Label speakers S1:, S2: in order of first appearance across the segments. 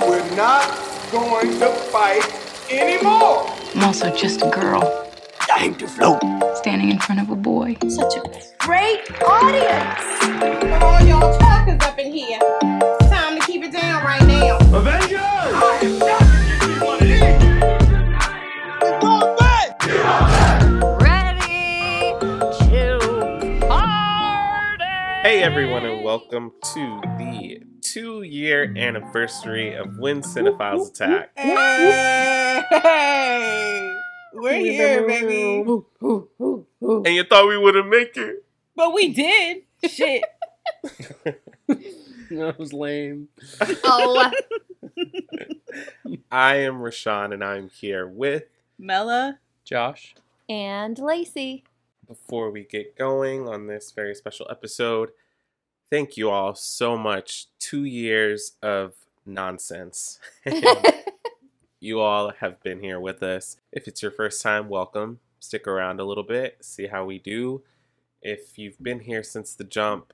S1: We're not going to fight anymore.
S2: I'm also just a girl
S3: Time to float.
S2: standing in front of a boy.
S4: Such a great audience.
S5: Come on, y'all talkers up in here. It's time to keep it down right now.
S1: I am not gonna give you what it is.
S4: Ready to party.
S6: Hey everyone, and welcome to the two-year anniversary of When Cinephiles Attack.
S5: Hey, we're here, baby.
S6: And you thought we wouldn't make it?
S5: But we did. Shit.
S7: That was lame.
S4: Oh,
S6: I am Rashawn, and I'm here with.
S5: Mella.
S7: Josh.
S4: and Lacey.
S6: Before we get going on this very special episode, thank you all so much. Two years of nonsense. you all have been here with us. If it's your first time, welcome. Stick around a little bit, see how we do. If you've been here since the jump,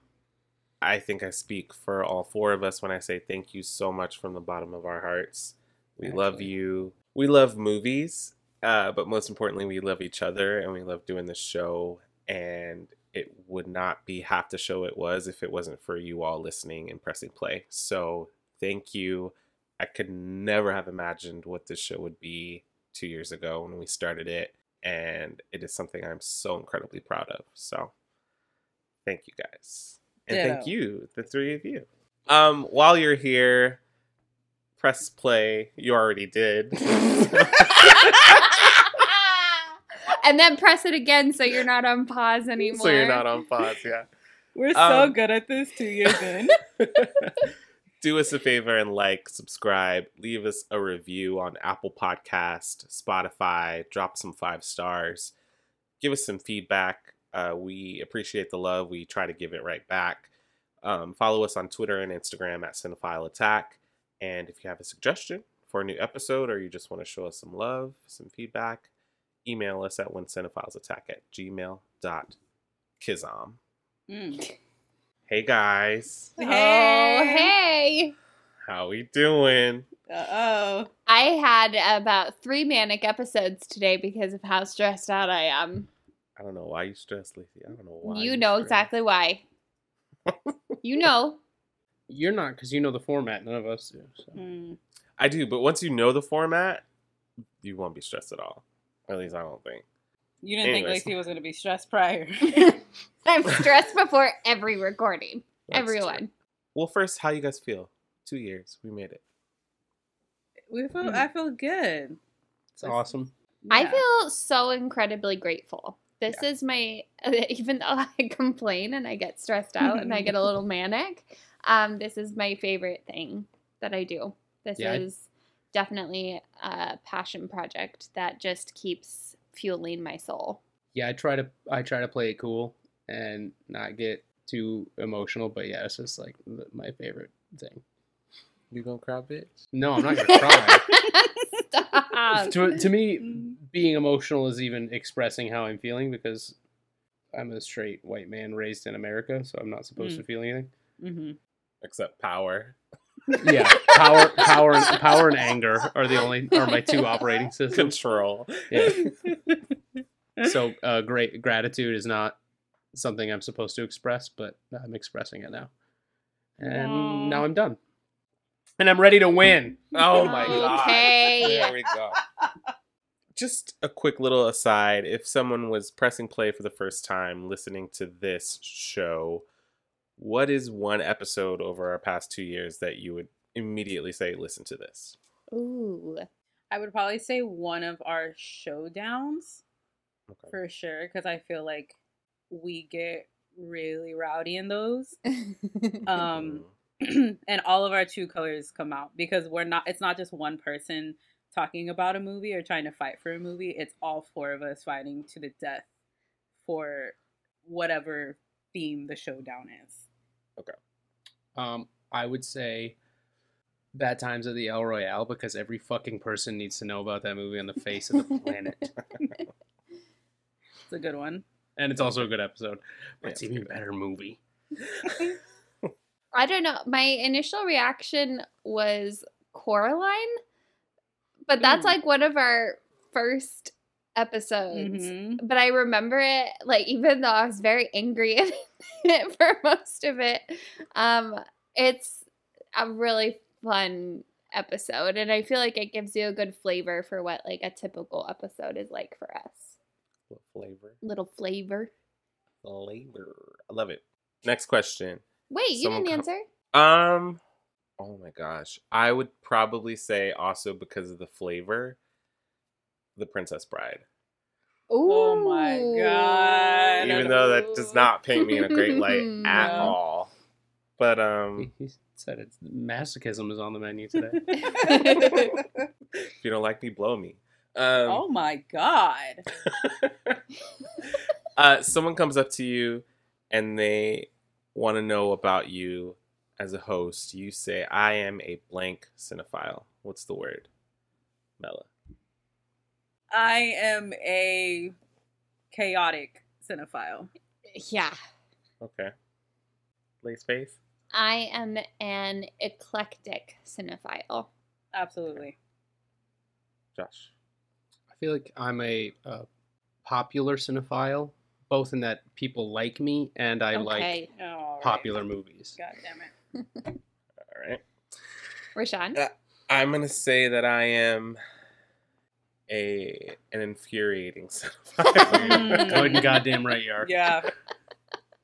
S6: I think I speak for all four of us when I say thank you so much from the bottom of our hearts. We love
S7: Absolutely.
S6: you. We love movies, uh, but most importantly, we love each other and we love doing this show. And it would not be half the show it was if it wasn't for you all listening and pressing play. So thank you. I could never have imagined what this show would be two years ago when we started it. And it is something I'm so incredibly proud of. So thank you guys. And thank
S5: Ditto.
S6: you, the three of you. Um, while you're here, press play. You already did.
S4: and then press it again so you're not on pause anymore.
S6: so you're not on pause, yeah.
S5: We're
S6: Um,
S5: so good at this two years in.
S6: do us a favor and like, subscribe, leave us a review on Apple Podcast, Spotify, drop some five stars, give us some feedback. Uh, we appreciate the love. We try to give it right back. Um, follow us on Twitter and Instagram at Cinephile Attack. And if you have a suggestion for a new episode or you just want to show us some love, some feedback, email us at whencinephilesattack at gmail.kizom.
S5: Mm.
S6: Hey guys,
S4: Oh, hey.
S6: how we doing?
S5: Uh oh.
S4: I had about three manic episodes today because of how stressed out I am.
S6: I don't know why you stress, Lacey. I don't know why.
S4: you know
S6: stress.
S4: exactly why. you know.
S7: You're not because you know the format. None of us do. So.
S6: Hmm.
S5: Mm.
S6: I do, but once you know the format, you won't be stressed at all. At least I don't think.
S5: You didn't
S6: Anyways.
S5: think Lacey was going to be stressed prior.
S4: I'm stressed before every recording.
S6: That's true.
S4: Everyone.
S6: Well, first, how you guys feel? Two years, we made it.
S5: we feel,
S4: Hmm.
S5: I feel good.
S7: It's awesome.
S4: I feel so incredibly grateful. This is my even though I complain and I get stressed out and I get a little manic, um, this is my favorite thing that I do. This
S7: Yeah, I-
S4: is definitely a passion project that just keeps fueling my soul.
S7: Yeah, I try to I try to play it cool and not get too emotional. But yeah, it's just like th- my favorite thing.
S6: You gonna cry, bitch?
S7: No, I'm not gonna cry.
S4: Stop.
S7: to, to me,
S5: Mm.
S7: being emotional is even expressing how I'm feeling because I'm a straight white man raised in America, so I'm not supposed
S5: Mm.
S7: to feel anything.
S6: Mm-hmm.
S5: hmm
S6: Except power.
S7: Yeah, power, power, and, power, and anger are the only are my two operating systems.
S6: Control.
S7: Yeah. so uh, great gratitude is not something I'm supposed to express, but I'm expressing it now. And
S5: Aw.
S7: now I'm done. And I'm ready to win.
S6: Oh my god.
S4: Okay.
S6: There we go. Just a quick little aside if someone was pressing play for the first time listening to this show, what is one episode over our past two years that you would immediately say, listen to this?
S4: Ooh.
S5: I would probably say one of our showdowns
S6: Okay.
S5: for sure because I feel like we get really rowdy in those. Um,
S6: Mm-hmm.
S5: and all of our true colors come out because we're not. It's not just one person talking about a movie or trying to fight for a movie. It's all four of us fighting to the death for whatever theme the showdown is.
S7: Um, I would say Bad Times at the El Royale because every fucking person needs to know about that movie on the face of the planet.
S5: It's a good one.
S7: And it's also a good episode.
S6: Yeah,
S7: But it's
S6: it's
S7: even a better movie.
S4: I don't know. My initial reaction was Coraline, but that's
S5: Ooh.
S4: like one of our first episodes.
S5: Mhm.
S4: But I remember it like even though I was very angry at it for most of it. Um, it's a really fun episode, and I feel like it gives you a good flavor for what like a typical episode is like for us.
S6: What flavor?
S4: Little flavor.
S6: Flavor. I love it. Next question.
S4: Wait, you
S6: Someone
S4: didn't
S6: com-
S4: answer.
S6: Um. Oh my gosh. I would probably say also because of the flavor, the Princess Bride.
S5: Oh my
S4: Ooh.
S5: God.
S6: Even though that does not paint me in a great light at
S5: No.
S6: all. But um,
S7: He said it's masochism is on the menu today.
S6: if you don't like me, blow me. Um,
S5: oh my god.
S6: uh, someone comes up to you and they want to know about you as a host. You say, I am a blank cinephile. What's the word? Mela.
S5: I am a chaotic cinephile.
S4: Yeah.
S6: Okay. Lace face?
S4: I am an eclectic cinephile.
S5: Absolutely.
S6: Josh.
S7: I feel like I'm a uh, popular cinephile, both in that people like me and I like
S4: okay.
S5: All right.
S7: popular movies.
S5: God damn it.
S6: All right.
S4: Rashawn?
S6: Uh, I'm going to say that I am a an infuriating cinephile.
S5: Mm.
S7: Good and goddamn right you are.
S5: Yeah.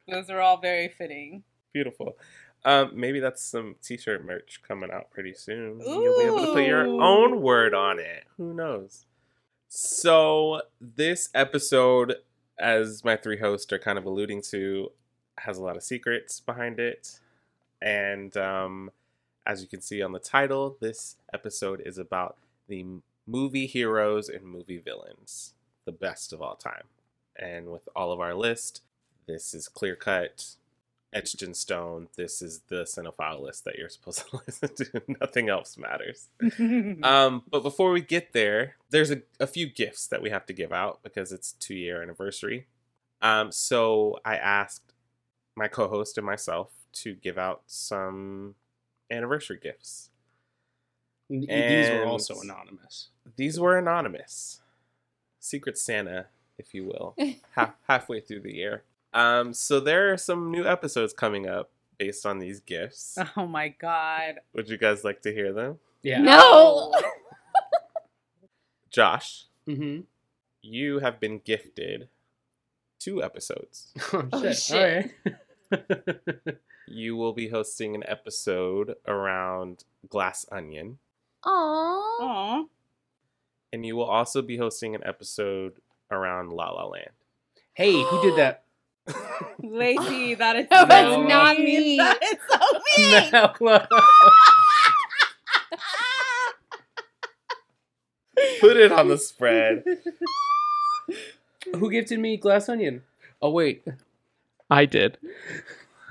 S5: Those are all very fitting.
S6: Beautiful. Um, maybe that's some t-shirt merch coming out pretty soon. You'll be able to put your own word on it. Who knows? So this episode, as my three hosts are kind of alluding to, has a lot of secrets behind it. And um, as you can see on the title, this episode is about the m- movie heroes and movie villains, the best of all time. And with all of our list, this is clear cut etched in stone. This is the cinephile list that you're supposed to listen to. Nothing else matters. Um, but before we get there, there's a, a few gifts that we have to give out because it's two year anniversary. Um, so I asked my co host and myself to give out some anniversary gifts.
S7: And These were
S6: And-
S7: also anonymous.
S6: These were anonymous, Secret Santa, if you will, half, halfway through the year. Um, so there are some new episodes coming up based on these gifts.
S5: oh my god.
S6: Would you guys like to hear them?
S7: Yeah.
S4: No!
S6: Josh,
S7: Mm-hmm.
S6: you have been gifted two episodes.
S7: Oh,
S4: Oh,
S7: shit. All right.
S6: You will be hosting an episode around Glass Onion,
S4: Aww.
S5: Aw.
S6: and you will also be hosting an episode around La La Land.
S7: hey, who did that?
S5: Lacey, that is
S4: No,
S7: it's
S5: mean.
S7: not
S4: me.
S5: That is so mean.
S7: Mel.
S6: Put it on the spread.
S7: who gifted me glass onion? Oh wait, I did.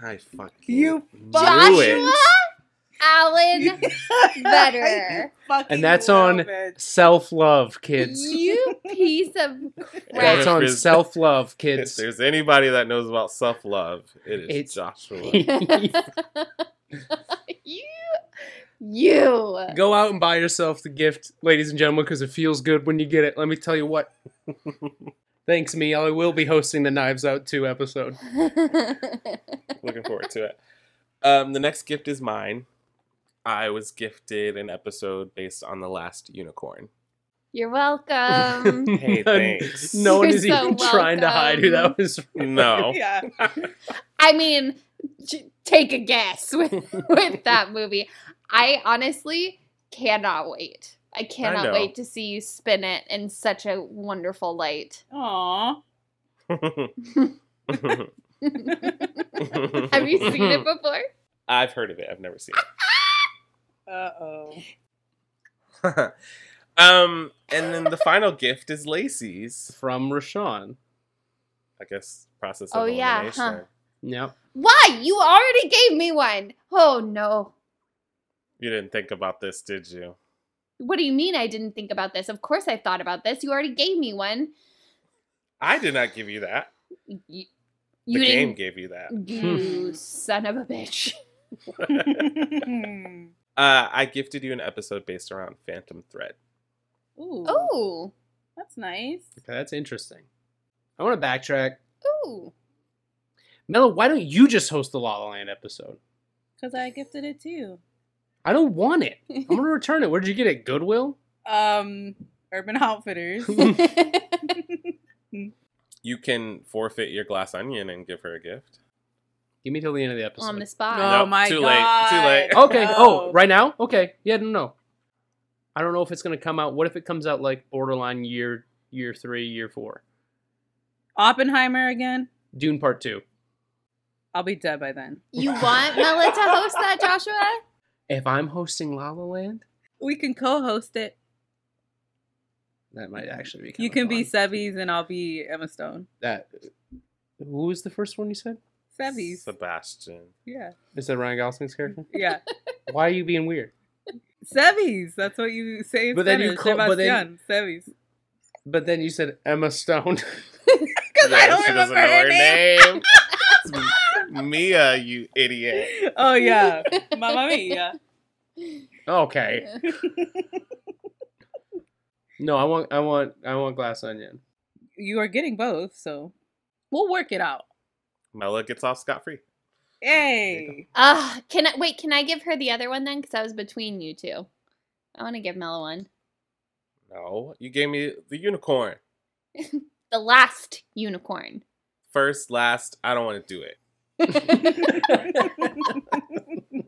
S6: I fucking
S5: You
S6: knew
S4: Joshua
S6: it.
S4: Allen Better.
S5: Fucking
S7: And that's
S5: little
S7: on-
S5: bitch.
S7: Self love, kids.
S4: You piece of
S7: That's
S4: crap.
S7: on
S6: If
S7: self love,
S6: If
S7: kids.
S6: there's anybody that knows about self love, it is
S7: It's-
S6: Joshua.
S4: you. You.
S7: Go out and buy yourself the gift, ladies and gentlemen, because it feels good when you get it. Let me tell you what. Thanks, me. I will be hosting the Knives Out 2 episode.
S6: Looking forward to it. Um, the next gift is mine. I was gifted an episode based on the last unicorn.
S4: You're welcome.
S6: Hey,
S7: None-
S6: thanks.
S7: No one
S4: You're
S7: is
S4: so
S7: even trying to hide who that was.
S6: No.
S5: Yeah.
S4: I mean, j- take a guess with, with that movie. I honestly cannot wait. I cannot
S6: know.
S4: wait to see you spin it in such a wonderful light.
S5: Aw.
S4: Have you seen it before?
S6: I've heard of it. I've never seen
S5: Uh oh.
S6: it. um, and then the final gift is Lacey's.
S7: From Rashawn.
S6: I guess process of
S4: Oh, yeah,
S6: elimination.
S4: huh.
S7: Yep.
S4: Why? You already gave me one. Oh no.
S6: You didn't think about this, did you?
S4: What do you mean I didn't think about this? Of course I thought about this. You already gave me one.
S6: I did not give you that.
S4: Y- You, Mm.
S6: The game
S5: Hmm.
S4: didn't.
S6: gave you that.
S4: You son of a bitch.
S6: Uh, I gifted you an episode based around Phantom Thread.
S5: Ooh,
S4: Ooh.
S5: that's nice.
S7: Okay, that's interesting. I want to backtrack.
S4: Ooh.
S7: Melo, why don't you just host the La La Land episode?
S5: Because I gifted it to you.
S7: I don't want it. I'm going to return it. Where'd you get it? Goodwill?
S5: Um, Urban Outfitters.
S6: You can forfeit your glass onion and give her a gift.
S7: Give me till the end of the episode.
S4: On the spot.
S5: Oh
S6: Nope,
S5: my
S6: too
S5: God.
S6: late. Too late.
S7: okay. Oh,
S5: No.
S7: right now? Okay. Yeah, no, no. I don't know if it's going to come out. What if it comes out like borderline year year 3, year 4?
S5: Oppenheimer again.
S7: Dune Part 2.
S5: I'll be dead by then.
S4: You want Mela to host that, Joshua?
S7: If I'm hosting La La Land,
S5: We can co-host it.
S7: that might actually be
S5: You
S7: kinda
S5: can be
S7: fun.
S5: Sevies and I'll be Emma Stone.
S7: that Who was the first one you said?
S5: Sevies.
S6: Sebastian.
S5: Yeah.
S7: Is that Ryan Gosling's character?
S5: Yeah.
S7: Why are you being weird?
S5: Sevies. That's what you say. In
S7: But then you
S5: Spanish.
S7: co- but
S5: Sebastian.
S7: then-
S5: Sevies.
S7: But then you said Emma Stone.
S5: Because I don't remember her name.
S6: name. It's M- Mia, you idiot.
S5: Oh yeah, Mamma Mia.
S7: okay. No, I want I want I want glass onion.
S5: You are getting both, so we'll work it out.
S6: Mela gets off scot free.
S5: Yay!
S4: Uh, can I wait? Can I give her the other one then? Because I was between you two. I want to give Mela one.
S6: No, you gave me the unicorn.
S4: The last unicorn.
S6: First, last, I don't want to do it.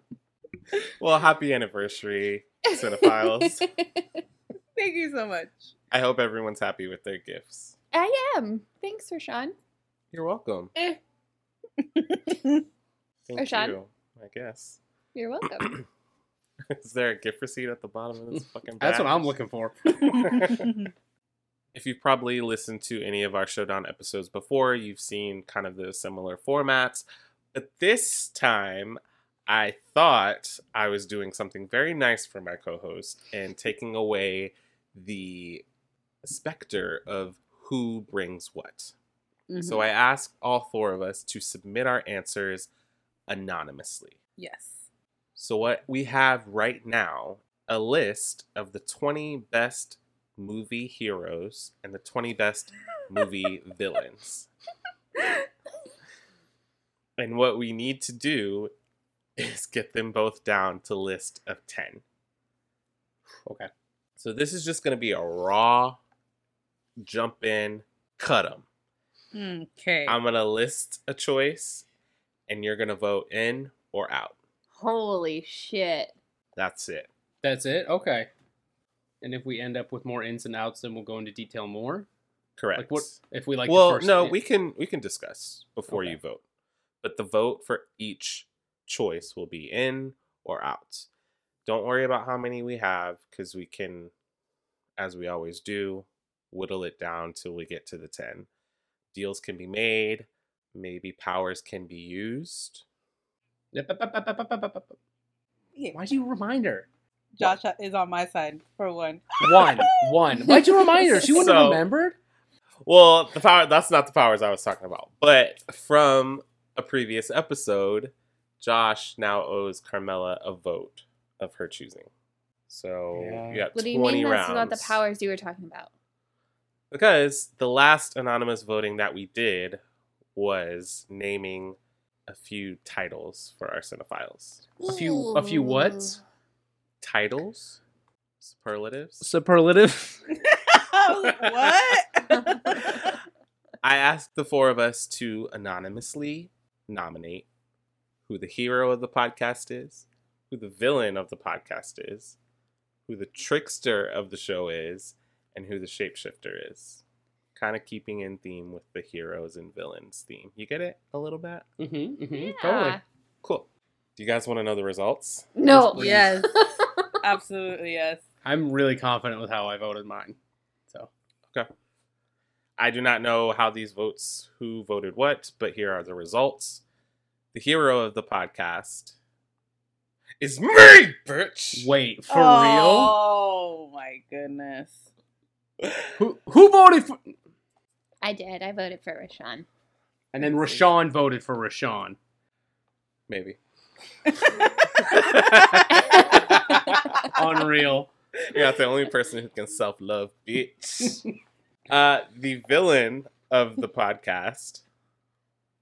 S6: Well, happy anniversary, cinephiles.
S5: Thank you so much.
S6: I hope everyone's happy with their gifts.
S4: I am. Thanks, Rashawn.
S6: You're welcome.
S4: Eh.
S6: Thank
S4: Or Sean.
S6: you, I guess.
S4: You're welcome.
S6: Is there a gift receipt at the bottom of this fucking
S7: That's what I'm
S6: package?
S7: looking for.
S6: If you've probably listened to any of our Showdown episodes before, you've seen kind of the similar formats. But this time, I thought I was doing something very nice for my co host and taking away the specter of who brings what.
S5: Mm-hmm.
S6: So I asked all four of us to submit our answers anonymously.
S5: yes.
S6: So what we have right now a list of the 20 best movie heroes and the 20 best movie villains. And what we need to do is get them both down to list of 10.
S7: Okay.
S6: So this is just going to be a raw jump in, cut them.
S5: Okay.
S6: I'm going to list a choice and you're going to vote in or out.
S4: Holy shit.
S6: That's it.
S7: That's it? Okay. And if we end up with more ins and outs, then we'll go into detail more.
S6: Correct.
S7: Like what if we like the
S6: well,
S7: first
S6: no, we can we can discuss before
S7: Okay.
S6: you vote, but the vote for each choice will be in or out. Don't worry about how many we have because we can, as we always do, whittle it down till we get to the ten. Deals can be made, maybe powers can be used.
S7: Yep, yep, yep, yep, yep, yep, yep, yep.
S5: Yeah.
S7: Why'd you remind her?
S5: Josh is on my side for one.
S7: One. One. Why'd you remind her? She wouldn't have
S6: So-
S7: remembered.
S6: Well, the power that's not the powers I was talking about, but from a previous episode, Josh now owes Carmela a vote of her choosing. So
S7: Yeah.
S6: you got
S4: What do you
S6: twenty
S4: mean
S6: rounds.
S4: that's not the powers you were talking about?
S6: Because the last anonymous voting that we did was naming a few titles for our cinephiles.
S7: A few- a few whats?
S6: Titles, superlatives.
S7: Superlative.
S5: Oh, what?
S6: I asked the four of us to anonymously nominate who the hero of the podcast is, who the villain of the podcast is, who the trickster of the show is, and who the shapeshifter is. Kind of keeping in theme with the heroes and villains theme. You get it a little bit?
S7: mm-hmm, mm-hmm,
S4: Yeah.
S7: Totally.
S6: Cool. Do you guys want to know the results?
S4: No.
S7: Please.
S5: yes. Absolutely yes.
S7: I'm really confident with how I voted mine. So
S6: I do not know how these votes, who voted what, but here are the results. The hero of the podcast is me, bitch.
S7: wait, for real?
S5: Oh my goodness.
S7: Who who voted for?
S4: I did. I voted for Rashawn.
S7: And then Rashawn voted for Rashawn.
S6: Maybe.
S7: unreal.
S6: You're not the only person who can self love, bitch. uh, the villain of the podcast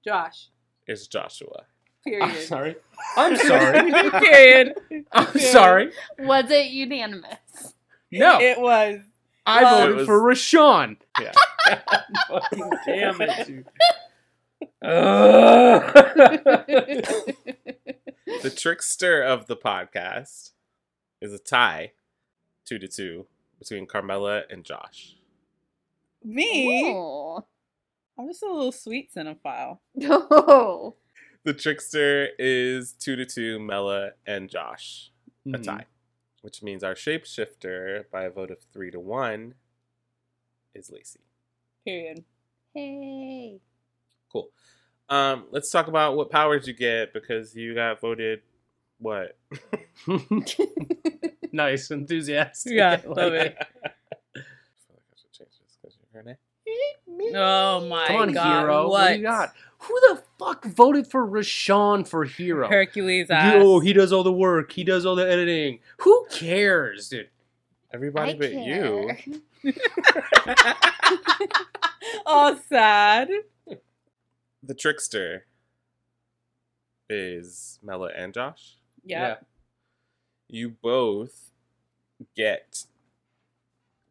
S5: Josh.
S6: is Joshua.
S7: I'm
S5: Period.
S7: sorry. I'm sorry.
S5: Period.
S7: I'm sorry.
S4: Was it unanimous?
S7: No,
S5: It was.
S7: I
S5: Well-
S7: voted for Rashawn.
S6: Yeah.
S7: Fucking damn it, dude. Ugh.
S6: The trickster of the podcast is a tie, two to two, between Carmela and Josh.
S5: Me.
S4: Ooh.
S5: I'm just a little sweet cinephile.
S4: Oh.
S6: The trickster is two to two, Mela and Josh. a
S7: Mhm.
S6: tie, which means our shapeshifter by a vote of three to one is Lacey.
S5: Period.
S4: Hey.
S6: Cool. Um, let's talk about what powers you get because you got voted. What?
S7: nice, enthusiastic.
S5: Yeah,
S7: I
S5: love it. Oh my
S7: Come on,
S5: god.
S7: hero. What? do
S5: What?
S7: you got? Who the fuck voted for Rashawn for hero?
S5: Hercules ass.
S7: Yo, he does all the work. He does all the editing. Who cares, dude?
S6: Everybody
S4: I
S6: but you.
S4: care.
S5: All sad.
S6: The trickster is Mela and Josh.
S5: Yeah.
S6: You both get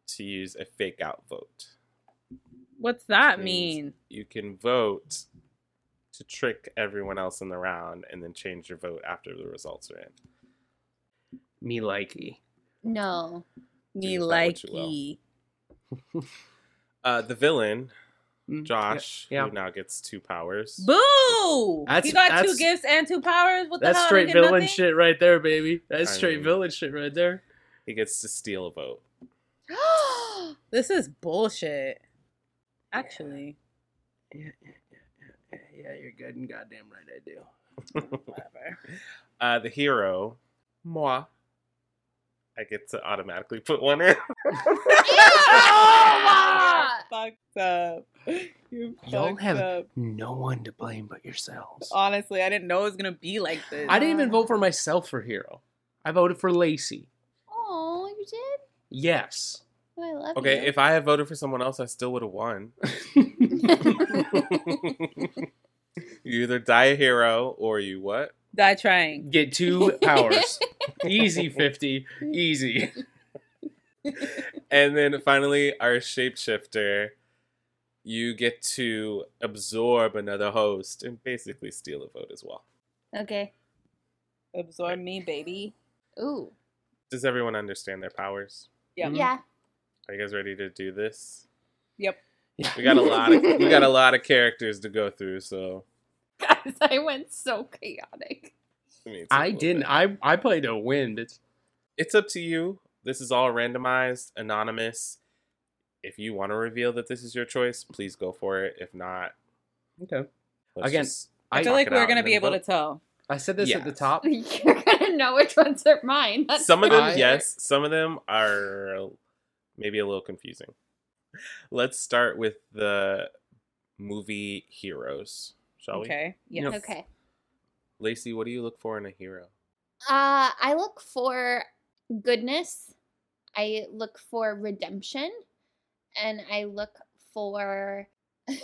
S6: to use a fake out vote.
S5: What's that
S6: Means-
S5: mean?
S6: you can vote to trick everyone else in the round and then change your vote after the results are in.
S7: Me likey.
S4: No.
S5: Me
S6: that
S5: like
S6: what you will. Uh, the villain,
S7: Mm,
S6: Josh,
S7: yeah, yeah.
S6: who now gets two powers.
S5: Boo!
S7: That's-
S5: he got
S7: that's-
S5: two gifts and two powers. What the
S7: That's
S5: hell? I
S7: straight
S5: get
S7: villain
S5: nothing?
S7: shit right there, baby. That's
S6: I
S7: straight
S6: mean-
S7: villain shit right there.
S6: he gets to steal a vote.
S5: This is bullshit. Actually,
S7: Yeah, you're good and goddamn right I do.
S5: whatever.
S6: Uh, the hero, moi. I get to automatically put one in.
S4: Ah!
S5: fucked up. You
S7: Y'all
S5: fucked
S7: have-
S5: up.
S7: No one to blame but yourselves.
S5: Honestly, I didn't know it was gonna be like this.
S7: I didn't even vote for myself for hero. I voted for Lacey.
S4: Oh, you did?
S7: Yes.
S4: Oh, I love
S6: Okay,
S4: you.
S6: if I had voted for someone else, I still would have won. you either die a hero or you what?
S5: Die trying.
S7: Get two powers. easy 50. Easy.
S6: And then finally, our shapeshifter, you get to absorb another host and basically steal a vote as well.
S4: okay.
S5: Absorb me, baby.
S4: Ooh.
S6: Does everyone understand their powers?
S7: Mm-hmm.
S5: Yep.
S4: Yeah.
S6: Are you guys ready to do this?
S5: Yep.
S6: We got a lot of we got a lot of characters to go through, so
S4: Guys, I went so chaotic.
S6: I mean, it's a
S7: I
S6: little
S7: didn't.
S6: bit-
S7: I, I played a win, bitch.
S6: It's up to you. This is all randomized, anonymous. If you want to reveal that this is your choice, please go for it. If not,
S7: Okay.
S6: let's
S7: Again,
S6: just
S5: I
S7: I-
S5: feel
S6: talk
S5: like
S6: it
S5: we're
S6: out
S5: gonna
S6: and
S5: be
S6: then
S5: able
S6: vote.
S5: to tell.
S7: I said this at the
S6: Yes.
S7: top.
S4: You're gonna know which ones are mine. That's
S6: some of them,
S7: I-
S6: yes. Some of them are maybe a little confusing. Let's start with the movie heroes, shall
S5: Okay. Yes.
S7: Nope.
S4: Okay.
S6: we? Lacey, what do you look for in a hero?
S4: Uh, I look for goodness. I look for redemption, and I look for.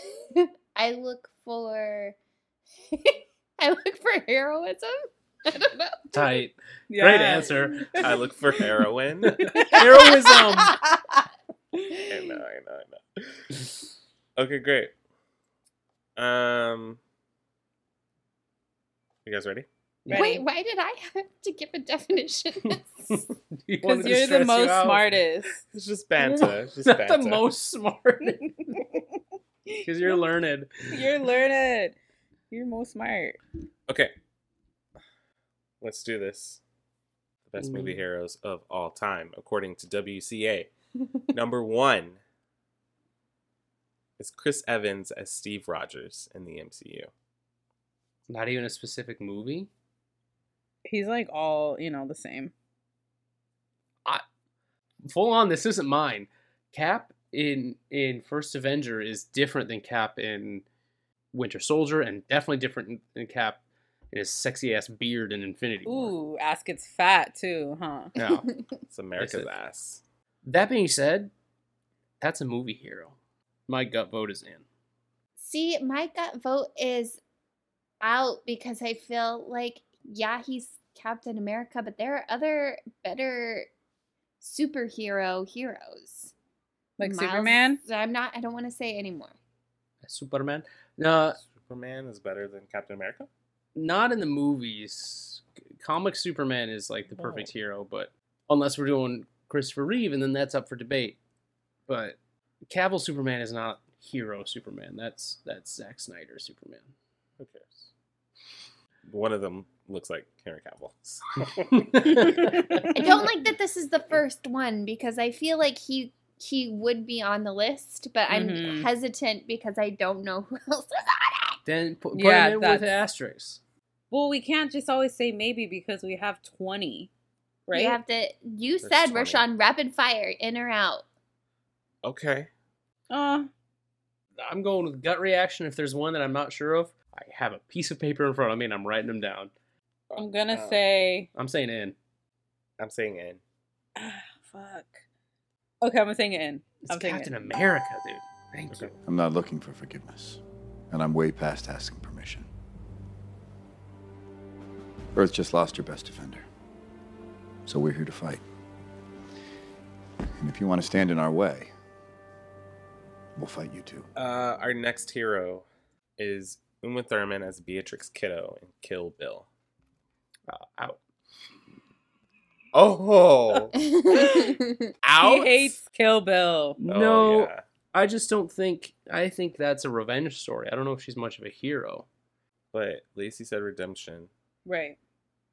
S4: I look for. I look for heroism. I don't know.
S7: Tight.
S5: Yes.
S7: Great answer.
S6: I look for heroin. I know,
S7: Heroism.
S6: I know, I know. Okay, great. Um, you guys ready?
S5: Ready?
S4: Wait, why did I have to give a definition?
S7: You wanted
S5: Because
S7: to
S5: you're
S7: stress
S5: the
S7: you
S5: most
S7: out.
S5: smartest.
S6: It's just banter. It's just
S7: Not
S6: banter.
S7: the most smart. Because you're learned.
S5: You're learned. You're most smart.
S6: Okay. Let's do this. The best movie
S7: Mm.
S6: heroes of all time, according to WCA. Number one is Chris Evans as Steve Rogers in the MCU.
S7: Not even a specific movie.
S5: He's like all you know the same.
S7: Full on, this isn't mine. Cap in in First Avenger is different than Cap in Winter Soldier, and definitely different than Cap and his sexy ass beard in Infinity War.
S5: Ooh, ask it's fat too, huh?
S7: Now,
S6: It's America's
S7: it.
S6: ass.
S7: that being said, that's a movie hero. My gut vote is in.
S4: See, my gut vote is out because I feel like, yeah, he's Captain America, but there are other better superhero heroes.
S5: Like
S4: Miles-
S5: Superman.
S4: I'm not, I don't want to say anymore.
S7: Superman. No,
S6: Superman is better than Captain America.
S7: not in the movies. Comic Superman is like the
S6: Oh.
S7: perfect hero, but unless we're doing Christopher Reeve, and then that's up for debate. But Cavill Superman is not hero Superman. That's that's Zack Snyder Superman.
S6: Who cares? One of them looks like Henry Cavill.
S4: I don't like that this is the first one because I feel like he he would be on the list, but I'm
S5: Mhm.
S4: hesitant because I don't know who else is
S7: then put, put
S5: Yeah,
S7: him in with
S5: that's-
S7: an asterisk.
S5: Well, we can't just always say maybe because we have twenty, right?
S4: You have to. You
S6: There's
S4: said
S6: 20.
S4: Rashawn, rapid fire, in or out.
S6: okay.
S5: Uh,
S7: I'm going with gut reaction. If there's one that I'm not sure of, I have a piece of paper in front of me and I'm writing them down.
S5: I'm gonna
S7: Oh.
S6: Uh,
S5: say
S7: Um, I'm saying in.
S6: I'm saying in.
S5: ah, fuck. Okay, I'm saying it in.
S7: It's
S5: I'm saying it.
S7: Captain America, dude. Thank
S6: Okay.
S7: you.
S3: I'm not looking for forgiveness, and I'm way past asking permission. Earth just lost her best defender, so we're here to fight. And if you want to stand in our way, we'll fight you too.
S6: Uh, our next hero is Uma Thurman as Beatrix Kiddo in Kill Bill. Uh, out. Oh, out.
S5: He hates Kill Bill.
S6: Oh,
S7: no,
S6: yeah.
S7: I just don't think. I think that's a revenge story. I don't know if she's much of a hero.
S6: But Lacey said redemption.
S5: Right.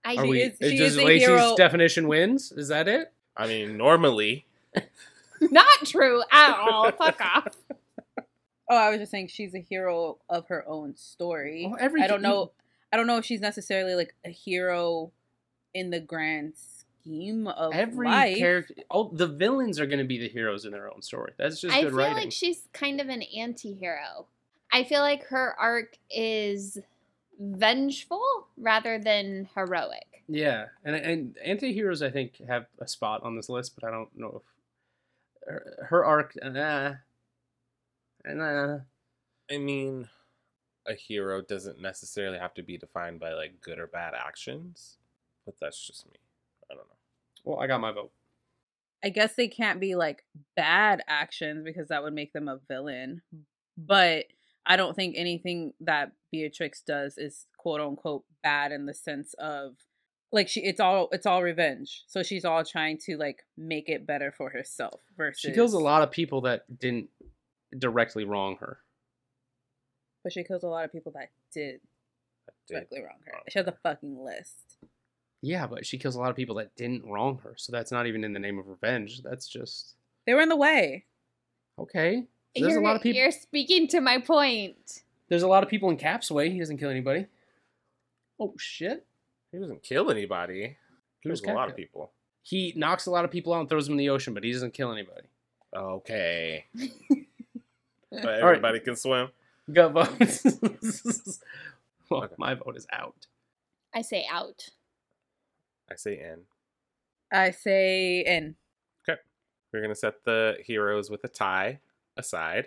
S4: I
S7: Are
S5: She
S7: we?
S5: is- she
S7: does
S5: is a
S7: Lacey's
S5: hero.
S7: definition wins? Is that it?
S6: I mean, normally.
S4: not true at all. Fuck off.
S5: Oh, I was just saying she's a hero of her own story.
S7: Well, Oh, every-
S5: I don't know. I don't know if she's necessarily like a hero in the grand scheme of
S7: Every
S5: life.
S7: character, all the villains are going to be the heroes in their own story. That's just
S4: I
S7: good
S4: feel
S7: writing.
S4: like she's kind of an anti-hero. I feel like her arc is vengeful rather than heroic.
S7: yeah, and and anti-heroes I think have a spot on this list, but I don't know if her, her arc. Uh, uh,
S6: I mean, a hero doesn't necessarily have to be defined by like good or bad actions, but that's just me. I don't know.
S7: well, I got my vote.
S5: I guess they can't be like bad actions because that would make them a villain. But I don't think anything that Beatrix does is quote unquote bad in the sense of like she it's all it's all revenge. So she's all trying to like make it better for herself versus
S7: She kills a lot of people that didn't directly wrong her.
S5: But she kills a lot of people that did
S6: That did-
S5: directly wrong her. She has a fucking list.
S7: Yeah, but she kills a lot of people that didn't wrong her. So that's not even in the name of revenge. That's just
S5: They were in the way.
S7: okay. There's
S4: You're-
S7: a lot of people.
S4: You're speaking to my point.
S7: There's a lot of people in Cap's way. He doesn't kill anybody. Oh shit!
S6: He doesn't kill anybody. He
S7: Who's
S6: was a lot
S7: Capcom?
S6: of people.
S7: He knocks a lot of people out and throws them in the ocean, but he doesn't kill anybody.
S6: Okay. but
S7: right.
S6: everybody can swim.
S7: Gut votes. well,
S6: Okay.
S7: my vote is out.
S4: I say out.
S6: I say in.
S5: I say and
S6: We're gonna set the heroes with a tie aside.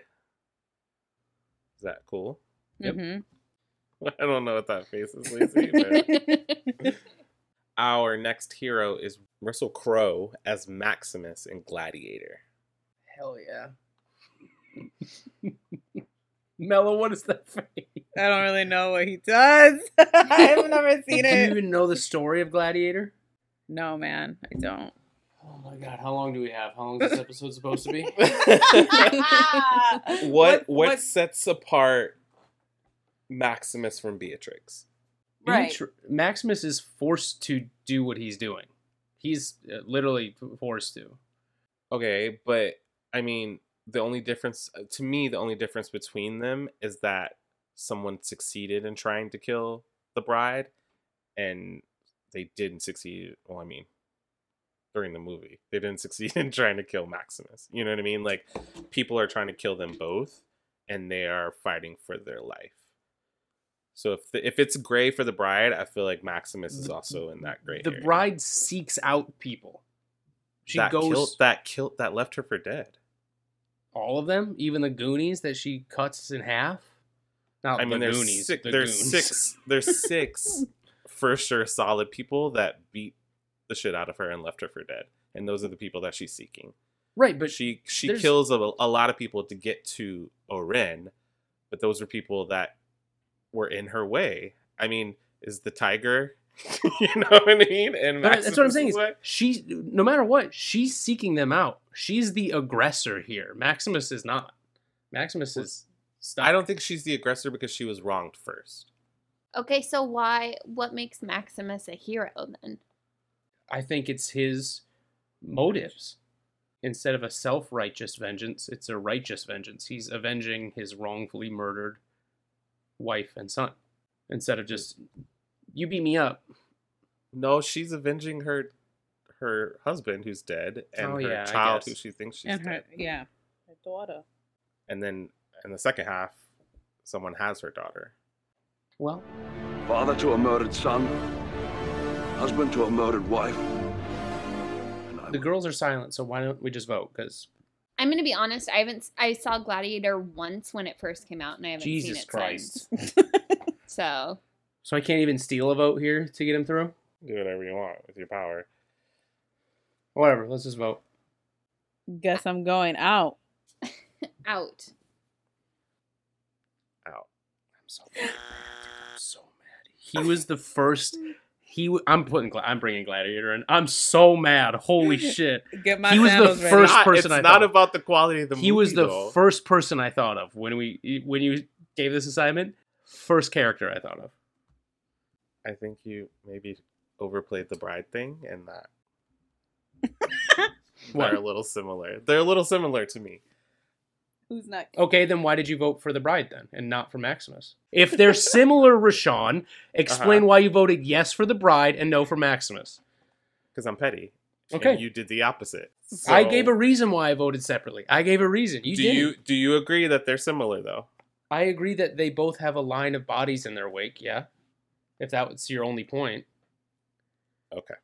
S6: Is that cool?
S7: Yep.
S5: Mhm.
S6: I don't know what that face is, Lacey. but- Our next hero is Russell Crowe as Maximus in Gladiator.
S7: Hell yeah. Mello, what is that face?
S5: I don't really know what he does. I've never
S7: Do
S5: seen
S7: you
S5: it.
S7: even know the story of Gladiator?
S5: No, man, I don't.
S7: Oh my god! How long do we have? How long is this episode supposed to be?
S6: what what sets apart Maximus from Beatrix?
S5: Right.
S7: Beatri- Maximus is forced to do what he's doing. He's uh, literally forced to.
S6: Okay, but I mean, the only difference uh, to me, the only difference between them is that someone succeeded in trying to kill the bride, and they didn't succeed. Well, I mean, during the movie, they didn't succeed in trying to kill Maximus. You know what I mean? Like, people are trying to kill them both, and they are fighting for their life. So if the, if it's gray for the bride, I feel like Maximus is also in that gray.
S7: The
S6: area.
S7: bride seeks out people. She
S6: that
S7: goes
S6: kilt, that kilt that left her for dead.
S7: all of them, even the Goonies that she cuts in half. Not
S6: I mean,
S7: the
S6: there's
S7: Goonies.
S6: six.
S7: the
S6: there's
S7: Goons.
S6: six. There's six for sure solid people that beat the shit out of her and left her for dead. And those are the people that she's seeking.
S7: Right,
S6: But
S7: but
S6: she she
S7: there's-
S6: kills a, a lot of people to get to Oren, but those are people that were in her way. I mean, is the tiger? you know what I mean? And
S7: But uh, that's what I'm
S6: Maximus's
S7: saying. Is
S6: way?
S7: she, no matter what, she's seeking them out. She's the aggressor here. Maximus is not. Maximus is. Stuck.
S6: I don't think she's the aggressor because she was wronged first.
S4: Okay, so why? What makes Maximus a hero then?
S7: I think it's his motives. Instead of a self righteous vengeance, it's a righteous vengeance. He's avenging his wrongfully murdered wife and son. Instead of just, you beat me up.
S6: No, she's avenging her her husband who's dead and
S7: Oh,
S6: her
S7: yeah, I
S6: child who
S7: guess.
S6: she thinks she's
S5: and her
S6: dead.
S5: yeah, her daughter.
S6: And then in the second half, someone has her daughter.
S7: Well,
S8: Father to a murdered son, husband to a murdered wife. And I
S7: the girls are silent, so why don't we just vote? Because
S4: I'm gonna be honest. I haven't. s- I saw Gladiator once when it first came out, and I haven't seen
S7: Jesus
S4: it
S7: Christ.
S4: since. So
S7: So I can't even steal a vote here to get him through?
S6: Do whatever you want with your power.
S7: Whatever, let's just vote.
S5: Guess I'm going out.
S4: out.
S6: Out.
S7: I'm so mad. I'm so mad. He was the first. He, w- I'm putting. Gla- I'm bringing Gladiator in. I'm so mad. Holy shit.
S5: Get my
S7: He was the
S5: sandals ready.
S7: first-
S6: Not- it's
S7: person I
S6: not
S7: thought of.
S6: about the quality of the movie.
S7: he was the
S6: though.
S7: first person I thought of when we when you gave this assignment. First character I thought of.
S6: I think you maybe overplayed the bride thing and that.
S7: What?
S6: They're a little similar. They're a little similar to me.
S5: Who's next?
S7: Okay, then why did you vote for the bride then and not for Maximus? If they're similar, Rashawn, explain
S6: Uh-huh.
S7: why you voted yes for the bride and no for Maximus.
S6: Because I'm petty. and
S7: Okay.
S6: you did the opposite.
S7: I
S6: So,
S7: gave a reason why I voted separately. I gave a reason. You
S6: do
S7: didn't.
S6: you do you agree that they're similar though?
S7: I agree that they both have a line of bodies in their wake. Yeah, if that was your only point.
S6: Okay.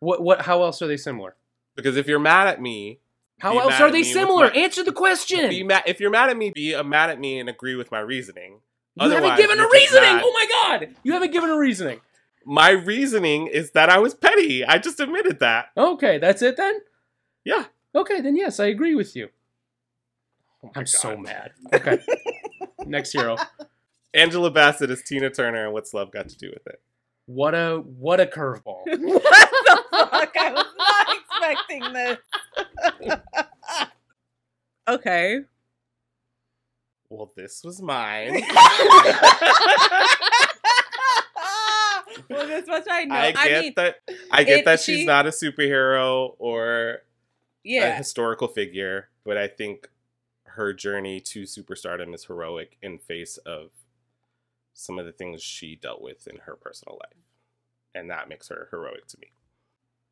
S7: What? What? How else are they similar?
S6: Because if you're mad at me,
S7: How
S6: Be
S7: else
S6: mad
S7: are
S6: at
S7: they
S6: me with
S7: similar?
S6: my-
S7: Answer the question.
S6: be mad. If you're mad at me, be uh, mad at me and agree with my reasoning.
S7: you haven't
S6: Otherwise,
S7: given a
S6: you're just
S7: reasoning.
S6: not-
S7: Oh my god! You haven't given a reasoning.
S6: My reasoning is that I was petty. I just admitted that.
S7: Okay, that's it then.
S6: Yeah.
S7: Okay, then yes, I agree with you. I'm
S6: God.
S7: so mad. Okay. Next hero.
S6: Angela Bassett is Tina Turner, and what's love got to do with it?
S7: What a what a curveball.
S5: what the fuck? I was not expecting this. okay.
S6: Well, this was mine.
S5: well, this much I know.
S6: I
S5: I,
S6: get
S5: mean,
S6: that. I get
S5: it-
S6: that she's
S5: she-
S6: not a superhero or a
S5: yeah,
S6: historical figure, but I think her journey to superstardom is heroic in face of some of the things she dealt with in her personal life, and that makes her heroic to me.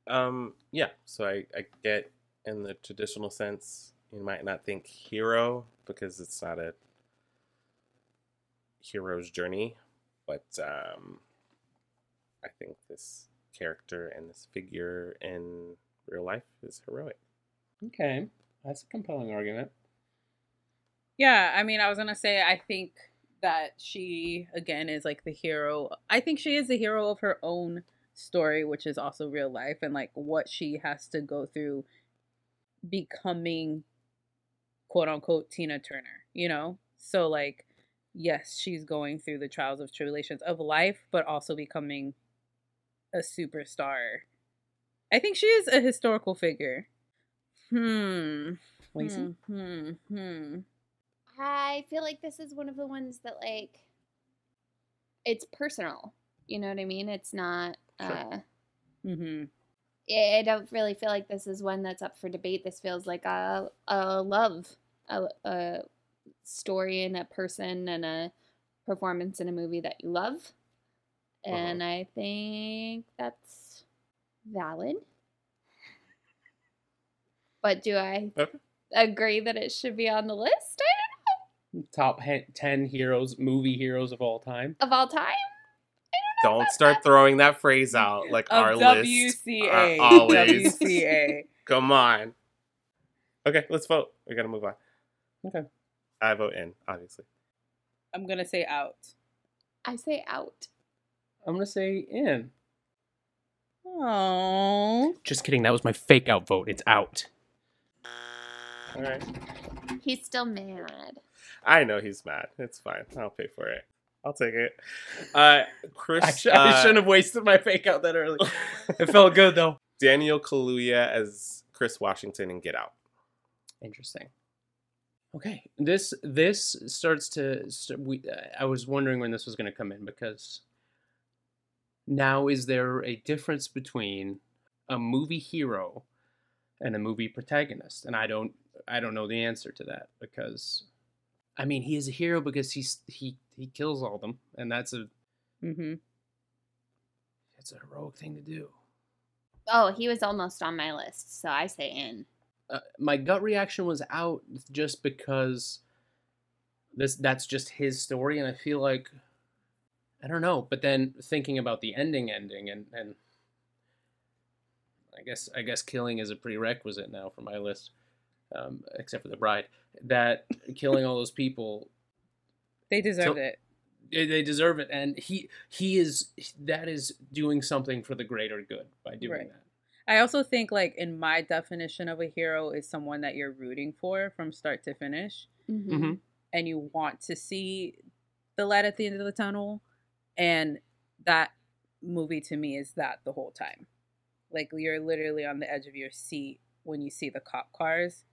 S6: Um, yeah. So I, I get in the traditional sense, you might not think hero because it's not a hero's journey, but um, I think this character and this figure in real life is heroic.
S7: Okay. That's a compelling argument.
S5: yeah. I mean, I was gonna say, I think that she again is like the hero. I think she is the hero of her own story, which is also real life, and like what she has to go through becoming quote unquote Tina Turner. You know, so like. Yes, she's going through the trials of tribulations of life, but also becoming a superstar. I think she is a historical figure. Hmm.
S7: Lacey?
S5: Hmm. Hmm. hmm.
S4: I feel like this is one of the ones that like it's personal. You know what I mean? It's not
S6: Sure.
S4: uh
S5: hmm
S4: I I don't really feel like this is one that's up for debate. This feels like a a love a, a story and a person and a performance in a movie that you love.
S6: Uh-huh.
S4: And I think that's valid. But do I
S6: Okay.
S4: agree that it should be on the list? I
S7: top he- 10 heroes, movie heroes of all time.
S4: of all time.
S6: Don't start throwing that phrase out like
S5: Of
S6: our list.
S5: WCA.
S6: are always-
S5: WCA.
S6: Come on. Okay, let's vote. We gotta move on.
S7: Okay.
S6: I vote in, obviously.
S5: I'm gonna say out.
S4: I say out.
S7: I'm going to say in.
S5: Oh.
S7: Just kidding. That was my fake out vote. It's out.
S6: All right.
S4: He's still mad.
S6: I know he's mad. It's fine. I'll pay for it. I'll take it. Uh, Chris.
S7: I, sh- I
S6: uh,
S7: shouldn't have wasted my fake out that early. it felt good though.
S6: Daniel Kaluuya as Chris Washington in Get Out.
S7: Interesting. Okay, this this starts to. St- we, I was wondering when this was going to come in because now is there a difference between a movie hero and a movie protagonist? And I don't I don't know the answer to that because I mean he is a hero because he's he he kills all of them and that's a
S5: Mm-hmm.
S7: it's a heroic thing to do.
S4: Oh, he was almost on my list, so I say in.
S7: uh, my gut reaction was out just because this that's just his story and i feel like i don't know but then thinking about the ending ending and and i guess i guess killing is a prerequisite now for my list um, except for the bride that killing all those people
S5: They deserved
S7: So-
S5: it.
S7: they they deserve it and he he is that is doing something for the greater good by doing
S5: Right.
S7: that
S5: I also think like in my definition of a hero is someone that you're rooting for from start to finish
S4: Mm-hmm.
S5: and you want to see the light at the end of the tunnel and that movie to me is that the whole time. Like you're literally on the edge of your seat when you see the cop cars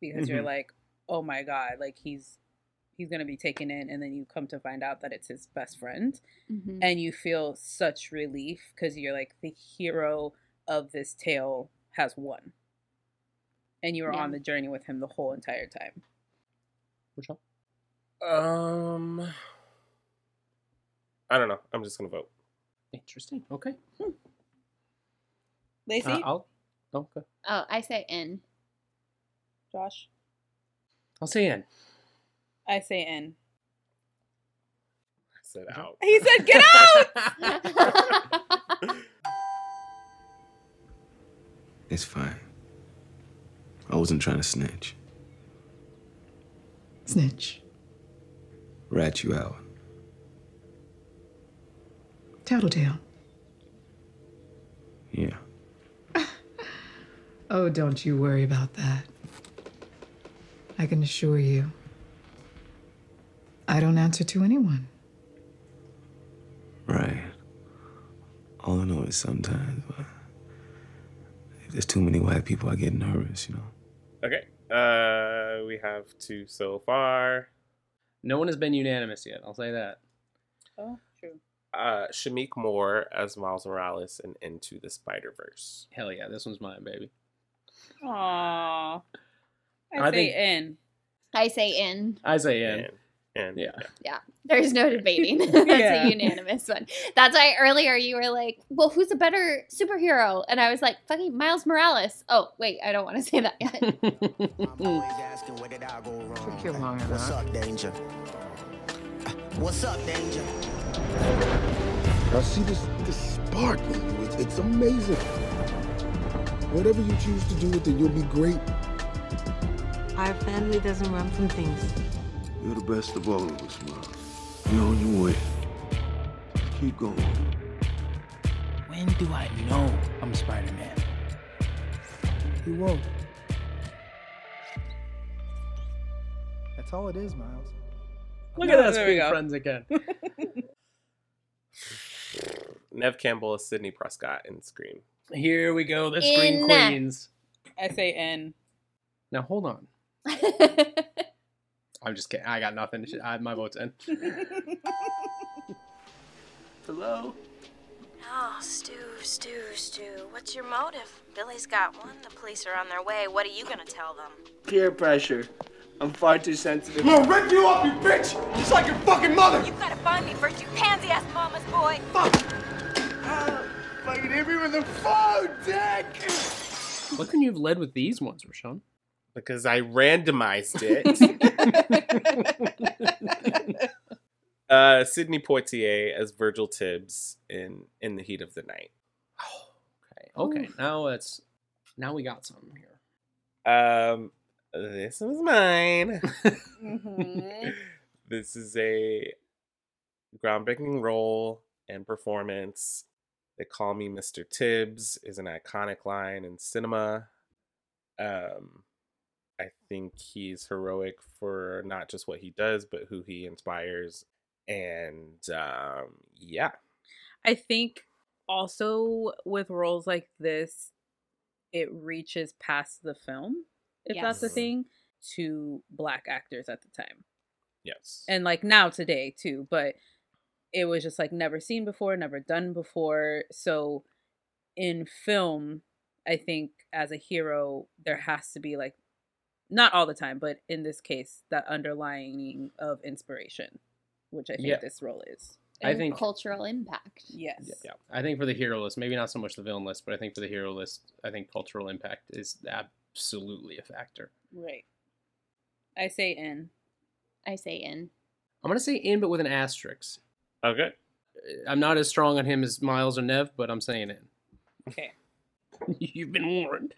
S5: because you're
S4: Mm-hmm.
S7: Mhm.
S5: like, "Oh my god, like he's he's going to be taken in" and then you come to find out that it's his best friend
S4: Mm-hmm.
S5: and you feel such relief because you're like the hero of this tale has won and you were
S4: Yeah.
S5: on the journey with him the whole entire time
S7: which one?
S6: Um, I don't know. I'm just gonna vote.
S7: interesting okay
S5: lacey
S7: uh, i'll okay
S4: Oh, I say in.
S5: josh
S7: i'll say in
S5: i say in
S6: I said out.
S5: he said get out
S9: It's fine. I wasn't trying to snitch.
S10: Snitch.
S9: Rat you out.
S10: Tattletale.
S9: Yeah.
S10: Oh, don't you worry about that. I can assure you, I don't answer to anyone.
S9: Right. All I know is sometimes uh, if there's too many white people, I get nervous, you know.
S6: okay. Uh, we have two so far.
S7: No one has been unanimous yet. I'll say that.
S5: oh true
S6: Uh, Shamik Moore as Miles Morales in Into the Spider Verse.
S7: Hell yeah, this one's mine, baby.
S5: Aww. i, say
S7: I think-
S5: in
S4: I say in.
S7: I say in.
S6: And
S7: Yeah.
S4: There's no debating. That's
S5: Yeah.
S4: a unanimous one. That's why earlier you were like, well, who's a better superhero? And I was like, fucking Miles Morales. Oh, wait, I don't want to say that yet.
S10: Took you long enough.
S8: Now see this this spark in you. It's, it's amazing. Whatever you choose to do with it, you'll be great.
S11: Our family doesn't run from things.
S8: You're the best of all of us, Mom. You're on your way. Keep going.
S11: When do I know I'm Spider Man?
S10: You won't. That's all it is, Miles.
S7: Look at
S5: Oh,
S7: us
S5: there we
S7: being
S5: go.
S7: friends again.
S6: Nev Campbell as Sidney Prescott in Scream.
S7: Here we go, the
S4: In.
S7: Scream Queens.
S5: i say in
S7: Now hold on. I'm just kidding. I got nothing. Sh- I, my vote's in. Hello?
S11: Oh, Stu, Stu, Stu. What's your motive? Billy's got one. The police are on their way. What are you gonna tell them?
S12: Peer pressure. I'm far too sensitive.
S1: I'm gonna rip you up, you bitch! Just like your fucking mother!
S11: You gotta find me first, you pansy ass mama's boy.
S13: Ah,
S1: Fucking hit me with the phone, dick!
S7: Look when you've led with these ones, Rashawn.
S6: because I randomized it. uh, Sidney Poitier as Virgil Tibbs in In the Heat of the Night.
S7: Okay, now it's now we got something here.
S6: Um, this is mine.
S5: Mhm.
S6: this is a groundbreaking role and performance. They call me Mr. Tibbs is an iconic line in cinema. Um, I think he's heroic for not just what he does, but who he inspires. And um, yeah,
S5: I think also with roles like this, it reaches past the film, if that's the
S6: Yes.
S5: thing, to black actors at the time.
S6: yes,
S5: And like now today too, but it was just like never seen before, never done before. So in film, I think as a hero, there has to be like not all the time, but in this case, that underlying of inspiration, which I think
S7: Yeah.
S5: this role is.
S7: I think
S4: cultural impact.
S5: Yes.
S7: yeah, I think for the hero list, maybe not so much the villain list, but I think for the hero list, I think cultural impact is absolutely a factor.
S5: Right. I say in.
S4: I say in.
S7: I'm gonna say in, but with an asterisk. Uh,
S6: Okay.
S7: I'm not as strong on him as Miles or Nev, but I'm saying in.
S5: Okay. Oh,
S7: You've been warned.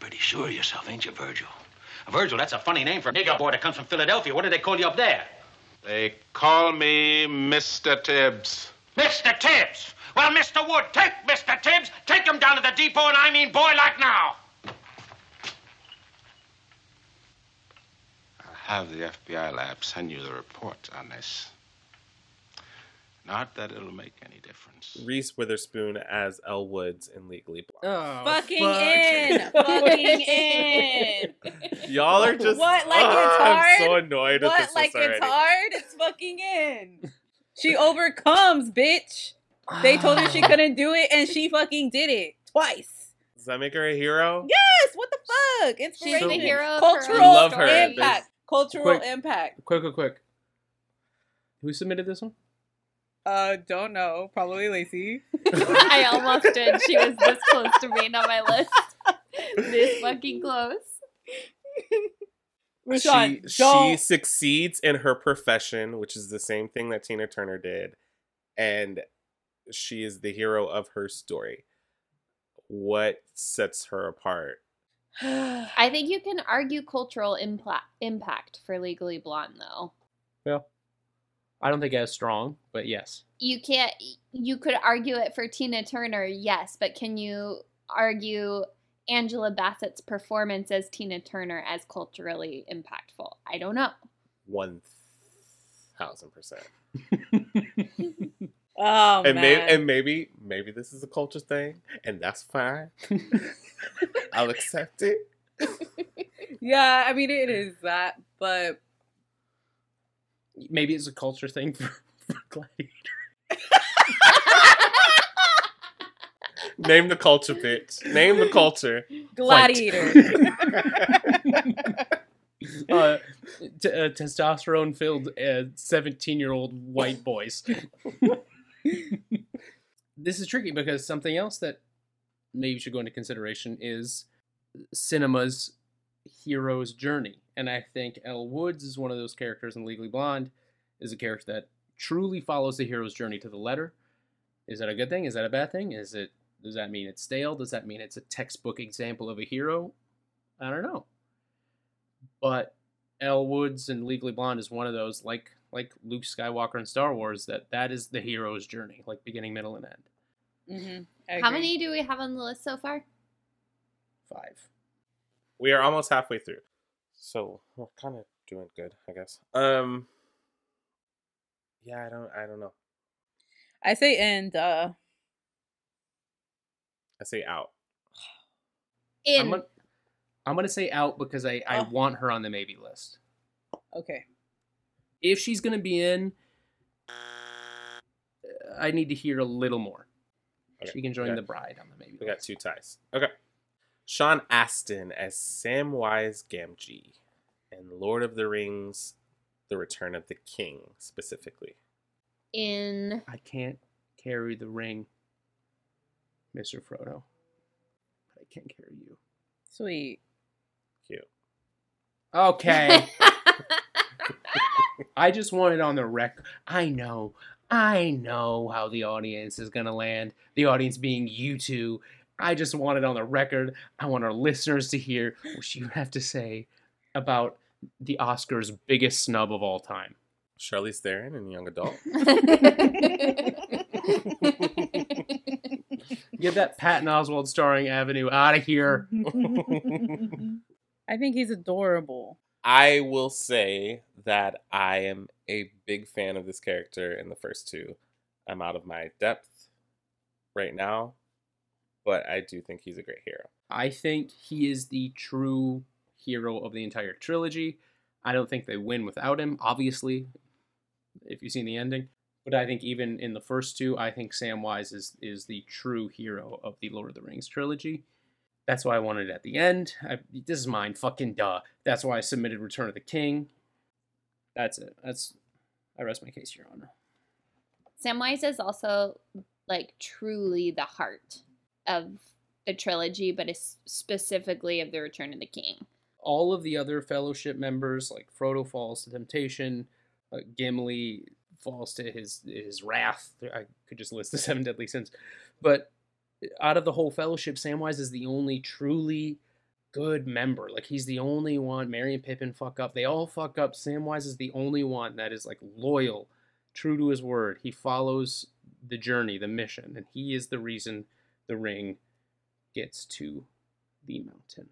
S14: Pretty sure of yourself, ain't you, Virgil? Virgil, that's a funny name for a nigger boy that comes from Philadelphia. What do they call you up there?
S15: They call me Mr. Tibbs.
S14: Mr. Tibbs! Well, Mr. Wood, take Mr. Tibbs, take him down to the depot, and I mean boy like now.
S15: I'll have the FBI lab send you the report on this. Not that it'll make any difference.
S6: Reese Witherspoon as Elle Woods in Legally Blonde.
S7: Oh,
S5: fucking in. Fucking in.
S6: Y'all are just
S5: What, like it's
S6: Ah,
S5: hard?
S6: I'm so annoyed
S5: What,
S6: at this
S5: like
S6: list already.
S5: it's hard? It's fucking in. She overcomes, bitch. They told
S6: Ah.
S5: her she couldn't do it, and she fucking did it twice.
S6: Does that make her a hero?
S5: Yes. What the fuck? Inspiration.
S4: hero of her own
S5: Cultural
S6: Love her.
S5: impact.
S6: There's-
S5: Cultural
S7: Quick.
S5: impact.
S7: Quick, quick, quick. Who submitted this one?
S5: Uh, don't know. Probably Lacey.
S4: I almost did. She was this close to being on my list. This fucking close.
S5: Rashawn,
S6: she, she
S5: don't.
S6: succeeds in her profession, which is the same thing that Tina Turner did, and she is the hero of her story. What sets her apart?
S4: I think you can argue cultural impla- impact for Legally Blonde, though.
S7: Well, I don't think as strong, but yes.
S4: You can't. You could argue it for Tina Turner, yes, but can you argue Angela Bassett's performance as Tina Turner as culturally impactful? I don't know.
S6: One thousand percent.
S5: Oh
S6: and
S5: man.
S6: maybe, and maybe, maybe this is a culture thing, and that's fine. I'll accept it.
S5: yeah, I mean it is that, but
S7: Maybe it's a culture thing for, for Gladiator.
S6: Name the culture, bitch. Name the culture.
S5: Gladiator.
S7: uh, t- uh, testosterone filled seventeen year old white boys. this is tricky because something else that maybe should go into consideration is cinema's hero's journey, and I think Elle Woods is one of those characters in Legally Blonde is a character that truly follows the hero's journey to the letter. Is that a good thing? Is that a bad thing? Is it does that mean it's stale? Does that mean it's a textbook example of a hero? I don't know. But Elle Woods and Legally Blonde is one of those like like Luke Skywalker in Star Wars that that is the hero's journey, like beginning, middle, and end.
S5: Mm-hmm.
S4: How many do we have on the list so far?
S7: Five.
S6: We are almost halfway through, so we're kind of doing good, I guess. Um, yeah, I don't, I don't know.
S5: I say and uh
S6: I say out.
S7: I'm
S4: In
S7: gonna, I'm gonna say out because I I want her on the maybe list.
S5: okay.
S7: If she's gonna be in, I need to hear a little more. She can join
S6: okay.
S7: the bride on the maybe.
S6: We got two ties. Okay. Sean Astin as Samwise Gamgee and Lord of the Rings: The Return of the King specifically.
S4: in
S7: I can't carry the ring, Mr. Frodo. But I can carry you.
S5: Sweet.
S6: Cute.
S7: Okay. I just want it on the record. I know. I know how the audience is going to land. The audience being you two. I just want it on the record. I want our listeners to hear what you have to say about the Oscars' biggest snub of all time.
S6: Charlize Theron and Young Adult.
S7: Get that Patton Oswald starring Avenue out of here.
S5: I think he's adorable.
S6: I will say that I am a big fan of this character in the first two. I'm out of my depth right now, but I do think he's a great hero.
S7: I think he is the true hero of the entire trilogy. I don't think they win without him, obviously, if you've seen the ending. But I think even in the first two, I think Samwise is is the true hero of the Lord of the Rings trilogy. That's why I wanted it at the end. I, this is mine, fucking duh. That's why I submitted Return of the King. That's it. That's I rest my case, Your Honor.
S4: Samwise is also like truly the heart of the trilogy, but is specifically of the Return of the King.
S7: all of the other fellowship members like frodo falls to temptation uh, gimli falls to his his wrath i could just list the seven deadly sins but out of the whole fellowship samwise is the only truly good member like he's the only one mary and pippin fuck up they all fuck up samwise is the only one that is like loyal true to his word he follows the journey the mission and he is the reason the ring gets to the mountain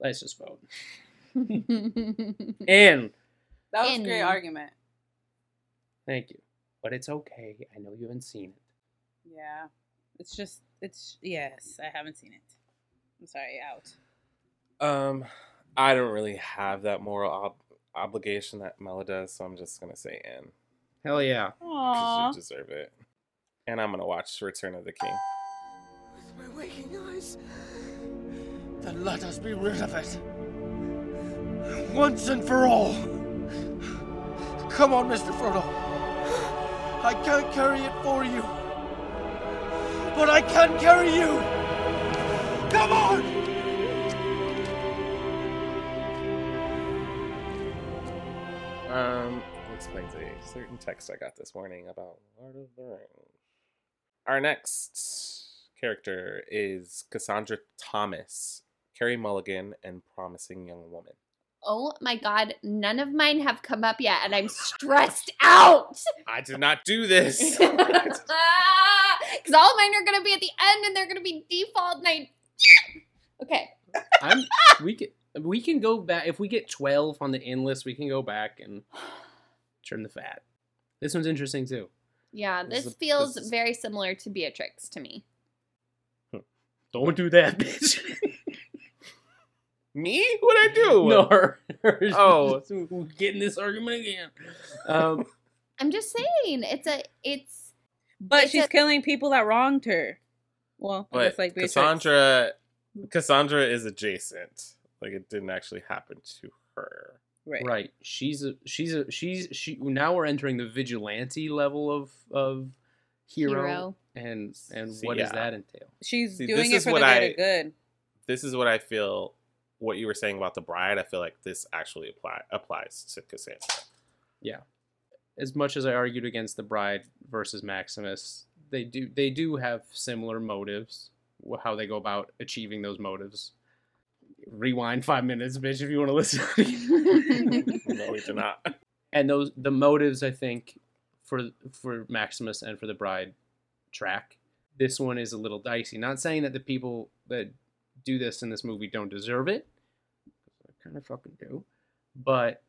S7: let's just vote in.
S5: That was a great
S4: And-
S5: argument.
S7: Thank you. But it's okay. I know you haven't seen it.
S5: Yeah. It's just it's yes, I haven't seen it. I'm sorry, out.
S6: Um, I don't really have that moral ob- obligation that Mela does, so I'm just gonna say in.
S7: Hell yeah.
S6: 'Cause
S5: Aw.
S6: You deserve it. And I'm gonna watch Return of the King.
S8: My waking eyes. Then let us be rid of it. Once and for all. Come on, Mr. Frodo. I can't carry it for you. But I can carry you. Come on!
S6: Um, explains a certain text I got this morning about Lord of the Rings. Our next character is Cassandra Thomas, Carrie Mulligan, and promising young woman.
S4: Oh my god, none of mine have come up yet, and I'm stressed out
S6: I did not do this.
S4: because all mine are gonna be at the end, and they're gonna be default. And I okay,
S7: I'm we can we can go back if we get twelve on the end list, we can go back and trim the fat. This one's interesting too.
S4: yeah, this,
S6: This is a-
S4: feels
S6: this is-
S4: very similar to Beatrix to me.
S7: Hmm. Don't do that, bitch.
S6: Me? What'd I do?
S7: no, her, her-
S6: Oh.
S7: we'll get in this argument again. Um,
S4: I'm just saying, it's a it's
S5: But
S4: It's
S5: she's
S4: a-
S5: killing people that wronged her. Well, I
S6: But
S5: guess like Mm. Beatrix.
S6: Cassandra, Cassandra is adjacent. Like it didn't actually happen to her.
S5: Right.
S7: right. She's a she's a she's she now we're entering the vigilante level of of hero,
S4: Hero.
S7: and and
S6: See,
S7: what does
S6: yeah.
S7: that entail?
S5: She's
S6: See,
S5: doing
S6: this
S5: it
S6: is
S5: for the
S6: what
S5: greater
S6: I-
S5: good.
S6: This is what I feel. What you were saying about the bride, I feel like this actually apply applies to Cassandra.
S7: as much as I argued against the bride versus Maximus, they do they do have similar motives. wh- How they go about achieving those motives. Rewind five minutes, bitch, if you want to listen.
S6: no, we do not.
S7: and those the motives I think for for Maximus and for the bride track. This one is a little dicey. Not saying that the people that do this in this movie don't deserve it. I kind of fucking do, but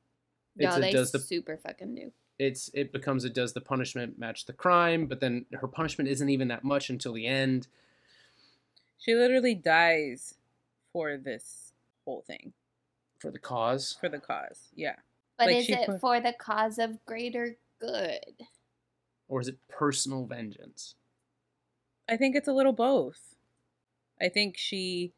S4: no,
S7: a-
S4: they
S7: does the-
S4: super fucking do.
S7: it's it becomes a does the punishment match the crime but then her punishment isn't even that much until the end
S5: She literally dies for this whole thing.
S7: for the cause
S5: For the cause. Yeah.
S4: But
S5: Like,
S4: is
S5: she
S4: it
S5: put-
S4: for the cause of greater good?
S7: or is it personal vengeance
S5: I think it's a little both. I think she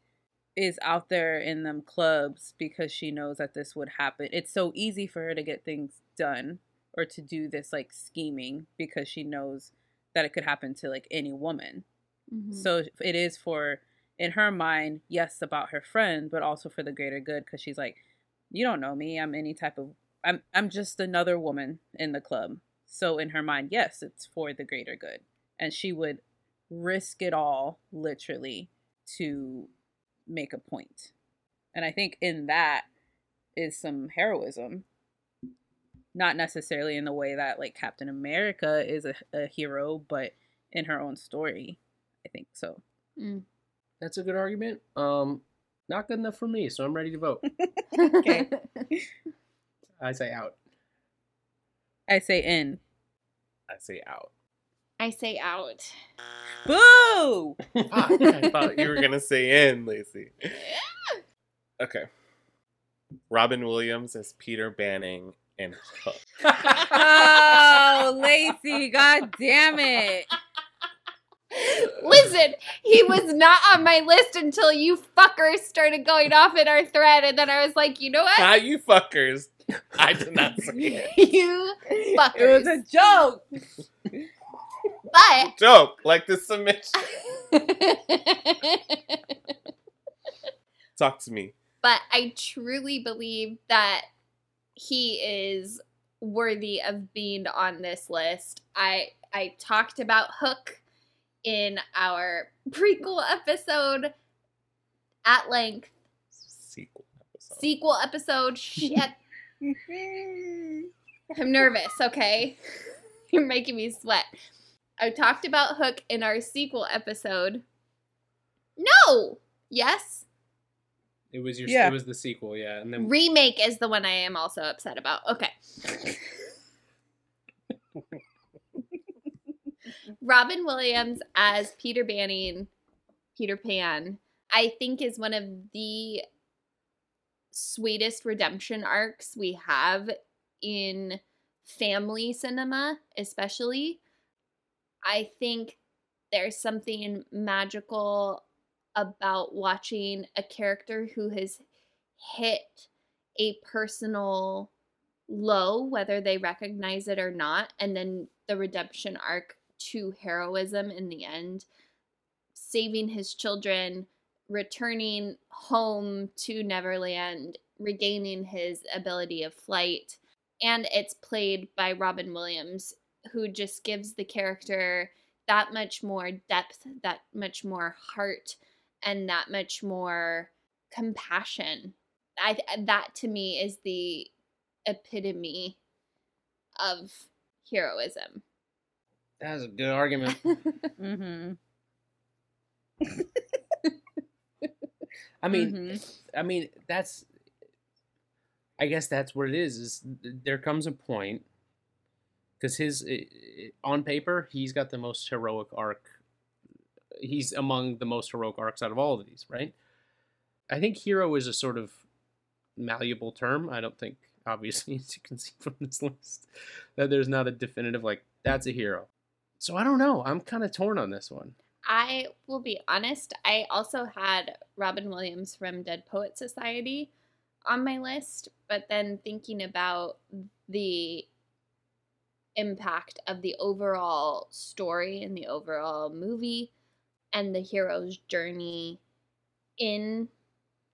S5: is out there in them clubs because she knows that this would happen. It's so easy for her to get things done or to do this like scheming Mm-hmm.
S13: Mm-hmm.
S5: because she knows that it could happen to like any woman. So it is for in her mind, yes, about her friend, but also for the greater good, because she's like, you don't know me. I'm any type of I'm I'm just another woman in the club. So in her mind, yes, it's for the greater good. And she would risk it all literally to make a point. And I think in that is some heroism. Not necessarily in the way that like Captain America is a, a hero, but in her own story. I think so.
S4: Mm.
S7: That's a good argument. Um, not good enough for me, so I'm ready to vote.
S5: Okay.
S7: I say out.
S5: I say in.
S6: I say out.
S4: I say out.
S5: Oh, Boo!
S6: Fuck, I thought you were gonna say in, Lacey. Okay. Robin Williams as Peter Banning and Hook.
S5: Oh, Lacey, god damn it.
S4: Listen, he was not on my list until you fuckers started going off in our thread, and then I was like, you know
S6: Ah,
S4: what?
S6: you fuckers! I did not say it.
S4: you fuckers.
S5: It was a joke.
S4: But
S6: Joke like the submission. Talk to me.
S4: but I truly believe that he is worthy of being on this list. I I talked about Hook in our prequel episode at length.
S6: Sequel episode.
S4: Sequel episode. Shit. I'm nervous, okay? You're making me sweat. I talked about Hook in our sequel episode. No! Yes?
S7: It was your.
S5: Yeah.
S7: It was the sequel. Yeah, and then
S4: Remake is the one I am also upset about. Okay. Robin Williams as Peter Banning, Peter Pan, I think is one of the sweetest redemption arcs we have in family cinema, especially. I think there's something magical about watching a character who has hit a personal low, whether they recognize it or not, and then the redemption arc to heroism in the end, saving his children, returning home to Neverland, regaining his ability of flight. And it's played by Robin Williams, who just gives the character that much more depth, that much more heart, and that much more compassion. I th- that to me is the epitome of heroism.
S7: that was a good argument.
S5: Mm-hmm.
S7: I mean,
S5: Mm-hmm.
S7: I mean that's. I guess that's what it is. Is there comes a point because his i- i- on paper he's got the most heroic arc. He's among the most heroic arcs out of all of these, right? I think hero is a sort of malleable term. I don't think, obviously, as you can see from this list, that there's not a definitive like that's a hero. So I don't know. I'm kind of torn on this one.
S4: I will be honest, I also had Robin Williams from Dead Poet Society on my list, but then thinking about the impact of the overall story and the overall movie and the hero's journey in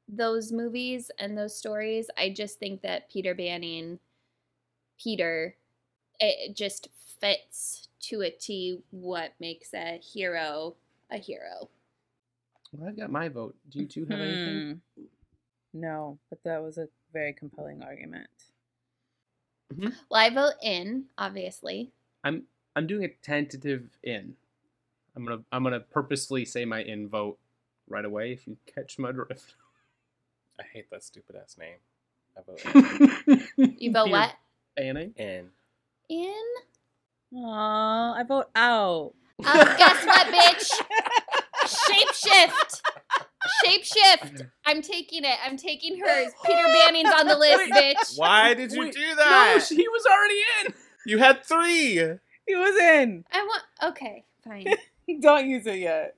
S4: those movies and those stories, I just think that Peter Banning, Peter, it it just fits to a T what makes a hero a hero.
S7: Well, I've got my vote. Do you two have anything?
S5: Hmm. No, but that was a very compelling argument.
S7: Mm-hmm.
S4: Well, I vote in, obviously.
S7: I'm I'm doing a tentative in. I'm gonna I'm gonna purposely say my in vote right away if you catch my drift.
S6: I hate that stupid ass name. I vote
S4: You vote
S7: Peter
S4: what?
S7: Banning.
S6: in.
S4: In?
S5: Aw, I vote out.
S4: Oh, guess what, bitch? Shapeshift! Shapeshift! I'm taking it. I'm taking hers. Peter Banning's on the list, bitch.
S6: Why did you
S7: Wait,
S6: do that?
S7: No, he was already in.
S6: You had three.
S5: He was in.
S4: I want. Okay, fine.
S5: Don't use it yet.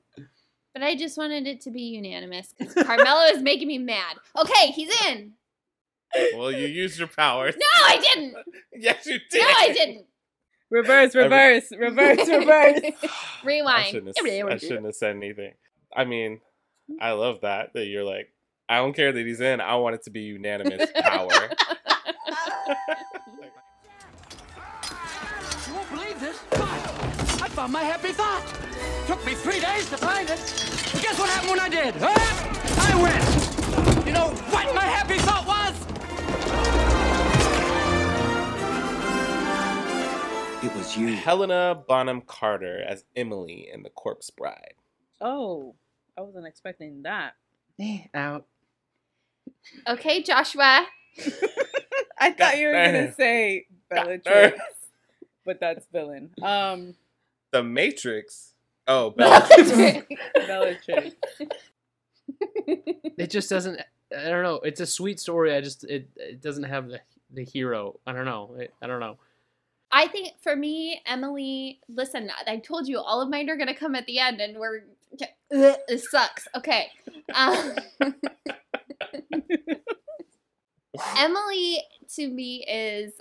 S4: But I just wanted it to be unanimous because Carmelo is making me mad. Okay, he's in.
S6: Well, you used your powers.
S4: No, I didn't.
S6: Yes, you did.
S4: No, I didn't.
S5: Reverse, reverse, reverse, reverse.
S6: I
S4: Rewind.
S6: shouldn't, have, I shouldn't have said anything. I mean, I love that that you're like, I don't care that he's in. I want it to be unanimous power.
S8: You won't believe this, but I found my happy thought. Took me three days to find it. But guess what happened when I did? Huh? I went. You know what my happy thought was?
S6: It was you, Helena Bonham Carter as Emily in The Corpse Bride.
S5: Oh, I wasn't expecting that.
S7: Out.
S4: Okay, Joshua.
S5: I thought you were gonna
S6: Goddamn.
S5: say Bellatrix, but that's villain. Um,
S6: The Matrix. Oh, Bellatrix.
S5: Bellatrix. Bellatrix.
S7: It just doesn't. I don't know. It's a sweet story. I just it, it doesn't have the the hero. I don't know. I, I don't know.
S4: I think for me, Emily, listen, I told you all of mine are going to come at the end and we're. Ugh, This sucks. Okay. Um, Emily, to me, is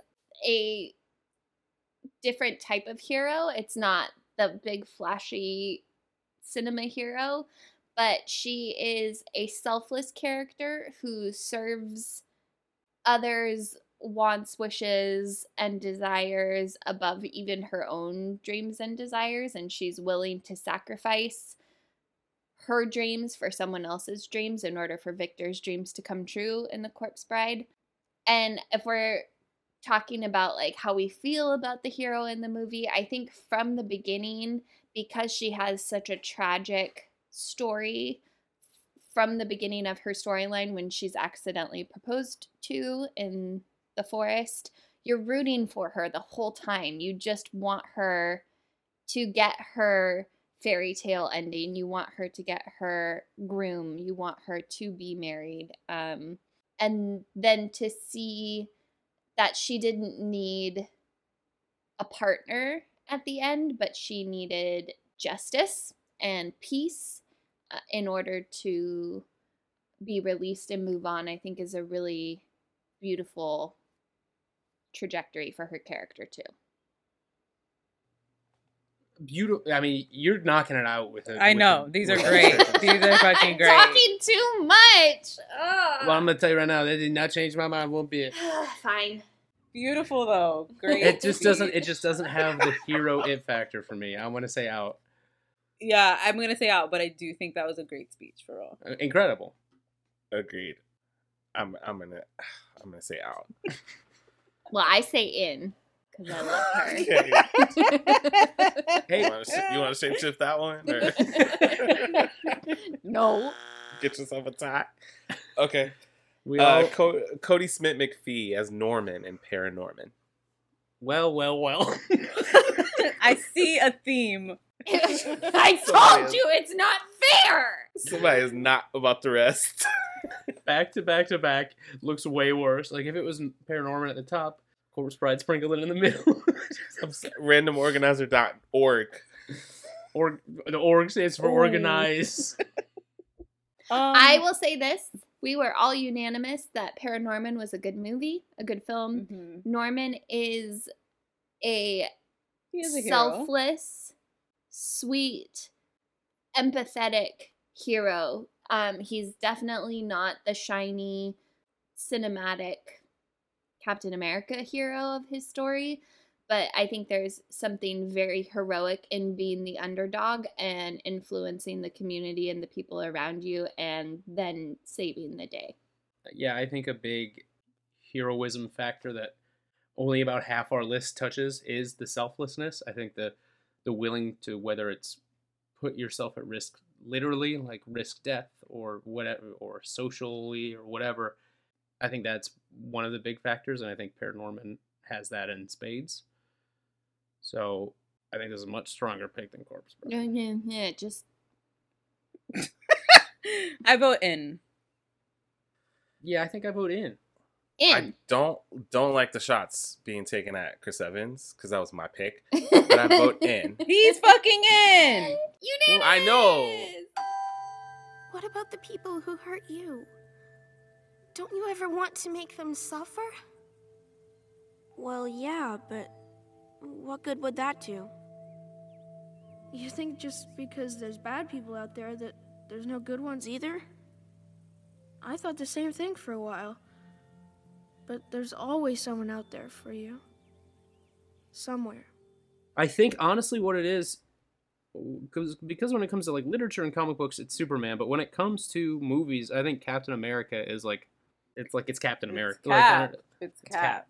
S4: a different type of hero. It's not the big, flashy cinema hero, but she is a selfless character who serves others wants, wishes, and desires above even her own dreams and desires, and she's willing to sacrifice her dreams for someone else's dreams in order for Victor's dreams to come true in The Corpse Bride. And if we're talking about like how we feel about the hero in the movie, I think from the beginning, because she has such a tragic story, from the beginning of her storyline when she's accidentally proposed to in the forest, you're rooting for her the whole time. You just want her to get her fairy tale ending. You want her to get her groom. You want her to be married. Um, and then to see that she didn't need a partner at the end, but she needed justice and peace uh, in order to be released and move on, I think is a really beautiful trajectory for her character, too.
S7: Beautiful. I mean, you're knocking it out with. it.
S5: I know these are great. these are fucking great.
S4: Talking too much. Ugh.
S7: Well, I'm gonna tell you right now, that did not change my mind one bit.
S4: Fine.
S5: Beautiful though. Great.
S7: It just
S5: beat.
S7: doesn't. It just doesn't have the hero it factor for me. I want to say out.
S5: Yeah, I'm gonna say out, but I do think that was a great speech for all.
S7: Incredible.
S6: Agreed. I'm. I'm gonna. I'm gonna say out.
S4: Well, I say in because I love her.
S6: Okay. Hey, you want to shapeshift that one? Or
S4: no.
S6: get yourself a tie. Okay.
S7: We
S6: uh,
S7: all-
S6: Co- Cody Smith McPhee as Norman in Paranorman.
S7: Well, well, well.
S5: I see a theme.
S4: I told you it's not fair.
S6: Somebody is not about to rest.
S7: back to back to back looks way worse. Like if it was Paranorman at the top, Corpse Bride sprinkle it in the middle.
S6: Randomorganizer.org.
S7: Org, the org stands for
S6: Ooh.
S7: organize.
S5: Um,
S4: I will say this. We were all unanimous that Paranorman was a good movie, a good film.
S5: Mm-hmm.
S4: Norman is a
S5: He is a hero.
S4: selfless, sweet, empathetic hero. Um, he's definitely not the shiny, cinematic Captain America hero of his story, but I think there's something very heroic in being the underdog and influencing the community and the people around you and then saving the day.
S7: yeah, I think a big heroism factor that only about half our list touches is the selflessness. I think the the willing to whether it's put yourself at risk literally, like risk death or whatever or socially or whatever. I think that's one of the big factors and I think Paranorman has that in spades. So I think this is a much stronger pick than Corpse Bride.
S4: Yeah, yeah, yeah, just
S5: I vote in.
S7: Yeah, I think I vote in.
S4: in.
S6: I don't don't like the shots being taken at Chris Evans because that was my pick, but I vote in.
S5: He's fucking in.
S4: You
S6: Well, I know.
S11: What about the people who hurt you? Don't you ever want to make them suffer? Well, yeah, but what good would that do?
S16: You think just because there's bad people out there that There's no good ones either? I thought the same thing for a while. But there's always someone out there for you. Somewhere.
S7: I think honestly, what it is, because because when it comes to like literature and comic books, it's Superman. But when it comes to movies, I think Captain America is like, it's like it's Captain America. Like,
S5: Cap.
S7: uh,
S5: It's
S7: Cap.
S5: Cap.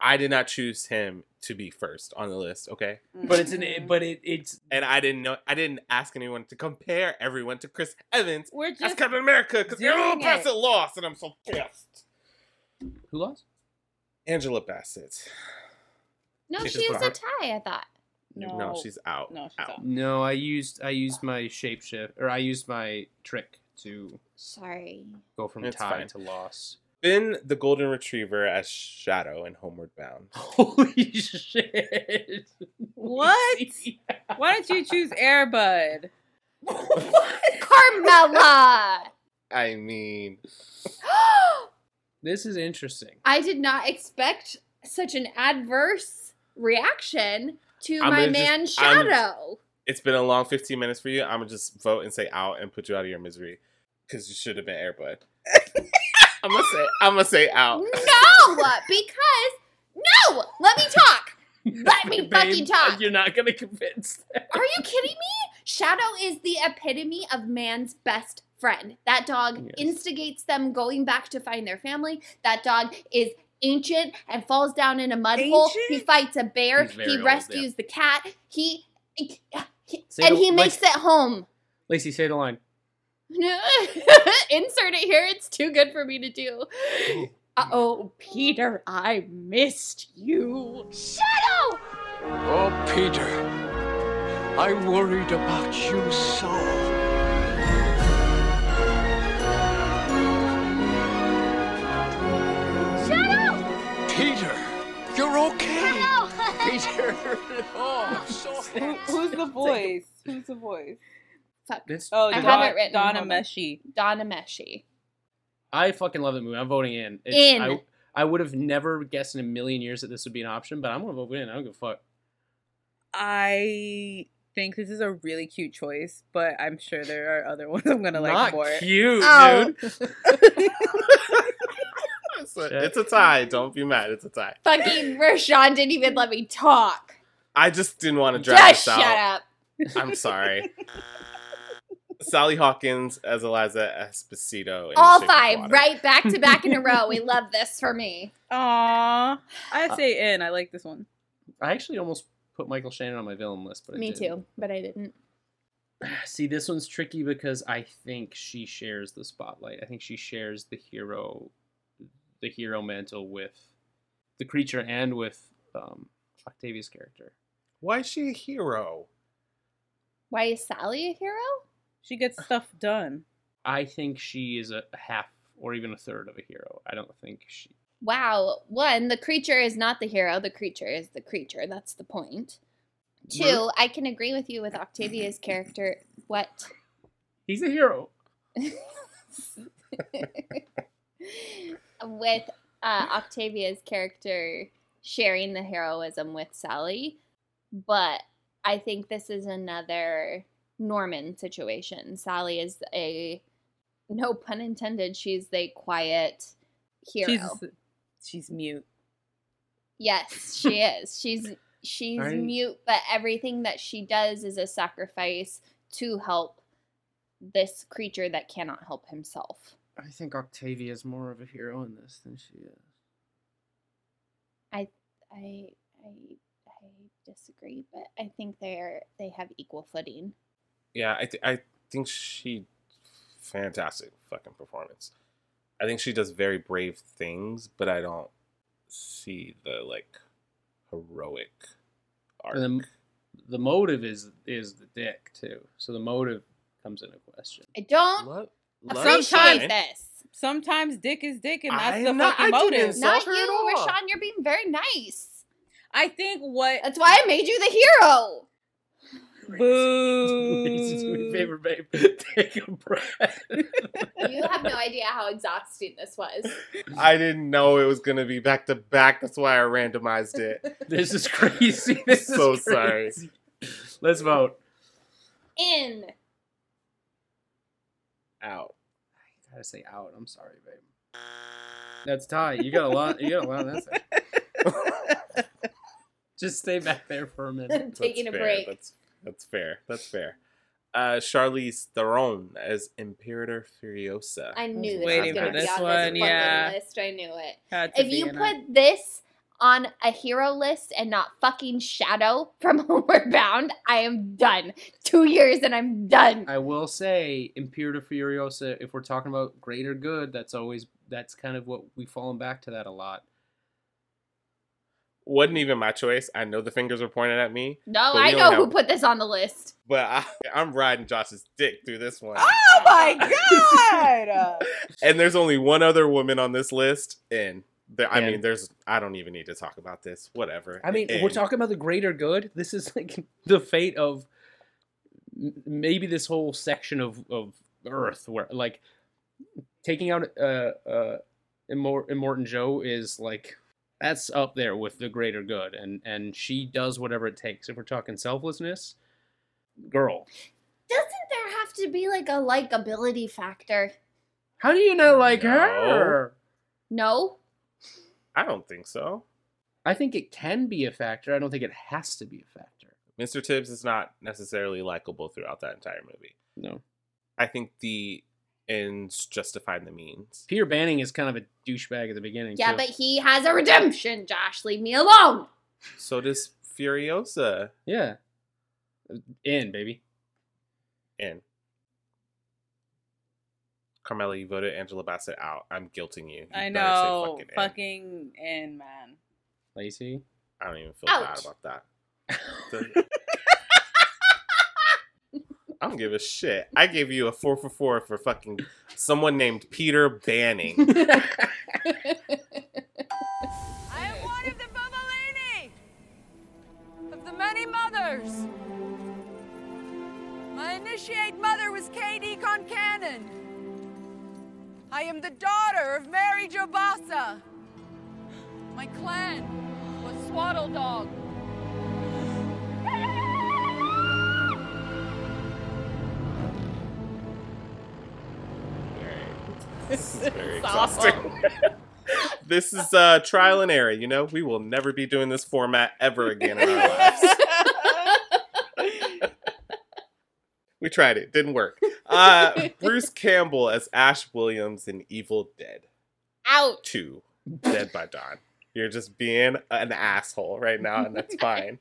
S6: I did not choose him to be first on the list, okay?
S7: But it's an- Mhm. but it, it's
S6: and I didn't know I didn't ask anyone to compare everyone to Chris Evans
S5: We're
S6: as
S5: just
S6: Captain America because Angela
S5: doing it.
S6: Bassett lost and I'm so pissed.
S7: Who lost?
S6: Angela Bassett.
S4: No,
S6: It's
S4: she
S6: just
S4: was
S6: for
S4: a
S6: her-
S4: tie, I thought.
S6: No, she's out.
S5: No, she's out.
S7: No, I used I used my shapeshift or I used my trick to
S4: Sorry.
S7: go from
S6: It's
S7: tie
S6: fine.
S7: to loss.
S6: Finn the Golden Retriever as Shadow in Homeward Bound.
S7: Holy shit.
S5: What? Why don't you choose Airbud?
S4: Carmella!
S6: I mean,
S7: this is interesting.
S4: I did not expect such an adverse reaction to
S6: I'm
S4: my
S6: gonna
S4: man
S6: just- I'm-
S4: Shadow.
S6: It's been a long 15 minutes for you. I'm gonna just vote and say out and put you out of your misery because you should have been Airbud. I'm gonna say I'm gonna say out.
S4: no! Because, no! Let me talk! Let me fucking talk!
S7: You're not gonna convince.
S4: Are you kidding me? Shadow is the epitome of man's best friend. That dog
S7: Yes.
S4: instigates them going back to find their family. That dog is ancient and falls down in a mud hole. He fights a bear.
S7: He's very
S4: He
S7: old,
S4: rescues
S7: yeah.
S4: the cat. He, he-
S7: Say
S4: and
S7: the-
S4: he
S7: like-
S4: makes it home.
S7: Lacey, say the line.
S4: Insert it here. It's too good for me to do. Uh oh, Peter, I missed you. Shadow!
S8: Oh, Peter, I'm worried about you so.
S4: Shadow!
S8: Peter, you're okay. Peter, oh, I'm so
S5: Who, who's the voice? Who's the voice?
S4: Fuck.
S7: This-
S5: Oh,
S4: I
S5: Don,
S4: have it written.
S5: Donna
S4: Hold on.
S5: Meshi.
S4: Donna Meshi.
S7: I fucking love that movie. I'm voting in.
S4: In.
S7: I, I would have never guessed in a million years that this would be an option, but I'm gonna vote in. I don't give a fuck.
S5: I think this is a really cute choice, but I'm sure there are other ones I'm gonna like
S7: Not
S5: more.
S7: cute,
S5: Oh.
S7: dude.
S6: It's a, it's a tie. Don't be mad. It's a tie.
S4: Fucking Rashawn didn't even let me talk.
S6: I just didn't want to drag
S4: Just
S6: this out.
S4: shut up.
S6: I'm sorry. Sally Hawkins as Eliza Esposito. in
S4: All
S6: The Shape of
S4: five,
S6: Water.
S4: right back to back in a row. We love this for me.
S5: Aww. I
S6: Uh,
S5: say in. I like this one.
S7: I actually almost put Michael Shannon on my villain list, but I
S4: me
S7: didn't.
S4: too, but I didn't.
S7: See, this one's tricky because I think she shares the spotlight. I think she shares the hero, the hero mantle with the creature and with um, Octavia's character.
S6: Why is she a hero?
S4: Why is Sally a hero?
S5: She gets stuff done.
S7: I think she is a half or even a third of a hero. I don't think she.
S4: Wow. One, the creature is not the hero. The creature is the creature. That's the point. Two,
S7: Mer-
S4: I can agree with you with Octavia's character. What?
S7: He's a hero.
S4: with uh, Octavia's character sharing the heroism with Sally, but I think this is another Norman situation. Sally is a no pun intended. She's the quiet hero.
S5: She's she's mute.
S4: Yes, she is. She's she's
S5: Alright.
S4: mute, but everything that she does is a sacrifice to help this creature that cannot help himself.
S7: I think Octavia is more of a hero in this than she is.
S4: I I I I disagree, but I think they're they have equal footing.
S6: Yeah, I, th- I think she. Fantastic fucking performance. I think she does very brave things, but I don't see the like heroic arc.
S7: And the, the motive is is the dick too. So the motive comes into question.
S4: I don't appreciate
S5: Sometimes-
S4: this.
S5: Sometimes dick is dick, and
S7: I
S5: that's
S7: am
S5: the
S7: not-
S5: fucking
S7: I didn't
S5: motive.
S4: Not you, Rashawn. You're being very nice.
S5: I think what
S4: that's why I made you the hero.
S5: Boo.
S7: Please do me a favor, babe. Take a breath.
S4: You have no idea how exhausting this was.
S6: I didn't know it was gonna be back to back. That's why I randomized it.
S7: This is crazy. This is
S6: so
S7: crazy.
S6: sorry.
S7: Let's vote.
S4: In
S7: out. I gotta say out. I'm sorry, babe. That's tight. You got a lot. You got a lot of that. Just stay back there for a minute.
S4: Taking a
S6: fair.
S4: break.
S6: That's that's fair. That's fair. Uh, Charlize Theron as Imperator Furiosa.
S4: I knew this
S5: waiting
S4: was gonna
S5: for
S4: be
S5: this
S4: on
S5: one,
S4: This
S5: yeah.
S4: fucking list. I knew it.
S5: Had to
S4: If you
S5: be in
S4: put this on a hero list and not fucking Shadow from Homeward Bound, I am done. Two years and I'm done.
S7: I will say, Imperator Furiosa. If we're talking about greater good, that's always that's kind of what we've fallen back to that a lot.
S6: Wasn't even my choice. I know the fingers were pointed at me.
S4: No,
S6: but we
S4: I
S6: don't
S4: know
S6: have-
S4: who put this on the list.
S6: But I, I'm riding Josh's dick through this one.
S4: Oh my
S5: god!
S6: And there's only one other woman on this list, and there, I
S7: And-
S6: mean, there's. I don't even need to talk about this. Whatever.
S7: I mean,
S6: And-
S7: we're talking about the greater good. This is like the fate of m- maybe this whole section of, of Earth, where like taking out uh uh Immor- Immortan Joe is like that's up there with the greater good, and and she does whatever it takes. If we're talking selflessness, girl,
S4: Doesn't there have to be like a likability factor?
S7: how do you not like her?
S4: No?
S6: I don't think so.
S7: I think it can be a factor. I don't think it has to be a factor.
S6: Mr. Tibbs is not necessarily likable throughout that entire movie.
S7: No.
S6: I think the ends justify the means.
S7: Peter Banning is kind of a douchebag at the beginning.
S4: Yeah,
S7: too.
S4: but he has a redemption, Josh. Leave me alone.
S6: So does Furiosa.
S7: Yeah. In, baby.
S6: In. Carmela, you voted Angela Bassett out. I'm guilting you. You
S5: I
S6: better say
S5: know.
S6: fucking in.
S5: Fucking in, man.
S7: Lacey.
S6: I don't even feel
S5: Ouch.
S6: bad about that. The- I don't give a shit. I gave you a four for four for fucking someone named Peter Banning.
S17: I am one of the Bombolini, of the many mothers. My initiate mother was Katie Concannon. I am the daughter of Mary Jobasa. My clan was Swaddle Dog.
S6: This is very
S17: It's
S6: exhausting. this is uh, trial and error. You know, we will never be doing this format ever again in our lives. We tried it, didn't work. Uh, Bruce Campbell as Ash Williams in Evil Dead
S4: Out.
S6: Two, Dead by Dawn. You're just being an asshole right now, and that's fine.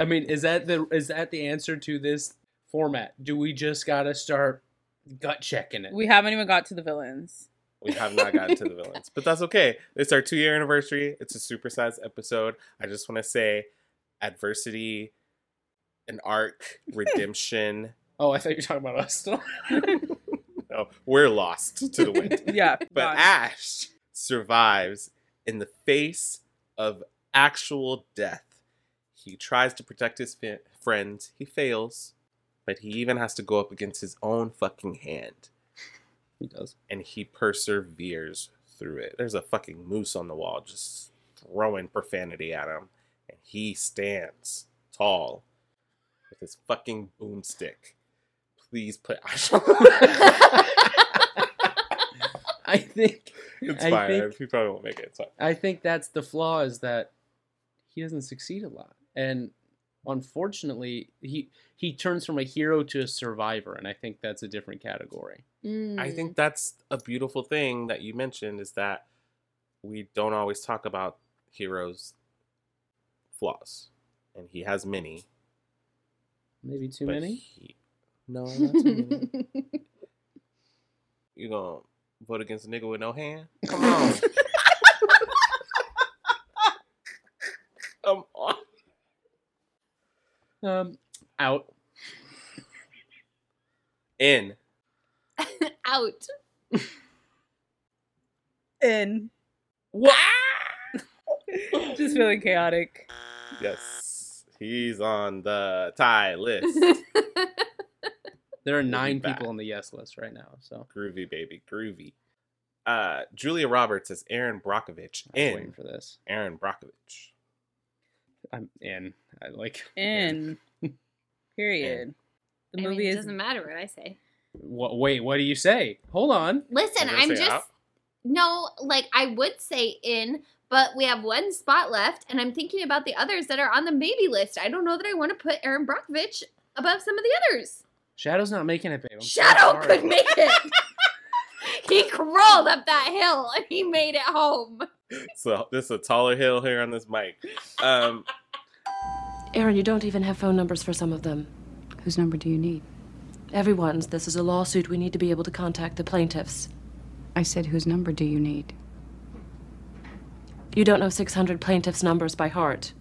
S7: I mean, is that the is that the answer to this format? Do we just gotta start gut checking it?
S5: We haven't even got to the villains.
S6: We have not gotten to the villains, but that's okay. It's our two year anniversary. It's a supersized episode. I just want to say adversity, an arc, redemption.
S7: oh, I thought you were talking about us.
S6: no, we're lost to the wind.
S5: yeah.
S6: But Ash survives in the face of actual death. He tries to protect his fa- friends, he fails, but he even has to go up against his own fucking hand.
S7: He does.
S6: And he perseveres through it. There's a fucking moose on the wall just throwing profanity at him, and he stands tall with his fucking boomstick. Please put Ash on
S7: I think
S6: It's
S7: I
S6: fine.
S7: think-
S6: he probably won't make it. It's fine.
S7: I think that's the flaw is that he doesn't succeed a lot, and unfortunately, he he turns from a hero to a survivor, and I think that's a different category.
S4: Mm.
S6: I think that's a beautiful thing that you mentioned is that we don't always talk about heroes' flaws, and he has many.
S7: Maybe too
S6: But
S7: many.
S6: he- no, not too many. you gonna vote against a nigga with no hand? Come on. Come on.
S7: Um, out.
S6: In.
S4: Out.
S5: In.
S7: What?
S5: Just feeling chaotic.
S6: Yes, he's on the tie list.
S7: There are nine people on the yes list right now. So
S6: groovy, baby, groovy. Uh, Julia Roberts as Aaron Brockovich.
S7: I was
S6: in
S7: waiting for this.
S6: Aaron Brockovich.
S7: I'm in. I like
S5: In. Period. The
S4: I mean,
S5: movie
S4: it
S5: is
S4: doesn't matter what I say.
S7: Wha- wait, what do you say? Hold on.
S4: Listen,
S7: You're gonna
S4: I'm
S7: say
S4: just
S7: out?
S4: no, like I would say in, but we have one spot left, and I'm thinking about the others that are on the maybe list. I don't know that I want to put Aaron Brockovich above some of the others.
S7: Shadow's not making it, babe. I'm so
S4: Shadow
S7: sorry.
S4: could make it. he crawled up that hill and he made it home.
S6: So this is a taller hill here on this mic. Um,
S18: Aaron, you don't even have phone numbers for some of them.
S2: Whose number do you need?
S18: Everyone's. This is a lawsuit. We need to be able to contact the plaintiffs.
S2: I said, whose number do you need?
S18: You don't know 600 plaintiffs' numbers by heart.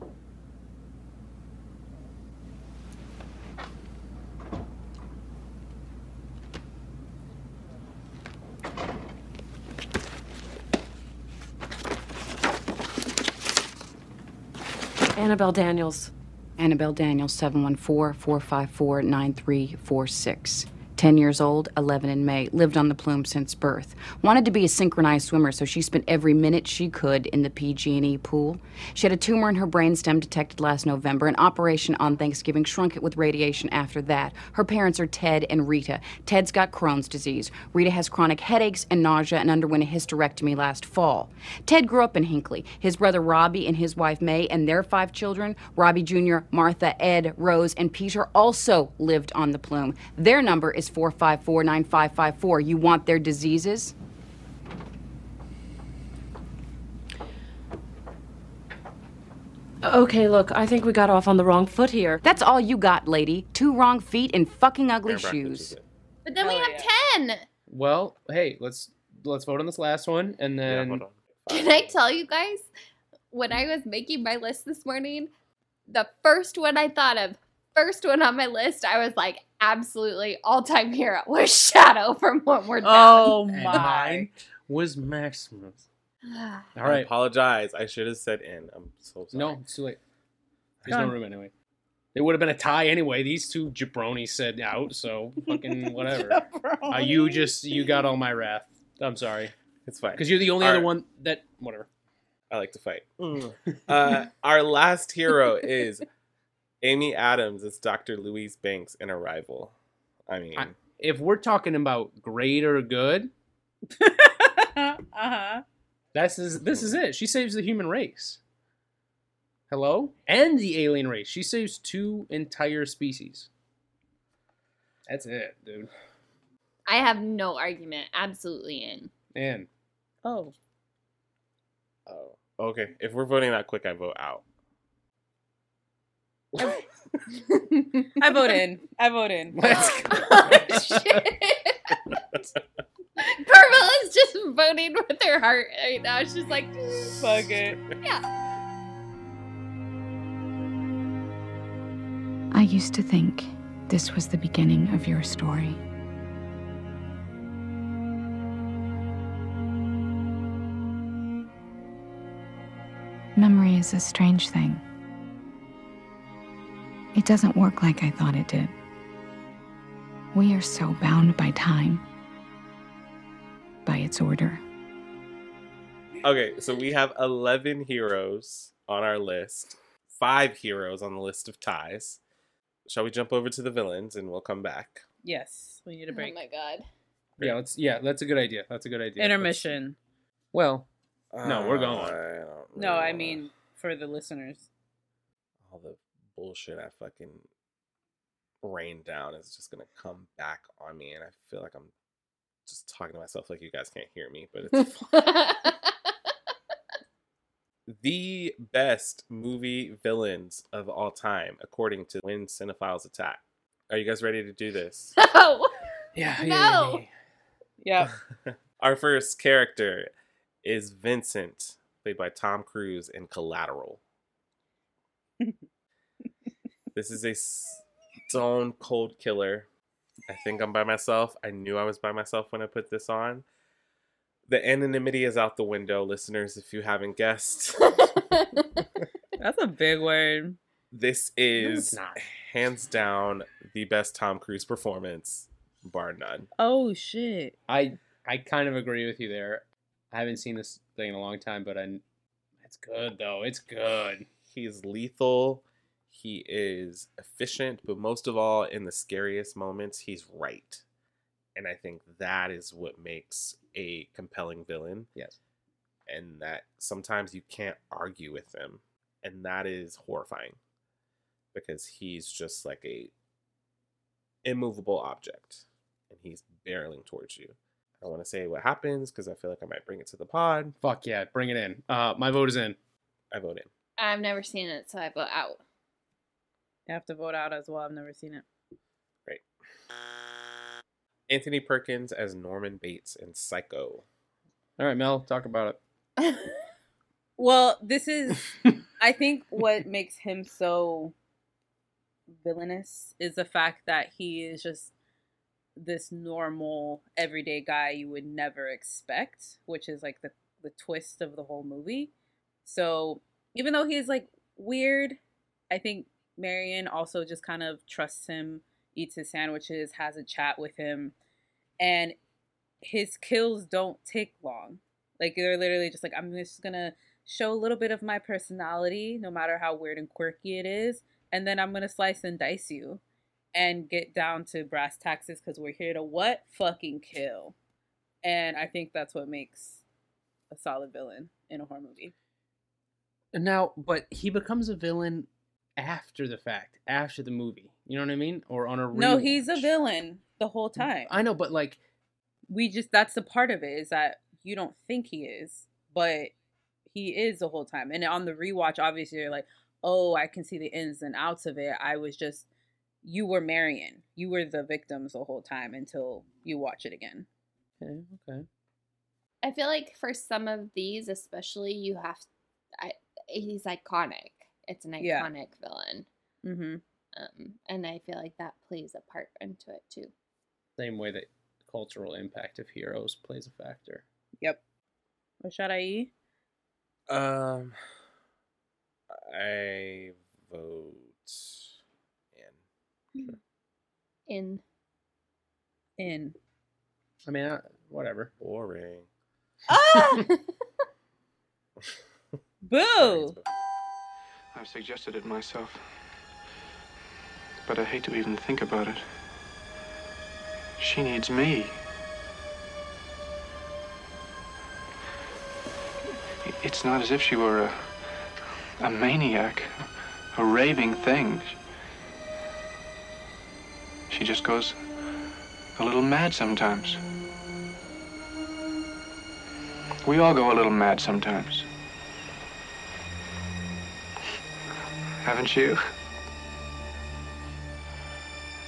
S18: Annabelle Daniels.
S2: Annabelle Daniels, 714 454 9346. 10 years old, 11 in May, lived on the plume since birth. Wanted to be a synchronized swimmer, so she spent every minute she could in the PG&E E pool. She had a tumor in her brainstem detected last November. An operation on Thanksgiving shrunk it with radiation after that. Her parents are Ted and Rita. Ted's got Crohn's disease. Rita has chronic headaches and nausea and underwent a hysterectomy last fall. Ted grew up in Hinckley. His brother Robbie and his wife May and their five children, Robbie Jr., Martha, Ed, Rose, and Peter, also lived on the plume. Their number is 454 9554. You want their diseases?
S18: Okay, look, I think we got off on the wrong foot here.
S2: That's all you got, lady. Two wrong feet and fucking ugly shoes.
S4: But then we have ten.
S7: Well, hey, let's let's vote on this last one, and then
S4: Can I tell you guys? When I was making my list this morning, the first one I thought of, first one on my list, I was like, absolutely all time hero was Shadow from One More Down.
S5: Oh
S7: And mine was Maximus. All
S6: I
S7: right.
S6: apologize. I should have said in. I'm so sorry.
S7: No, it's too late. There's
S6: Done.
S7: no room anyway. It would have been a tie anyway. These two jabronis said out, so fucking whatever. Uh, you just you got all my wrath. I'm sorry.
S6: It's fine.
S7: Because you're the only
S6: All
S7: other
S6: right.
S7: one that whatever.
S6: I like to fight. Uh, our last hero is Amy Adams. It's Dr. Louise Banks in Arrival. I mean,
S7: I- if we're talking about great or good,
S5: Uh-huh.
S7: this is this is it. She saves the human race. Hello? And the alien race. She saves two entire species. That's it, dude.
S4: I have no argument. Absolutely in.
S7: Man.
S5: Oh.
S6: Oh. okay. If we're voting that quick, I vote out.
S5: I vote in. I vote in.
S7: Let's
S4: Oh, Carmel is just voting with her heart right now. She's like,
S5: Fuck it.
S4: Yeah.
S2: I used to think this was the beginning of your story. Memory is a strange thing. It doesn't work like I thought it did. We are so bound by time, by its order.
S6: Okay, so we have 11 heroes on our list, five heroes on the list of ties. Shall we jump over to the villains and we'll come back?
S5: Yes. We need a break.
S4: Oh my god.
S7: Yeah, let's yeah, that's a good idea. That's a good idea.
S5: Intermission.
S7: Well, no, we're
S6: Uh,
S7: going.
S5: No, I mean for the listeners.
S6: all the bullshit I fucking rained down is just gonna come back on me, and I feel like I'm just talking to myself like you guys can't hear me, but it's the best movie villains of all time, according to When Cinephiles Attack. Are you guys ready to do this?
S4: No.
S7: Yeah.
S4: No.
S5: Yeah.
S6: Our first character is Vincent, played by Tom Cruise in Collateral. this is a stone cold killer. I think I'm by myself. I knew I was by myself when I put this on. The anonymity is out the window, listeners, if you haven't guessed.
S5: That's a big word.
S6: This
S5: it's
S6: is
S5: not.
S6: hands down the best Tom Cruise performance, bar none.
S5: Oh shit.
S7: I I kind of agree with you there. I haven't seen this thing in a long time, but I it's good though. It's good.
S6: He's lethal. He is efficient, but most of all, in the scariest moments, he's right. And I think that is what makes a compelling villain.
S7: Yes.
S6: And that sometimes you can't argue with him. And that is horrifying because he's just like a immovable object and he's barreling towards you. I don't want to say what happens because I feel like I might bring it to the pod.
S7: Fuck yeah, bring it in. Uh, my vote is in.
S6: I vote in.
S4: I've never seen it, so I vote out.
S5: I have to vote out as well. I've never seen it.
S6: Anthony Perkins as Norman Bates in Psycho.
S7: All right, Mel, talk about it.
S5: Well, this is, I think, what makes him so villainous is the fact that he is just this normal, everyday guy you would never expect, which is like the, the twist of the whole movie. So, even though he's like weird, I think Marion also just kind of trusts him, eats his sandwiches, has a chat with him, and his kills don't take long. Like they're literally just like, I'm just gonna show a little bit of my personality, no matter how weird and quirky it is, and then I'm gonna slice and dice you and get down to brass taxes because we're here to what? Fucking kill. And I think that's what makes a solid villain in a horror movie.
S7: Now, but he becomes a villain after the fact, after the movie. You know what I mean? Or on a
S5: No,
S7: rewatch.
S5: he's a villain the whole time.
S7: Mm, I know, but like
S5: we just that's the part of it is that you don't think he is, but he is the whole time. And on the rewatch, obviously you're like, oh, I can see the ins and outs of it. I was just you were Marion. You were the victims the whole time until you watch it again.
S7: Okay, okay.
S4: I feel like for some of these, especially, you have. I, he's iconic. It's an iconic
S5: Yeah.
S4: villain,
S5: Mm-hmm.
S4: um, and I feel like that plays a part into it too.
S7: Same way that cultural impact of heroes plays a factor.
S5: Yep. What should I eat?
S6: Um, I vote in.
S4: In
S5: In.
S7: I mean, I, whatever.
S6: Boring.
S5: Boo!
S19: I've suggested it myself. But I hate to even think about it. She needs me. I- It's not as if she were a, a maniac, a raving thing. She just goes a little mad sometimes. We all go a little mad sometimes. Haven't you?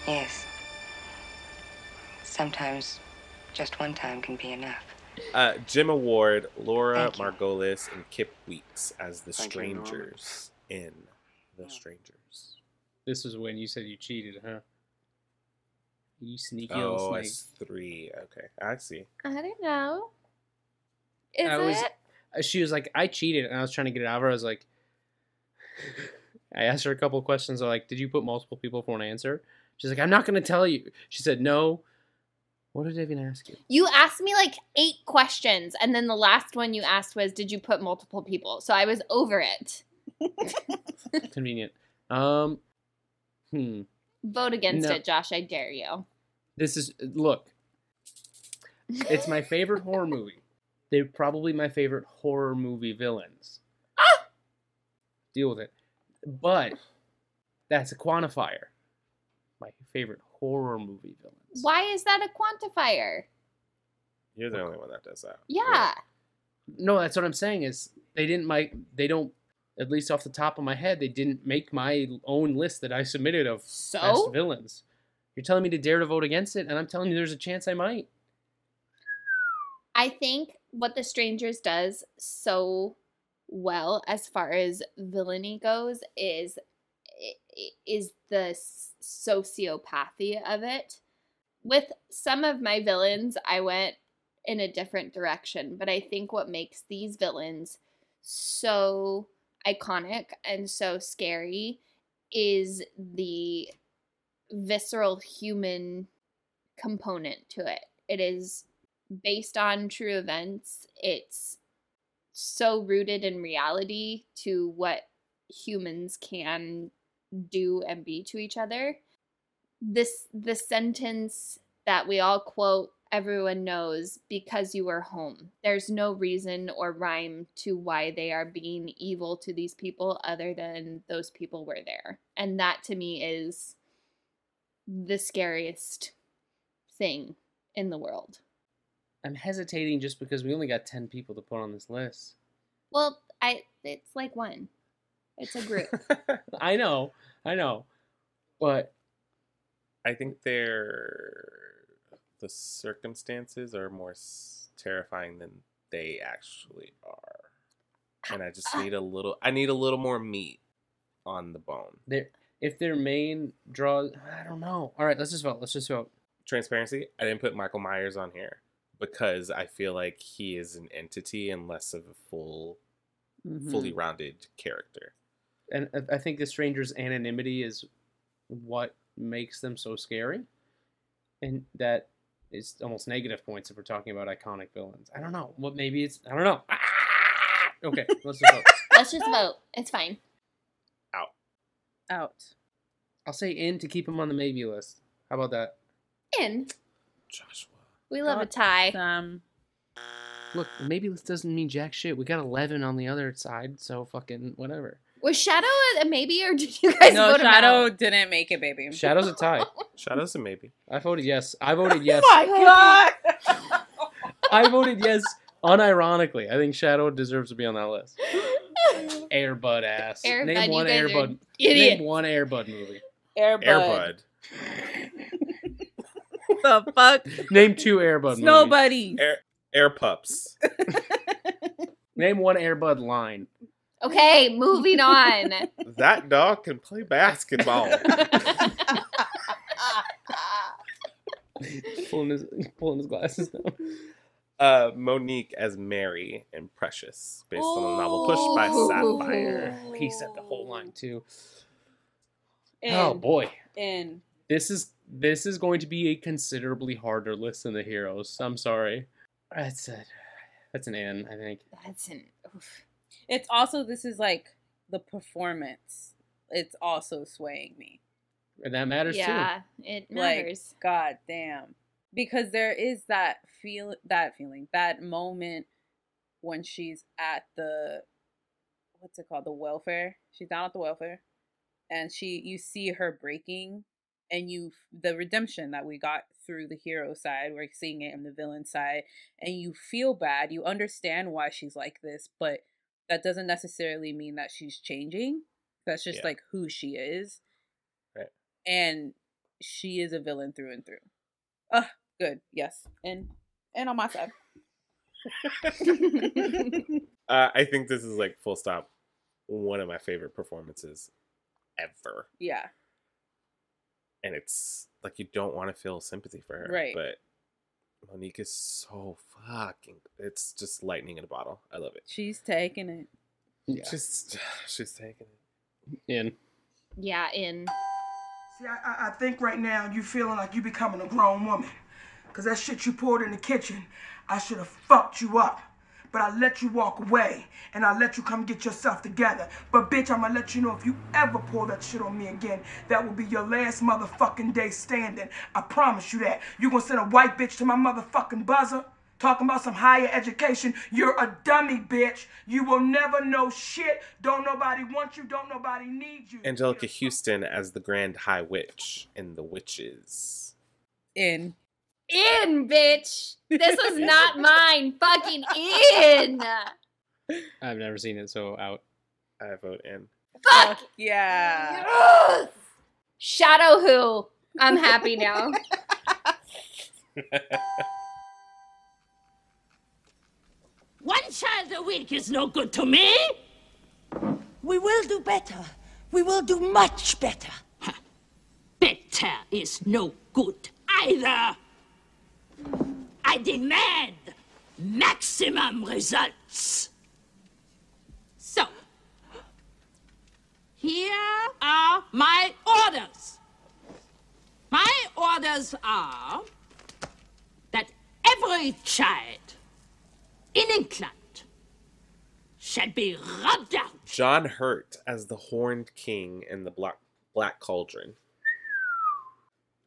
S20: Yes. Sometimes just one time can be enough.
S6: Uh, Jim Award, Laura Margolis, and Kip Weeks as the
S20: Thank you, Norman.
S6: strangers in The Strangers.
S7: This is when you said you cheated, huh? You sneaky
S6: Oh,
S7: old
S6: it's
S7: snake.
S6: three. Okay, I see.
S4: I don't know. Is
S7: I was,
S4: it?
S7: uh, She was like, I cheated, and I was trying to get it out of her. I was like, I asked her a couple of questions. I'm like, did you put multiple people for an answer? She's like, I'm not going to tell you. She said, no. What did I even ask you?
S4: You asked me like eight questions, and then the last one you asked was, "Did you put multiple people?" So I was over it.
S7: Convenient. Um, hmm.
S4: Vote against
S7: No.
S4: it, Josh. I dare you.
S7: This is look. It's my favorite horror movie. They're probably my favorite horror movie villains.
S6: Ah!
S7: Deal with it. But that's a quantifier. My favorite horror movie villain.
S4: Why is that a quantifier?
S6: You're the only one that does that.
S4: Yeah.
S7: No, that's what I'm saying is they didn't my they don't at least off the top of my head they didn't make my own list that I submitted of
S4: So?
S7: best villains. You're telling me to dare to vote against it and I'm telling you there's a chance I might.
S4: I think what The Strangers does so well as far as villainy goes is i- i- is the s- sociopathy of it. With some of my villains, I went in a different direction, but I think what makes these villains so iconic and so scary is the visceral human component to it. It is based on true events. It's so rooted in reality to what humans can do and be to each other. This the sentence that we all quote everyone knows because you were home. There's no reason or rhyme to why they are being evil to these people other than those people were there. And that to me is the scariest thing in the world.
S7: I'm hesitating just because we only got 10 people to put on this list.
S4: Well, I it's like one. It's a group.
S7: I know, I know. But
S6: I think they're the circumstances are more s- terrifying than they actually are, and I just need a little. I need a little more meat on the bone.
S7: they if their main draw, I don't know. All right, let's just vote. Let's just vote.
S6: Transparency. I didn't put Michael Myers on here because I feel like he is an entity and less of a full, fully
S7: Mhm.
S6: rounded character.
S7: And I- I think the stranger's anonymity is what makes them so scary. And that is almost negative points if we're talking about iconic villains. I don't know. What maybe it's, I don't know. Ah! Okay, let's just vote.
S4: Let's just vote. It's fine.
S5: Out.
S7: I'll say in to keep him on the maybe list. How about that?
S4: In.
S6: Joshua.
S4: We love a tie.
S5: Um,
S7: Look, the maybe list doesn't mean jack shit. We got 11 on the other side, so fucking whatever.
S4: Was Shadow a maybe or did you guys
S5: no,
S4: vote him out?
S5: Shadow didn't make it, baby.
S7: Shadow's a tie.
S6: Shadow's a maybe.
S7: I voted yes. I voted yes.
S5: my god!
S7: I voted yes unironically. I think Shadow deserves to be on that list. Airbud ass.
S5: Air Bud,
S7: Name
S5: you
S7: one
S5: guys are
S7: Airbud.
S5: idiots.
S7: Name one Airbud movie.
S5: Airbud.
S7: the
S5: fuck?
S7: Name two Airbud movies.
S5: Nobody.
S6: Air, air pups.
S7: Name one Airbud line.
S4: Okay, moving on.
S6: That dog can play basketball.
S7: pulling his pulling his glasses down.
S6: Uh, Monique as Mary and Precious, based on the novel Push by
S7: Oh.
S6: Sapphire.
S7: He said the whole line too.
S5: In.
S7: Oh boy.
S5: In.
S7: This is this is going to be a considerably harder list than the heroes. I'm sorry. That's a, that's an N, I think.
S4: That's an. Oof.
S5: It's also this is like the performance. It's also swaying me.
S7: And that matters
S5: Yeah.
S7: too.
S4: It
S5: Like,
S4: matters.
S5: God damn. Because there is that feel that feeling, that moment when she's at the what's it called? The welfare. She's down at the welfare. And she you see her breaking and you the redemption that we got through the hero side, we're seeing it in the villain side, and you feel bad. You understand why she's like this, but that doesn't necessarily mean that she's changing. That's just
S6: Yeah.
S5: like who she is
S6: Right.
S5: and she is a villain through and through. Ah, good. Yes, and and on my side.
S6: Uh, I think this is like full stop, one of my favorite performances ever.
S5: yeah,
S6: And it's like you don't want to feel sympathy for her,
S5: Right.
S6: But Monique is so fucking. It's just lightning in a bottle. I love it.
S5: she's taking it.
S7: Yeah.
S6: Just she's taking
S7: it. In.
S4: Yeah, in.
S21: See, I, I- I think right now you feeling like you becoming a grown woman. Cause that shit you poured in the kitchen, I should have fucked you up. But I let you walk away and I let you come get yourself together. But bitch, I'ma let you know if you ever pour that shit on me again, that will be your last motherfucking day standing. I promise you that. You gonna send a white bitch to my motherfucking buzzer? Talking about some higher education, you're a dummy bitch. You will never know shit. Don't nobody want you, don't nobody need you.
S6: Angelica Houston as the Grand High Witch in The Witches.
S5: In.
S4: In, bitch. This was not mine. Fucking in.
S7: I've never seen it, so out.
S6: I vote in.
S4: Fuck.
S5: Yeah.
S4: Shadow who? I'm happy now.
S22: One child a week is no good to me. We will do better. We will do much better. Better is no good either. I demand maximum results. So, here are my orders. My orders are that every child in England shall be rubbed out.
S6: John Hurt as the Horned King in The Black, Black Cauldron.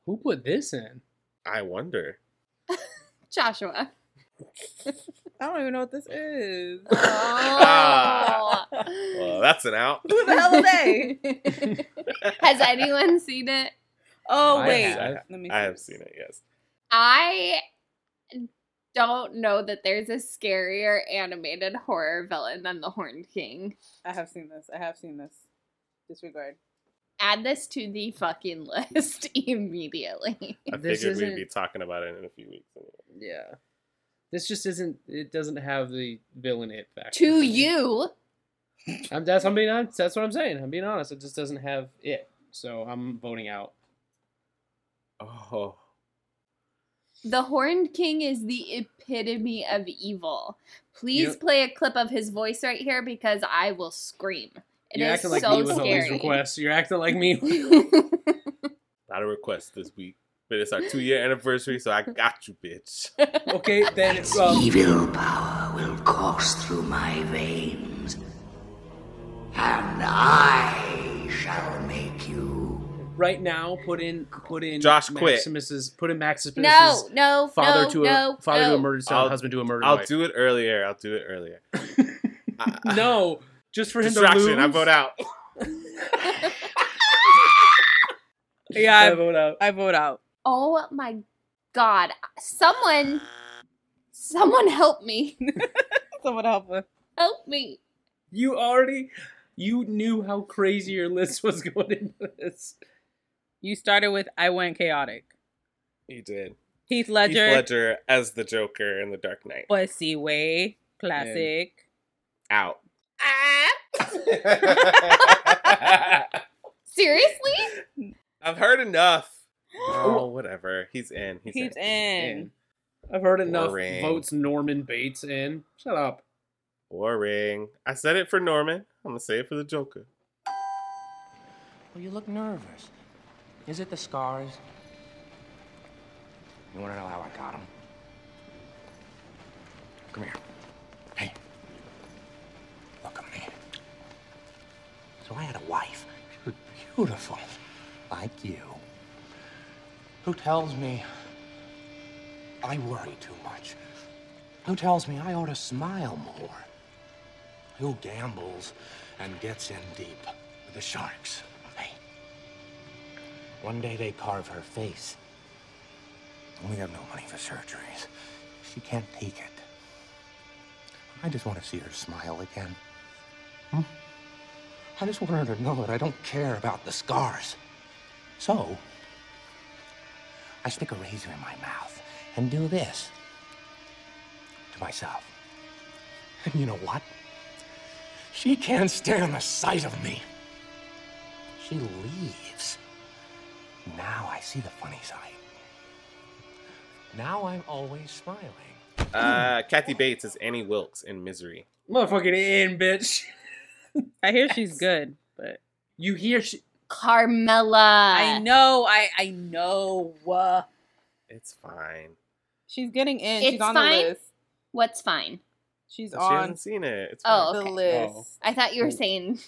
S7: Who put this in?
S6: I wonder.
S4: Joshua.
S5: I don't even know what this is.
S4: Oh.
S5: Oh.
S6: Ah. well, that's an out.
S5: Who the hell are they?
S4: Has anyone seen it?
S5: Oh
S6: I-
S5: wait,
S6: I,
S5: let me.
S6: I have seen it. Yes.
S4: I don't know that there's a scarier animated horror villain than the Horned King.
S5: I have seen this. I have seen this. Disregard.
S4: Add this to the fucking list immediately.
S6: I
S7: This
S6: figured we'd
S7: isn't-
S6: be talking about it in a few weeks. Anyway.
S7: Yeah. This just isn't. It doesn't have the villain it factor.
S4: to you.
S7: I'm, that's I'm being honest. That's what I'm saying. I'm being honest. It just doesn't have it. So I'm voting out.
S6: Oh.
S4: The Horned King is the epitome of evil. Please
S7: You-
S4: play a clip of his voice right here because I will scream. It
S7: You're
S4: is
S7: acting like
S4: so
S7: me with all these
S4: scary.
S7: requests. You're acting like me.
S6: Not a request this week, but it's our two year anniversary, so I got you, bitch.
S7: okay, then it's
S6: um,
S3: Evil power will course through my veins, and I shall make you.
S7: Right now, put in put in
S6: Josh, quit.
S7: Maximus's put in Maximus's
S4: No, no,
S7: father
S4: no,
S7: to a
S4: no,
S7: father to
S4: no.
S7: a murdered son,
S6: I'll-
S7: husband to a murdered
S6: I'll
S7: wife.
S6: do it earlier. I'll do it earlier.
S7: no, just for him to
S6: Distraction. I
S7: lose?
S6: vote out.
S5: Yeah, I,
S7: vote out.
S5: I vote out.
S4: Oh my god. Someone someone help me.
S5: Someone help us.
S4: Help me.
S7: You already you knew how crazy your list was going into this.
S5: You started with I went chaotic.
S6: He did.
S5: Heath Ledger,
S6: Heath Ledger as the Joker in The Dark Knight.
S5: Bussy Way, classic.
S6: Out.
S7: Ah!
S4: Seriously?
S6: I've heard enough. Oh, whatever. He's in. He's,
S5: He's
S6: in.
S5: in.
S7: I've heard enough
S6: Boring.
S7: votes Norman Bates in. Shut up.
S6: Boring. I said it for Norman. I'm gonna say it for the Joker.
S13: Well, you look nervous. Is it the scars? You want to know how I got them? Come here. Hey. Look at me. So I had a wife. She was beautiful, like you, who tells me I worry too much, who tells me I ought to smile more, who gambles and gets in deep with the sharks. Hey. One day they carve her face. We have no money for surgeries. She can't take it. I just want to see her smile again. Hmm? I just want her to know that I don't care about the scars. So, I stick a razor in my mouth and do this to myself. And you know what? She can't stand the sight of me. She leaves. Now I see the funny side. Now I'm always smiling.
S6: Uh, Kathy Bates is Annie Wilkes in Misery.
S7: Motherfucking in, bitch.
S5: I hear she's good, but
S7: you hear she
S4: Carmela.
S5: I know, I I know. Uh,
S6: It's fine.
S5: she's getting in.
S4: It's
S5: she's on
S4: fine?
S5: the list.
S4: What's fine?
S5: She's
S6: She
S5: on.
S6: hasn't seen it. It's
S4: Oh,
S6: fine.
S4: okay.
S7: list.
S4: I thought you were saying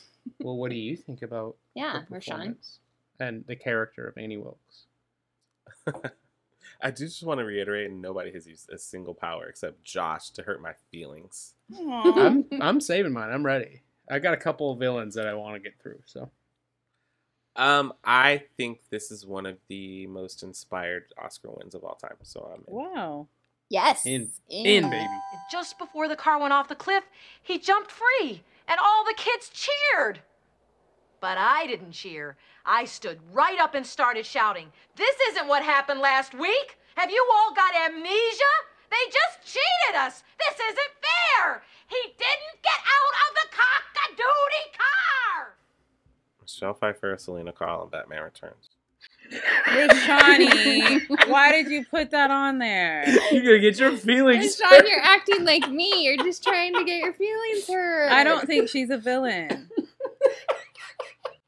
S7: Well, what do you think about
S4: Yeah,
S7: her
S4: Rashawn.
S7: performance and the character of Annie Wilkes?
S6: I do just want to reiterate, nobody has used a single power except Josh to hurt my feelings.
S7: I'm I'm saving mine. I'm ready. I got a couple of villains that I want to get through. So
S6: Um, I think this is one of the most inspired Oscar wins of all time. So I'm in.
S5: Wow.
S4: Yes.
S6: In.
S7: in, baby.
S11: Just before the car went off the cliff, he jumped free, and all the kids cheered. But I didn't cheer. I stood right up and started shouting, This isn't what happened last week! Have you all got amnesia? They just cheated us! This isn't fair! He didn't get out of the cock a doodie car!
S6: Michelle Pfeiffer, Selena Carl, and Batman Returns.
S5: Rashani, why did you put that on there?
S7: You're gonna get your feelings.
S4: Sean, you're acting like me. You're just trying to get your feelings hurt.
S5: I don't think she's a villain.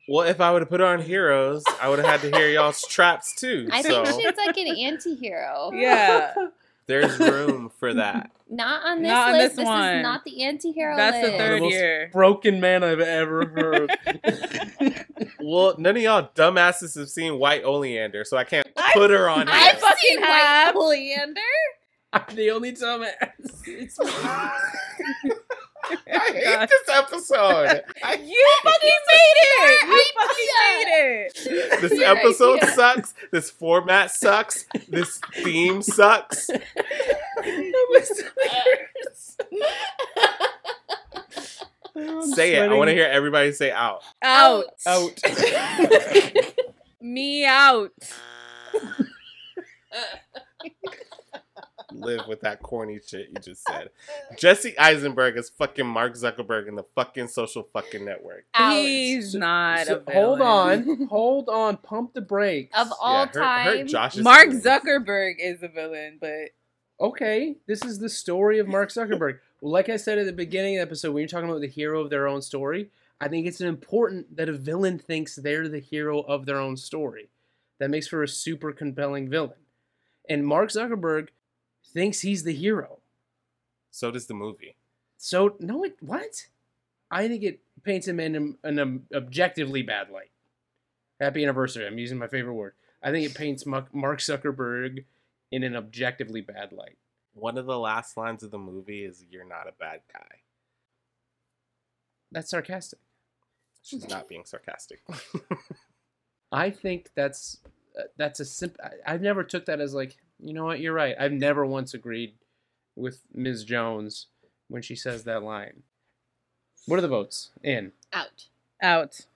S6: Well, if I would have put on Heroes, I would have had to hear y'all's traps too.
S4: I
S6: so
S4: think she's like an anti-hero.
S5: Yeah.
S6: there's room for that.
S4: Not on this
S5: Not on
S4: list.
S5: this
S4: this
S5: one.
S4: is not the anti-hero
S5: That's the
S4: list.
S5: third
S7: most
S5: year.
S7: broken man I've ever heard.
S6: Well, none of y'all dumbasses have seen White Oleander, so I can't put her on
S4: I
S6: here.
S4: fucking
S5: seen
S4: have
S5: White
S4: Oleander.
S7: I'm the only dumbass. It's me.
S5: Oh
S6: I hate this episode. I-
S5: You fucking made it. You fucking made it.
S6: this
S5: Yeah,
S6: episode
S5: yeah.
S6: sucks. This format sucks. This theme sucks.
S5: Uh,
S6: say it. I want to hear everybody say out.
S5: Out.
S6: Out.
S5: Me out.
S6: Live with that corny shit you just said. Jesse Eisenberg is fucking Mark Zuckerberg in the fucking social fucking network.
S5: He's not.
S7: So,
S5: a
S7: hold
S5: villain.
S7: on, hold on. Pump the brakes.
S5: Of all
S6: her- her
S5: time,
S6: Josh is
S5: Mark
S6: great.
S5: Zuckerberg is a villain, but
S7: Okay, this is the story of Mark Zuckerberg. well, like I said at the beginning of the episode, when you're talking about the hero of their own story, I think it's important that a villain thinks they're the hero of their own story. That makes for a super compelling villain. And Mark Zuckerberg thinks he's the hero.
S6: So does the movie.
S7: So no, it what? I think it paints him in an, an objectively bad light. Happy anniversary! I'm using my favorite word. I think it paints Mar- Mark Zuckerberg in an objectively bad light.
S6: One of the last lines of the movie is "You're not a bad guy."
S7: That's sarcastic.
S6: She's not being sarcastic.
S7: I think that's uh, that's a simple. I've never took that as like you know what you're right. I've never once agreed with Ms. Jones when she says that line. What are the votes in?
S4: Out.
S5: out.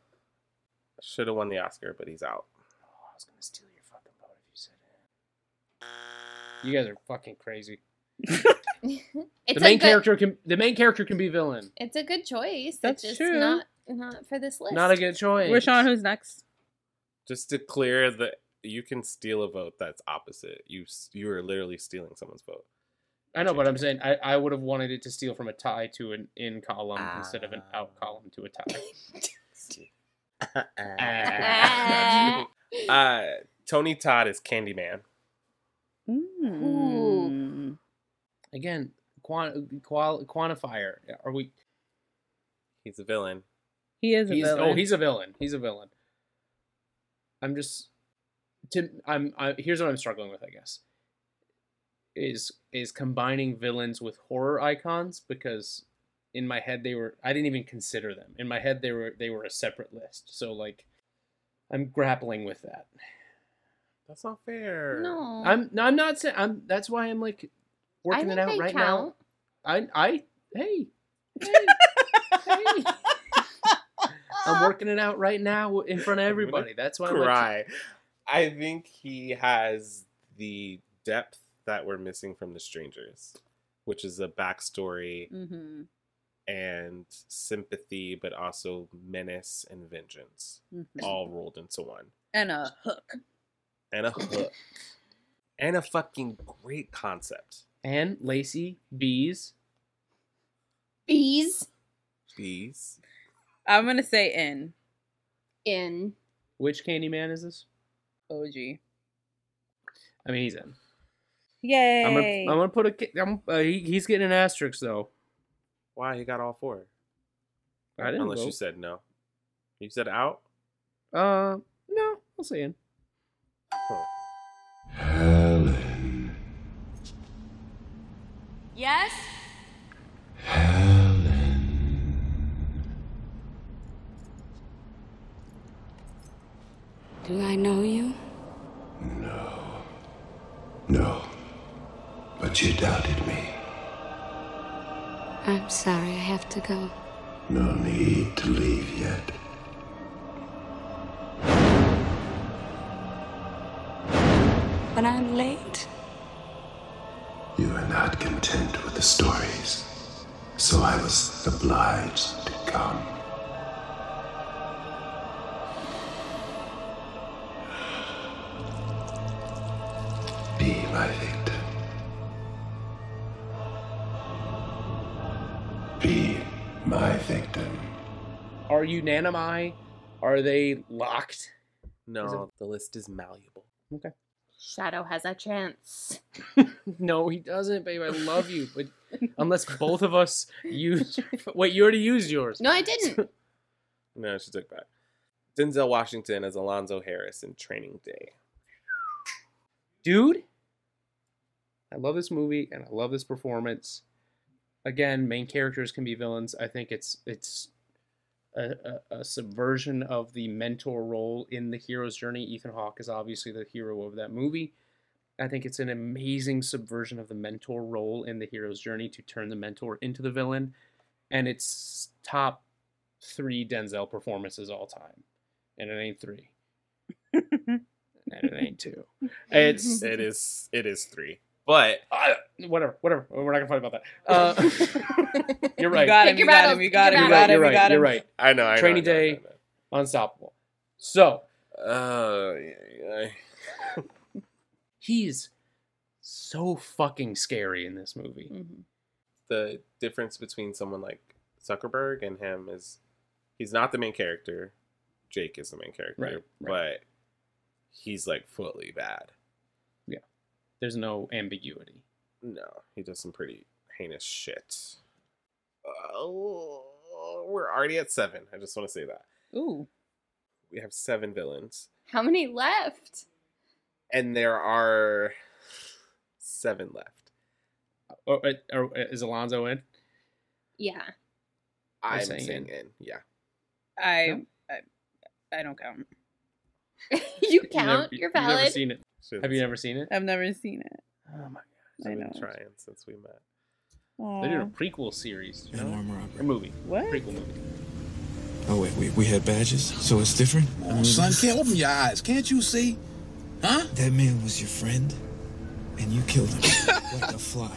S6: Should have won the Oscar, but he's out.
S7: I was gonna steal your fucking vote if you said it. You guys are fucking crazy.
S4: It's
S7: the
S4: a
S7: main
S4: good,
S7: character can the main character can be villain.
S4: It's a good choice.
S5: That's
S4: it's just
S5: true.
S4: Not not for this list.
S7: Not a good choice.
S5: Rashawn, who's next?
S6: Just to clear that you can steal a vote that's opposite. You s- you are literally stealing someone's vote.
S7: I know, but I'm saying I, I would have wanted it to steal from a tie to an in column instead of an out column to a tie.
S6: Ah. uh, Tony Todd is Candyman.
S5: Ooh.
S7: Mm. Again, quant, qual, quantifier. Are we?
S6: He's a villain.
S5: He is a
S7: He's,
S5: villain.
S7: oh, he's a villain. He's a villain. I'm just. To, I'm. I, here's what I'm struggling with. I guess is is combining villains with horror icons because in my head they were. I didn't even consider them. In my head they were they were a separate list. So like, I'm grappling with that.
S6: That's not fair.
S4: No.
S7: I'm. No, I'm not saying. I'm. That's why I'm like working it
S4: think
S7: out
S4: they
S7: right
S4: count.
S7: now. I. I. Hey. hey, hey. I'm working it out right now in front of
S6: I'm gonna
S7: everybody. That's why I'm like-
S6: Cry. I think he has the depth that we're missing from the strangers, which is a backstory
S13: Mm.
S5: Mm-hmm.
S6: and sympathy, but also menace and vengeance,
S5: Mhm.
S4: Mm-hmm.
S6: all rolled into one.
S5: And a hook.
S6: And a hook. and a fucking great concept.
S7: and Lacey bees.
S4: Bees
S6: Bees.
S5: I'm gonna say in
S4: in.
S7: Which Candyman is this?
S5: OG.
S7: I mean, he's in.
S5: Yay!
S7: I'm gonna, I'm gonna put a. ki- I'm, uh, he, he's getting an asterisk though.
S6: Why? He got all four.
S7: I didn't
S6: Unless you
S7: vote.
S6: said no. You said out?
S7: Uh, no, I'll say in.
S3: Helen.
S11: Yes?
S20: Do I know you?
S19: No. But you doubted me.
S20: I'm sorry, I have to go.
S19: No need to leave yet.
S20: But I'm late.
S19: You are not content with the stories. So I was obliged to come. Be my victim. Be my victim.
S7: Are you Nanami? Are they locked?
S6: No, the list is malleable.
S7: Okay.
S4: Shadow has a chance.
S7: No, he doesn't, babe. I love you, but unless both of us use. Wait, you already used yours.
S4: No, I didn't.
S6: No, she took that. Denzel Washington as Alonzo Harris in Training Day.
S7: dude i love this movie and i love this performance again main characters can be villains i think it's it's a, a, a subversion of the mentor role in the hero's journey ethan hawke is obviously the hero of that movie i think it's an amazing subversion of the mentor role in the hero's journey to turn the mentor into the villain and it's top three denzel performances all time and it ain't three and it ain't two it's
S6: it is it is three. But
S7: I- whatever, whatever. We're not gonna fight about that. Uh, you're right.
S5: got him, you got him, you got him, you got him, you
S7: You're right.
S5: got
S7: You're
S5: him.
S7: right.
S6: I know. I know,
S7: Training
S6: I know, I
S7: day,
S6: know,
S7: unstoppable. So
S6: Uh, yeah, yeah.
S7: he's so fucking scary in this movie.
S6: the difference between someone like Zuckerberg and him is he's not the main character. Jake is the main character,
S7: Right,
S6: but he's like fully bad.
S7: Yeah, there's no ambiguity.
S6: No, he does some pretty heinous shit. Oh, we're already at seven. I just want to say that
S5: Ooh.
S6: we have seven villains,
S4: How many left?
S6: and there are seven left.
S7: Oh, uh, uh, is Alonzo in?
S4: Yeah.
S6: I'm
S7: saying
S6: saying,
S7: in.
S6: in. Yeah,
S5: I, I I don't count.
S4: you
S7: never-
S4: count. You're
S7: you've never
S4: valid.
S7: seen it. Have you never seen it?
S5: I've never seen it.
S7: Oh my
S5: I
S6: so we've
S5: know.
S6: been trying since we met.
S7: They're doing a
S5: Aw.
S7: prequel series. You know? Or movie.
S5: What?
S7: Prequel movie.
S9: Oh, wait, we, we had badges, so it's different?
S10: Oh, Son, can't open your eyes. Can't you see? Huh?
S9: That man was your friend, and you killed him like a fly.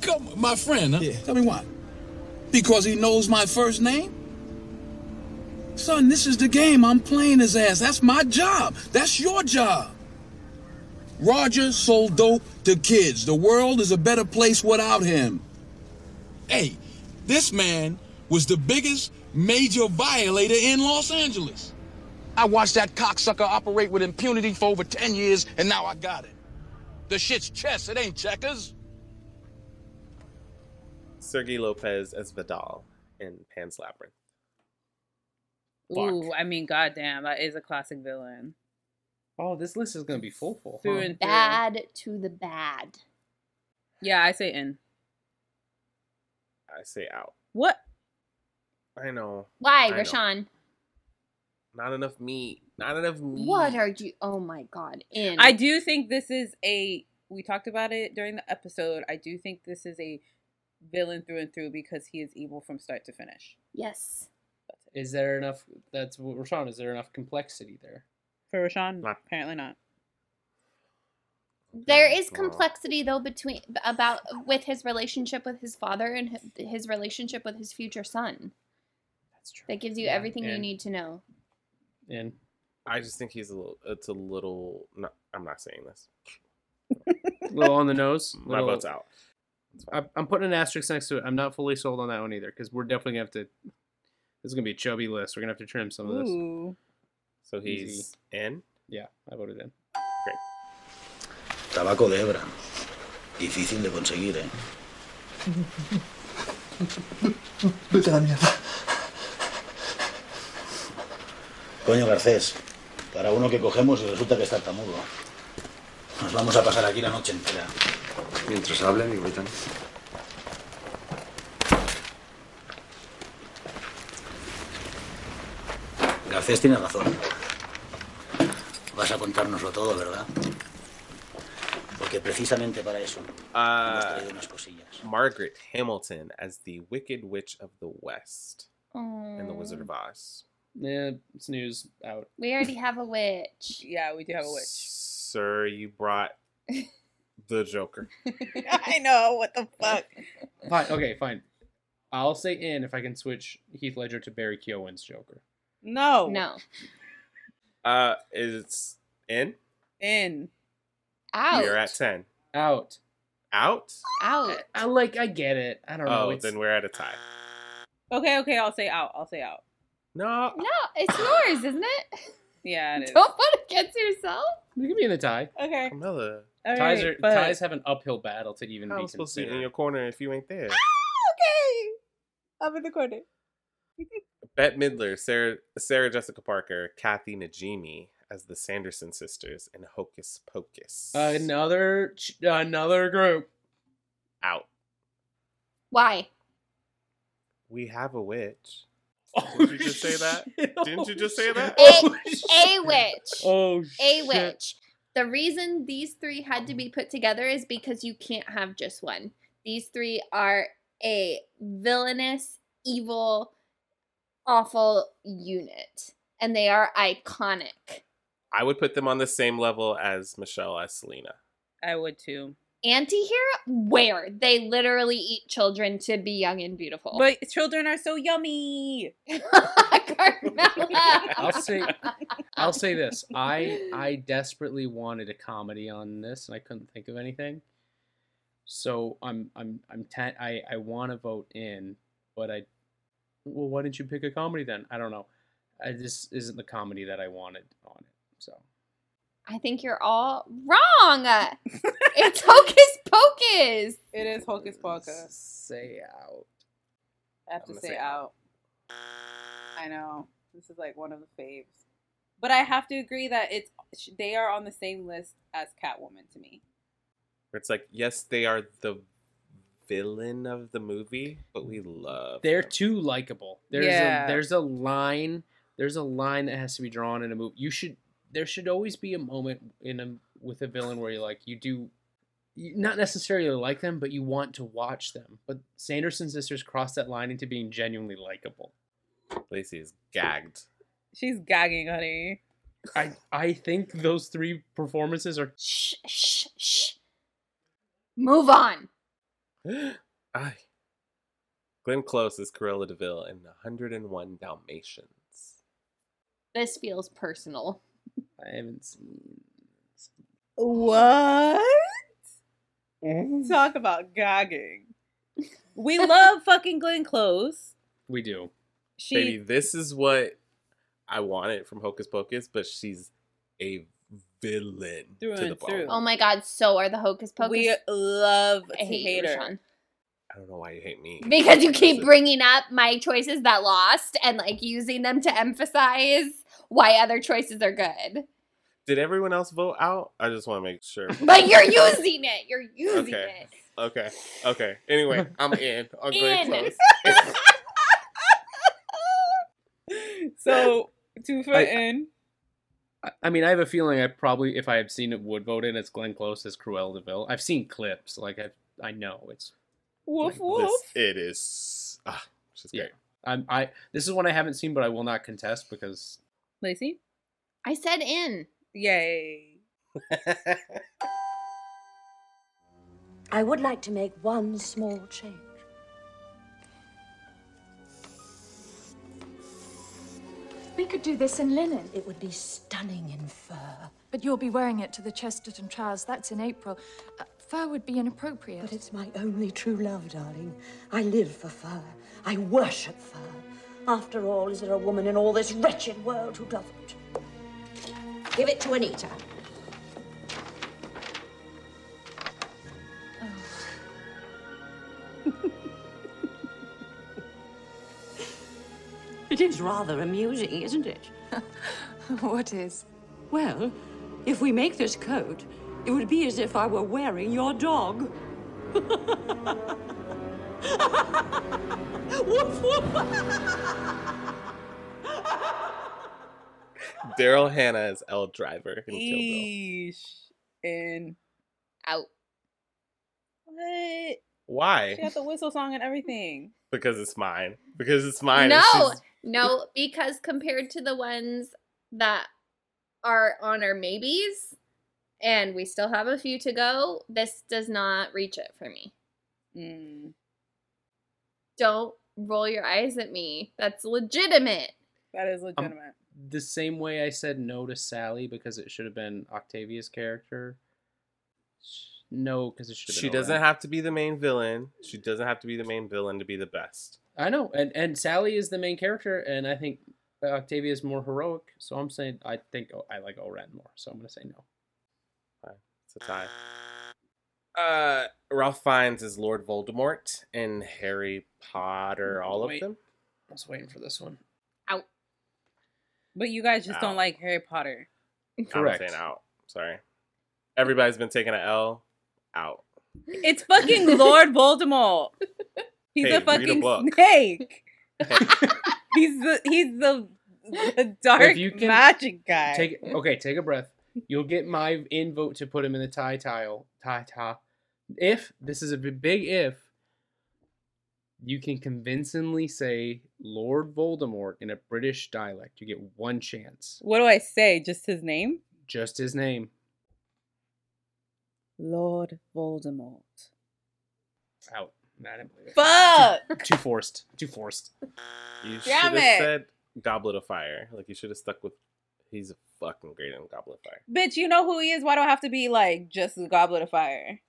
S10: Come on, my friend. Huh? Tell me why. Because he knows my first name? Son, this is the game I'm playing his ass. That's my job. That's your job. Roger sold dope to kids. The world is a better place without him. Hey, this man was the biggest major violator in Los Angeles. I watched that cocksucker operate with impunity for over 10 years, and now I got it. The shit's chess, it ain't checkers.
S6: Sergey Lopez as Vidal in Pan's Labyrinth.
S5: Ooh, I mean, goddamn, that is a classic villain.
S7: Oh, this list is gonna be full
S6: Uh-huh.
S7: full.
S5: Through
S7: huh?
S5: and through.
S4: Bad to the bad.
S5: Yeah, I say in.
S6: I say out.
S5: What?
S6: I know.
S4: Why,
S6: I know.
S4: Rashawn?
S6: Not enough meat. Not enough meat.
S4: What are you? Oh my God! In
S5: I do think this is a. We talked about it during the episode. I do think this is a villain through and through because he is evil from start to finish.
S4: Yes.
S7: Is there enough? That's what we're trying. Is there enough complexity there?
S5: For Rashawn, Um, apparently not.
S4: There is
S7: Wow.
S4: complexity though between about with his relationship with his father and hi- his relationship with his future son.
S7: That's true.
S4: That gives you
S6: Yeah,
S4: everything you
S6: and-
S4: need to know.
S7: And
S6: I just think he's a little. It's a little. No, I'm not saying this.
S7: little on the nose.
S6: My
S7: little-
S6: vote's out.
S7: I, I'm putting an asterisk next to it. I'm not fully sold on that one either because we're definitely gonna have to. This is gonna be a chubby list. We're gonna have to trim some of this.
S5: Ooh.
S6: So he's in.
S7: Yeah, I voted in.
S23: Tabaco de hebra. Difícil de conseguir, ¿eh?
S10: Vete a la mierda.
S23: Coño, Garcés. Para uno que cogemos y resulta que está tartamudo. Nos vamos a pasar aquí la noche entera.
S10: Mientras hable, mi capitán.
S23: Garcés tiene razón. Vas a contárnoslo todo, ¿verdad? Porque precisamente para eso
S6: Uh,
S23: unas cosillas.
S6: Margaret Hamilton as the Wicked Witch of the West in The Wizard of Oz.
S7: Yeah, snooze out.
S4: We already have a witch.
S5: Yeah, we do have a witch.
S6: Sir, you brought the Joker.
S5: I know. What the fuck?
S7: Fine. Okay. Fine. I'll say in if I can switch Heath Ledger to Barry Keoghan's Joker.
S5: No.
S4: No.
S6: Uh, it's in.
S5: In.
S4: Out.
S6: We're at ten.
S7: Out.
S6: Out.
S4: Out.
S7: I like. I get it. ah, I don't know.
S6: Oh,
S7: it's-
S6: then we're at a tie.
S5: Okay, okay, I'll say out. I'll say out.
S6: No.
S4: No, it's yours, isn't it?
S5: Yeah, it is.
S4: Don't put it against yourself.
S7: You can be in the tie.
S5: Okay.
S6: Camilla.
S5: All
S7: ties
S5: right,
S7: are,
S5: but-
S7: ties have an uphill battle to even
S6: How am
S7: be
S6: I supposed to be
S7: considered.
S6: in your corner if you ain't there?
S5: Okay. I'm in the corner.
S6: Bette Midler, Sarah, Sarah Jessica Parker, Kathy Najimy as the Sanderson sisters in Hocus Pocus.
S7: Another ch- another group.
S6: Out.
S4: Why?
S6: We have a witch.
S7: Oh,
S6: Did you just say that? Didn't you just say that?
S4: A, a witch.
S7: Oh,
S4: a witch. The reason these three had to be put together is because you can't have just one. These three are a villainous, evil, awful unit, and they are iconic.
S6: I would put them on the same level as Michelle as Selena.
S5: I would too.
S4: Antihero? Where? They literally eat children to be young and beautiful.
S5: But children are so yummy.
S7: I'll say I'll say this. I I desperately wanted a comedy on this and I couldn't think of anything. So I'm I'm I'm ten, I I want to vote in, but I well why didn't you pick a comedy then? I don't know. I, this isn't the comedy that I wanted on it. So
S4: I think you're all wrong. it's Hocus Pocus.
S5: It is Hocus Pocus.
S7: Say out.
S5: I have to
S7: I'm gonna
S5: say,
S7: say
S5: out. I know this is like one of the faves, but I have to agree that it's sh- they are on the same list as Catwoman to me.
S6: Where it's like, yes, they are the villain of the movie, but we love.
S7: They're too likable. There's
S5: Yeah.
S7: a there's a line there's a line that has to be drawn in a movie. You should there should always be a moment in a with a villain where you like you do you not necessarily like them, but you want to watch them. But Sanderson sisters crossed that line into being genuinely likable.
S6: Lacey is gagged.
S5: She's gagging, honey.
S7: I I think those three performances are
S4: Shh, shh, shh. Move on.
S6: Aye. Glenn Close is Cruella Deville in 101 Dalmatians.
S4: This feels personal.
S7: I haven't seen.
S5: What? Talk about gagging. We love fucking Glenn Close.
S7: We do.
S5: She
S6: Baby, this is what I wanted from Hocus Pocus, but she's a villain
S5: Through
S6: to the
S5: and
S6: bone.
S5: through.
S4: Oh my god, so are the Hocus Pocus.
S5: we love
S4: I
S5: to
S4: hate you,
S5: hate her.
S4: Sean.
S6: I don't know why you hate me.
S4: Because you
S6: That's
S4: keep
S6: it.
S4: bringing up my choices that lost and like using them to emphasize why other choices are good.
S6: Did everyone else vote out? I just want to make sure.
S4: But you're using it. You're using
S6: Okay.
S4: it.
S6: Okay. Okay. Anyway, I'm in. I'm Glenn
S4: In.
S6: Close.
S5: So two foot
S7: I-
S5: in.
S7: I, I mean, I have a feeling I probably, if I had seen it, would vote in as Glenn Close as Cruella Deville. I've seen clips, like I I know it's
S5: Woof woof.
S6: This, it is. Ah, she's
S7: yeah.
S6: great.
S7: I'm I this is one I haven't seen, but I will not contest because
S5: Lacey.
S4: I said in.
S5: Yay.
S20: I would like to make one small change.
S1: We could do this in linen.
S20: It would be stunning in fur.
S1: But you'll be wearing it to the Chesterton trials. That's in April. Uh, fur would be inappropriate.
S20: But it's my only true love, darling. I live for fur. I worship fur. After all, is there a woman in all this wretched world who doesn't? Give it to Anita. It is rather amusing, isn't it?
S1: what is?
S20: Well, if we make this coat, it would be as if I were wearing your dog. Woof,
S6: Daryl Hannah as L Driver in Kill Bill.
S5: Eesh. And
S4: out.
S5: What? She
S6: Why?
S5: got the whistle song and everything.
S6: Because it's mine. Because it's mine. and
S4: No,
S6: she's-
S4: no, because compared to the ones that are on our maybes, and we still have a few to go, this does not reach it for me.
S5: Mm,
S4: Don't roll your eyes at me. That's legitimate.
S5: that is legitimate.
S7: the same way I said no to Sally because it should have been Octavia's character. No, because it should. have
S6: She
S7: been
S6: doesn't
S7: Owen.
S6: have to be the main villain. She doesn't have to be the main villain to be the best.
S7: I know, and and Sally is the main character, and I think Octavia is more heroic. So I'm saying I think I like Oren more. So I'm gonna say no.
S6: It's a tie. Uh, Ralph Fiennes is Lord Voldemort in Harry Potter. All of
S7: Wait.
S6: them.
S7: I was waiting for this one.
S5: But you guys just
S6: Ow.
S5: don't like Harry Potter.
S6: I'm saying out. Sorry. Everybody's been taking an L. Out.
S5: It's fucking Lord Voldemort. He's
S6: Hey,
S5: a
S6: read a
S5: fucking
S6: book.
S5: snake. he's the he's the, the dark magic guy.
S7: Take okay, take a breath. You'll get my in vote to put him in the tie tile. Tie tie. If this is a b- big if, you can convincingly say Lord Voldemort in a British dialect. You get one chance.
S5: what do I say? Just his name?
S7: Just his name.
S5: Lord Voldemort.
S7: Out. Madam.
S5: Fuck!
S7: Too forced. Too forced.
S6: You should
S5: Damn
S6: have
S5: it.
S6: said Goblet of Fire. Like you should have stuck with. He's fucking great in Goblet of Fire.
S5: Bitch, you know who he is. Why do I have to be like just the Goblet of Fire?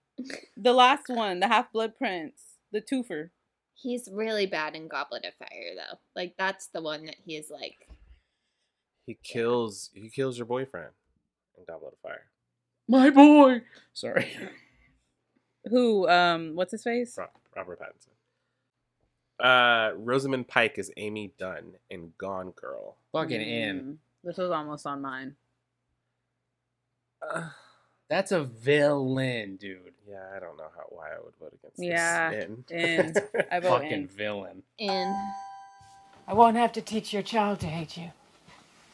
S5: The last one, the Half Blood Prince, the Twofer.
S4: He's really bad in Goblet of Fire, though. Like that's the one that he is like.
S6: He kills. He kills your boyfriend in Goblet of Fire.
S7: My boy. Sorry.
S5: Who? Um. What's his face?
S6: Robert Pattinson. Uh, Rosamund Pike is Amy Dunn in Gone Girl.
S7: Fucking in.
S5: This was almost on mine.
S7: That's a villain, dude.
S6: Yeah, I don't know how why I would vote against
S5: Yeah,
S6: this. In.
S5: in. I vote
S7: Fucking
S5: in.
S7: villain.
S4: In.
S12: I won't have to teach your child to hate you.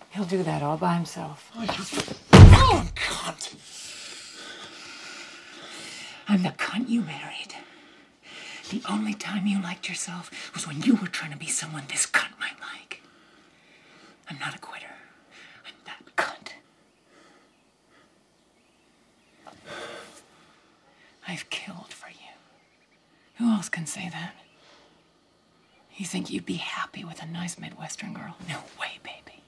S12: He'll do that all by himself.
S9: Oh, cunt.
S12: I'm the cunt you married. The only time you liked yourself was when you were trying to be someone this cunt might like. I'm not a quitter. I'm that cunt. I've killed for you. Who else can say that? You think you'd be happy with a nice Midwestern girl? No way, baby.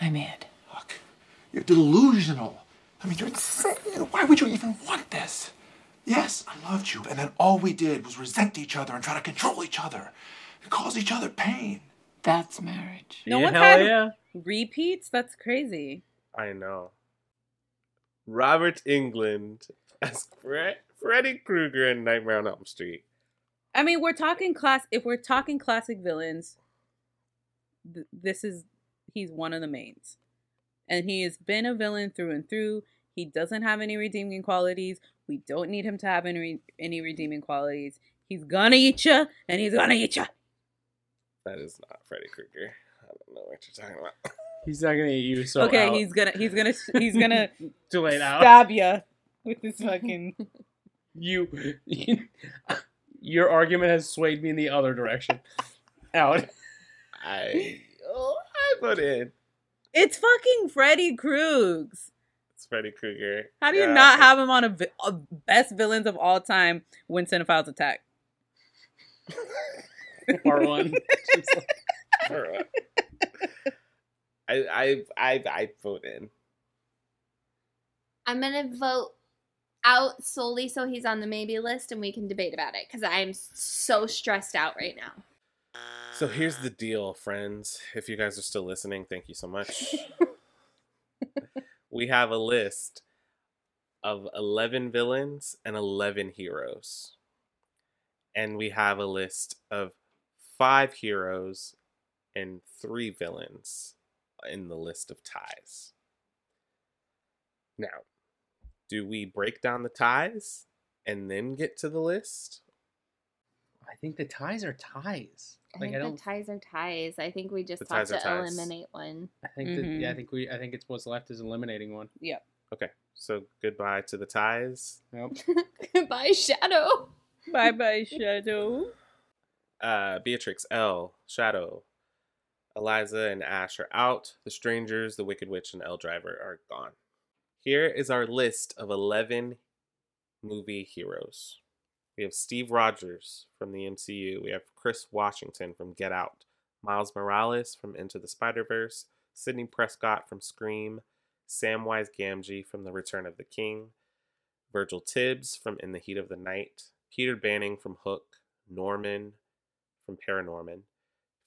S12: I'm it.
S9: You're delusional. I mean, you're insane. Why would you even want this? Yes, I loved you, and then all we did was resent each other and try to control each other and cause each other pain.
S12: That's marriage.
S5: No one
S6: hell
S5: had
S6: yeah.
S5: repeats. That's crazy.
S6: I know. Robert England as Fre- Freddy Krueger in Nightmare on Elm Street.
S5: I mean, we're talking class. If we're talking classic villains, th- this is he's one of the mains, and he has been a villain through and through. He doesn't have any redeeming qualities. We don't need him to have any any redeeming qualities. He's gonna eat you, and he's gonna eat you.
S6: That is not Freddy Krueger. I don't know what you're talking about.
S7: He's not gonna eat you. So
S5: okay,
S7: out.
S5: he's gonna he's gonna he's gonna
S7: Too late out.
S5: stab you with his fucking.
S7: You, your argument has swayed me in the other direction. Out.
S6: I, oh, I vote in.
S5: It's fucking Freddy Kruegs.
S6: It's Freddy Krueger.
S5: How do you
S6: Yeah.
S5: not have him on a, vi- a best villains of all time when Cinephiles attack?
S7: Part one.
S6: Part one. I, I, I, I vote in.
S4: I'm gonna vote out solely so he's on the maybe list and we can debate about it because I'm so stressed out right now.
S6: So here's the deal, friends. If you guys are still listening, thank you so much. we have a list of 11 villains and 11 heroes. And we have a list of five heroes and three villains in the list of ties. Now, do we break down the ties and then get to the list?
S7: I think the ties are ties.
S4: I
S7: Like
S4: think
S7: I don't.
S4: the ties are ties. I think we just
S6: The
S4: have
S6: ties are
S4: to
S6: ties.
S4: eliminate one.
S7: I think that, yeah, I think we. I think it's what's left is eliminating one.
S5: Yeah.
S6: Okay, so goodbye to the ties.
S7: Nope.
S4: Goodbye, Shadow.
S5: Mm-hmm. Bye bye, Shadow.
S6: uh, Beatrix, L, Shadow, Eliza, and Ash are out. The Strangers, the Wicked Witch, and L Driver are gone. Here is our list of 11 movie heroes. We have Steve Rogers from the MCU. We have Chris Washington from Get Out. Miles Morales from Into the Spider Verse. Sidney Prescott from Scream. Samwise Gamgee from The Return of the King. Virgil Tibbs from In the Heat of the Night. Peter Banning from Hook. Norman from Paranorman,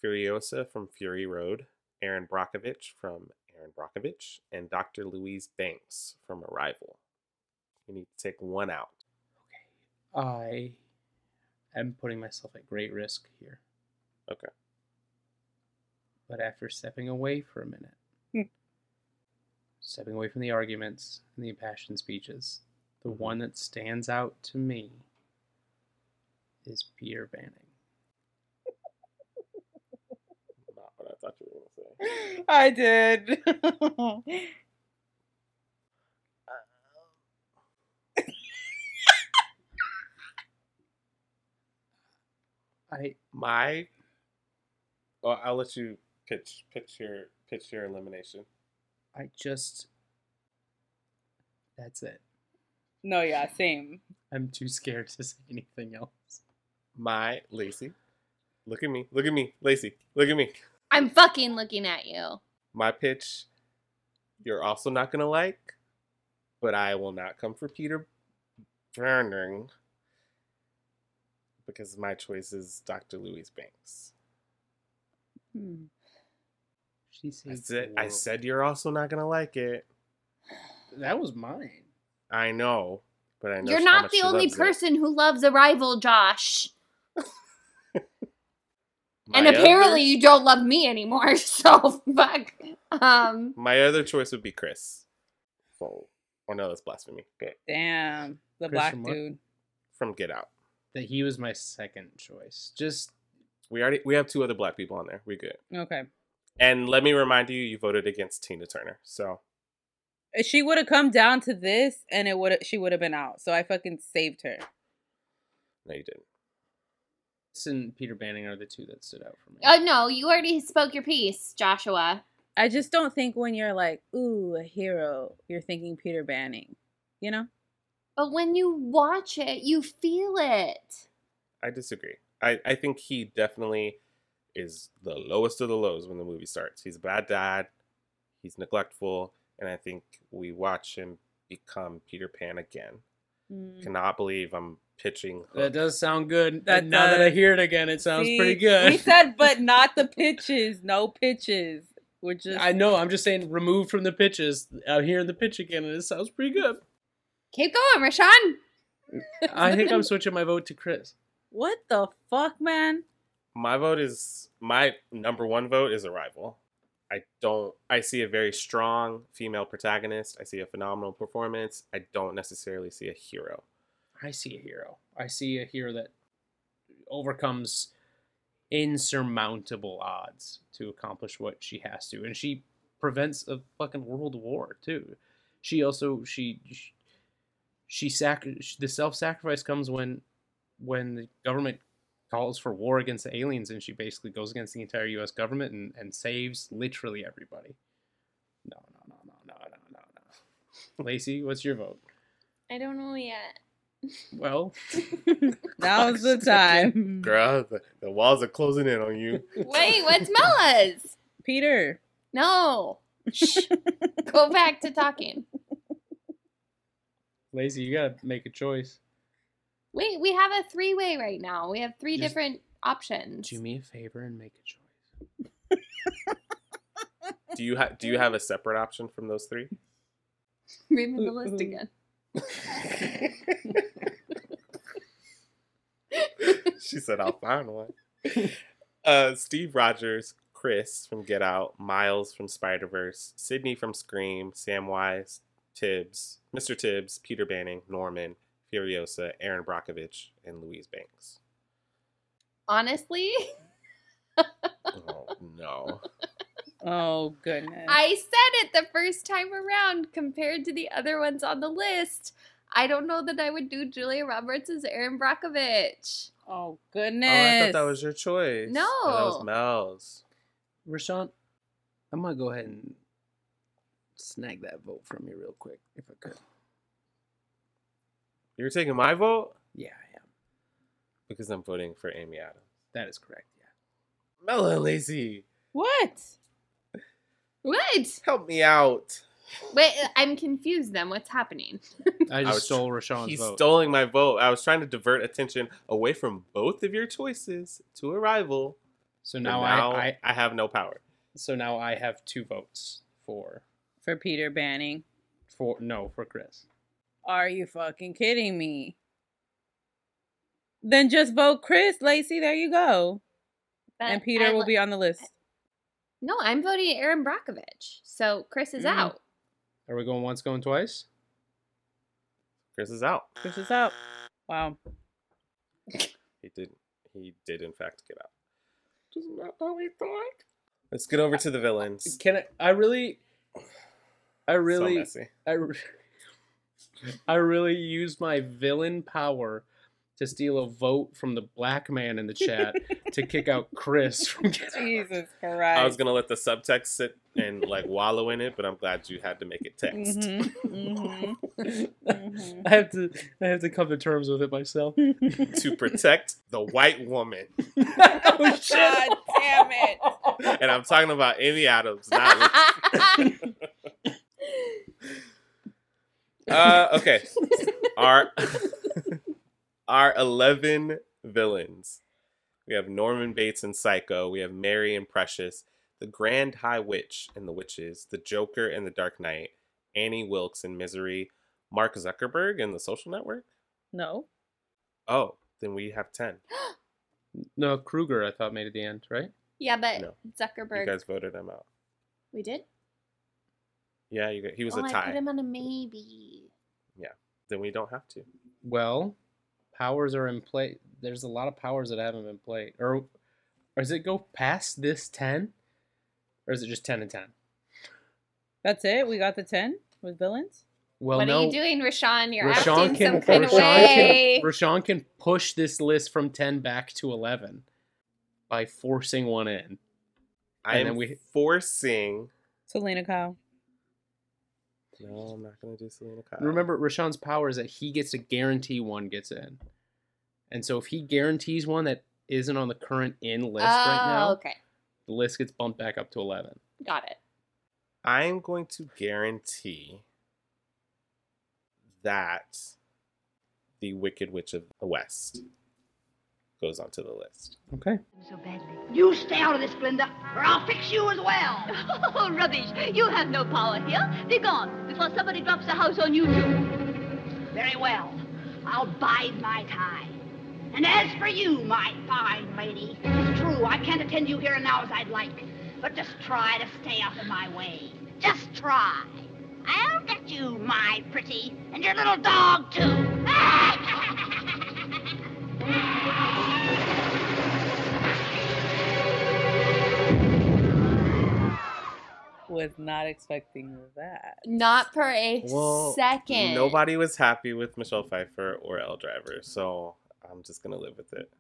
S6: Furiosa from Fury Road, Aaron Brockovich from Aaron Brockovich, and Dr. Louise Banks from Arrival. We need to take one out.
S7: I am putting myself at great risk here.
S6: Okay.
S7: but after stepping away for a minute, stepping away from the arguments and the impassioned speeches, the
S6: Mm-hmm.
S7: one that stands out to me is Peter Banning.
S6: Not what I thought you were gonna say.
S5: I did.
S7: I
S6: my. Well, I'll let you pitch pitch your pitch your elimination.
S7: I just. That's it.
S5: no, yeah, same.
S7: I'm too scared to say anything else.
S6: My Lacey, look at me, look at me, Lacey, look at me.
S4: I'm fucking looking at you.
S6: My pitch, you're also not gonna like, but I will not come for Peter Browning because my choice is Dr. Louise Banks.
S7: She
S6: I
S7: says
S6: said, I said you're also not gonna like it.
S7: That was mine.
S6: I know, but I know
S4: You're
S6: how
S4: not
S6: much
S4: the
S6: she
S4: only
S6: loves it.
S4: person who loves a rival, Josh. and
S6: My
S4: apparently
S6: other-
S4: you don't love me anymore, so fuck. Um
S6: my other choice would be Chris. So, oh no, that's blasphemy. Good.
S5: Damn, the
S7: Chris
S5: black
S7: from what?
S5: dude.
S6: From Get Out.
S7: That he was my second choice. Just
S6: we already we have two other black people on there. We good.
S5: Okay,
S6: And let me remind you, you voted against Tina Turner. So
S5: if she would have come down to this, and it would she would have been out. So I fucking saved her.
S6: no, you didn't.
S7: This and Peter Banning are the two that stood out for me.
S4: Oh no, you already spoke your piece, Joshua.
S5: I just don't think when you're like, ooh, a hero, you're thinking Peter Banning. You know?
S4: But when you watch it, you feel it.
S6: I disagree. I, I think he definitely is the lowest of the lows when the movie starts. He's a bad dad, he's neglectful, and I think we watch him become Peter Pan again. Cannot believe I'm pitching
S7: That does sound good.
S5: That
S7: and now that I
S5: does.
S7: hear it again, it sounds
S5: See,
S7: pretty good.
S5: We said, but not the pitches. No pitches. We're just.
S7: I know. I'm just saying, removed from the pitches. I'm hearing the pitch again, and it sounds pretty good.
S4: Keep going, Rashawn.
S7: I think I'm switching my vote to Chris.
S5: What the fuck, man?
S6: my vote is my number one vote is arrival i don't i see a very strong female protagonist i see a phenomenal performance i don't necessarily see a hero
S7: I see a hero. I see a hero that overcomes insurmountable odds to accomplish what she has to, and she prevents a fucking world war too. She also she she, she sac the self sacrifice comes when when the government calls for war against the aliens, and she basically goes against the entire U.S. government and and saves literally everybody. No, no, no, no, no, no, no, no. Lacey, what's your vote?
S4: I don't know yet.
S7: Well,
S5: That was the time.
S6: girl the, the walls are closing in on you
S4: Wait, what's Mella's?
S5: Peter.
S4: No. Shh. Go back to talking.
S7: Lacey, you gotta make a choice.
S4: Wait, we have a three way right now. We have three
S7: Just-
S4: different options.
S7: Do me a favor and make a choice.
S6: do you have do you have a separate option from those three
S4: Read me the
S5: Mm-hmm.
S4: list again.
S6: she said i'll find one uh steve rogers chris from get out miles from spider-verse sydney from scream samwise tibbs mr tibbs peter banning norman furiosa aaron brockovich and louise banks
S4: Honestly,
S6: oh no
S5: Oh goodness.
S4: I said it the first time around compared to the other ones on the list. I don't know that I would do Julia Roberts as Erin Brockovich.
S5: Oh
S6: oh
S5: goodness.
S6: i thought that was your choice
S4: No.
S6: Oh, that was mel's
S7: Rashawn, I'm gonna go ahead and snag that vote from you real quick if I could.
S6: you're taking my vote
S7: Yeah, I am.
S6: because i'm voting for amy adams
S7: That is correct.
S6: mela lazy
S5: What?
S4: What?
S6: help me out
S4: Wait, I'm confused then. What's happening?
S7: I just
S6: was tr-
S7: stole Rashawn's
S6: He's
S7: vote.
S6: stealing my vote. I was trying to divert attention away from both of your choices to a rival.
S7: So
S6: but
S7: now, I, I
S6: I have no power.
S7: so now I have two votes for
S5: For Peter Banning.
S7: for no for Chris.
S5: Are you fucking kidding me? Then just vote Chris Lacey. There you go.
S4: But
S5: and Peter
S4: I
S5: will
S4: li-
S5: be on the list.
S4: No, I'm voting Aaron Brockovich. So Chris is
S7: Mm.
S4: out.
S7: Are we going once, going twice?
S6: Chris is out.
S5: This is up. Wow.
S6: He did. He did in fact get out. Let's get over to the villains.
S7: Can I? I really, I really,
S6: messy.
S7: I, re- I really used my villain power to steal a vote from the black man in the chat to kick out Chris from.
S5: Jesus Christ.
S6: I was gonna let the subtext sit and like wallow in it, but I'm glad you had to make it
S5: Mm-hmm.
S6: text.
S5: Mhm, mhm, mhm.
S7: I have to. I have to come to terms with it myself.
S6: to protect the white woman,
S5: Oh, God damn it.
S6: and I'm talking about Amy Adams. Not uh, okay, our our eleven villains. We have Norman Bates in Psycho. We have Mary and Precious, the Grand High Witch and the Witches, the Joker and the Dark Knight, Annie Wilkes in Misery, Mark Zuckerberg in The Social Network.
S5: No.
S6: Oh, then we have ten.
S7: No, Kruger. I thought made it the end, right?
S4: Yeah, but
S6: No. You
S4: Zuckerberg.
S6: guys voted him out.
S4: we did?
S6: Yeah, you, got- he was
S4: oh,
S6: a
S4: I
S6: tie.
S4: put him on a maybe.
S6: Yeah, then we don't have to.
S7: Well, powers are in play. There's a lot of powers that haven't been played. Or, or does it go past this ten, or is it just ten and ten?
S5: That's it. We got the 10 with villains.
S7: Well,
S4: what
S7: no.
S4: are you doing, Rashawn? You're
S7: Rashawn
S4: acting some
S7: can,
S4: kind of
S7: Rashawn
S4: way.
S7: can Rashawn can push this list from ten back to eleven by forcing one in.
S6: I am forcing.
S5: Selena Kyle.
S6: No, I'm not gonna do Selena Kyle.
S7: Remember, Rashawn's power is that he gets to guarantee one gets in, and so if he guarantees one that isn't on the current in list right
S4: Oh,
S7: now,
S4: okay.
S7: the list gets bumped back up to eleven.
S4: Got it.
S6: I'm going to guarantee that the Wicked Witch of the West goes onto the list.
S7: Okay.
S14: So badly. You stay out of this, Glinda, or I'll fix you as well.
S15: Oh, rubbish. You have no power here. Be gone before somebody drops a house on you, too.
S14: Very well. I'll bide my time. And as for you, my fine lady, it's true I can't attend you here and now as I'd like. But just try to stay out of my way. Just try. I'll get you, my pretty, and your little dog, too.
S5: Was not expecting that.
S4: Not for a second.
S6: Nobody was happy with Michelle Pfeiffer or L Driver, so I'm just gonna live with it.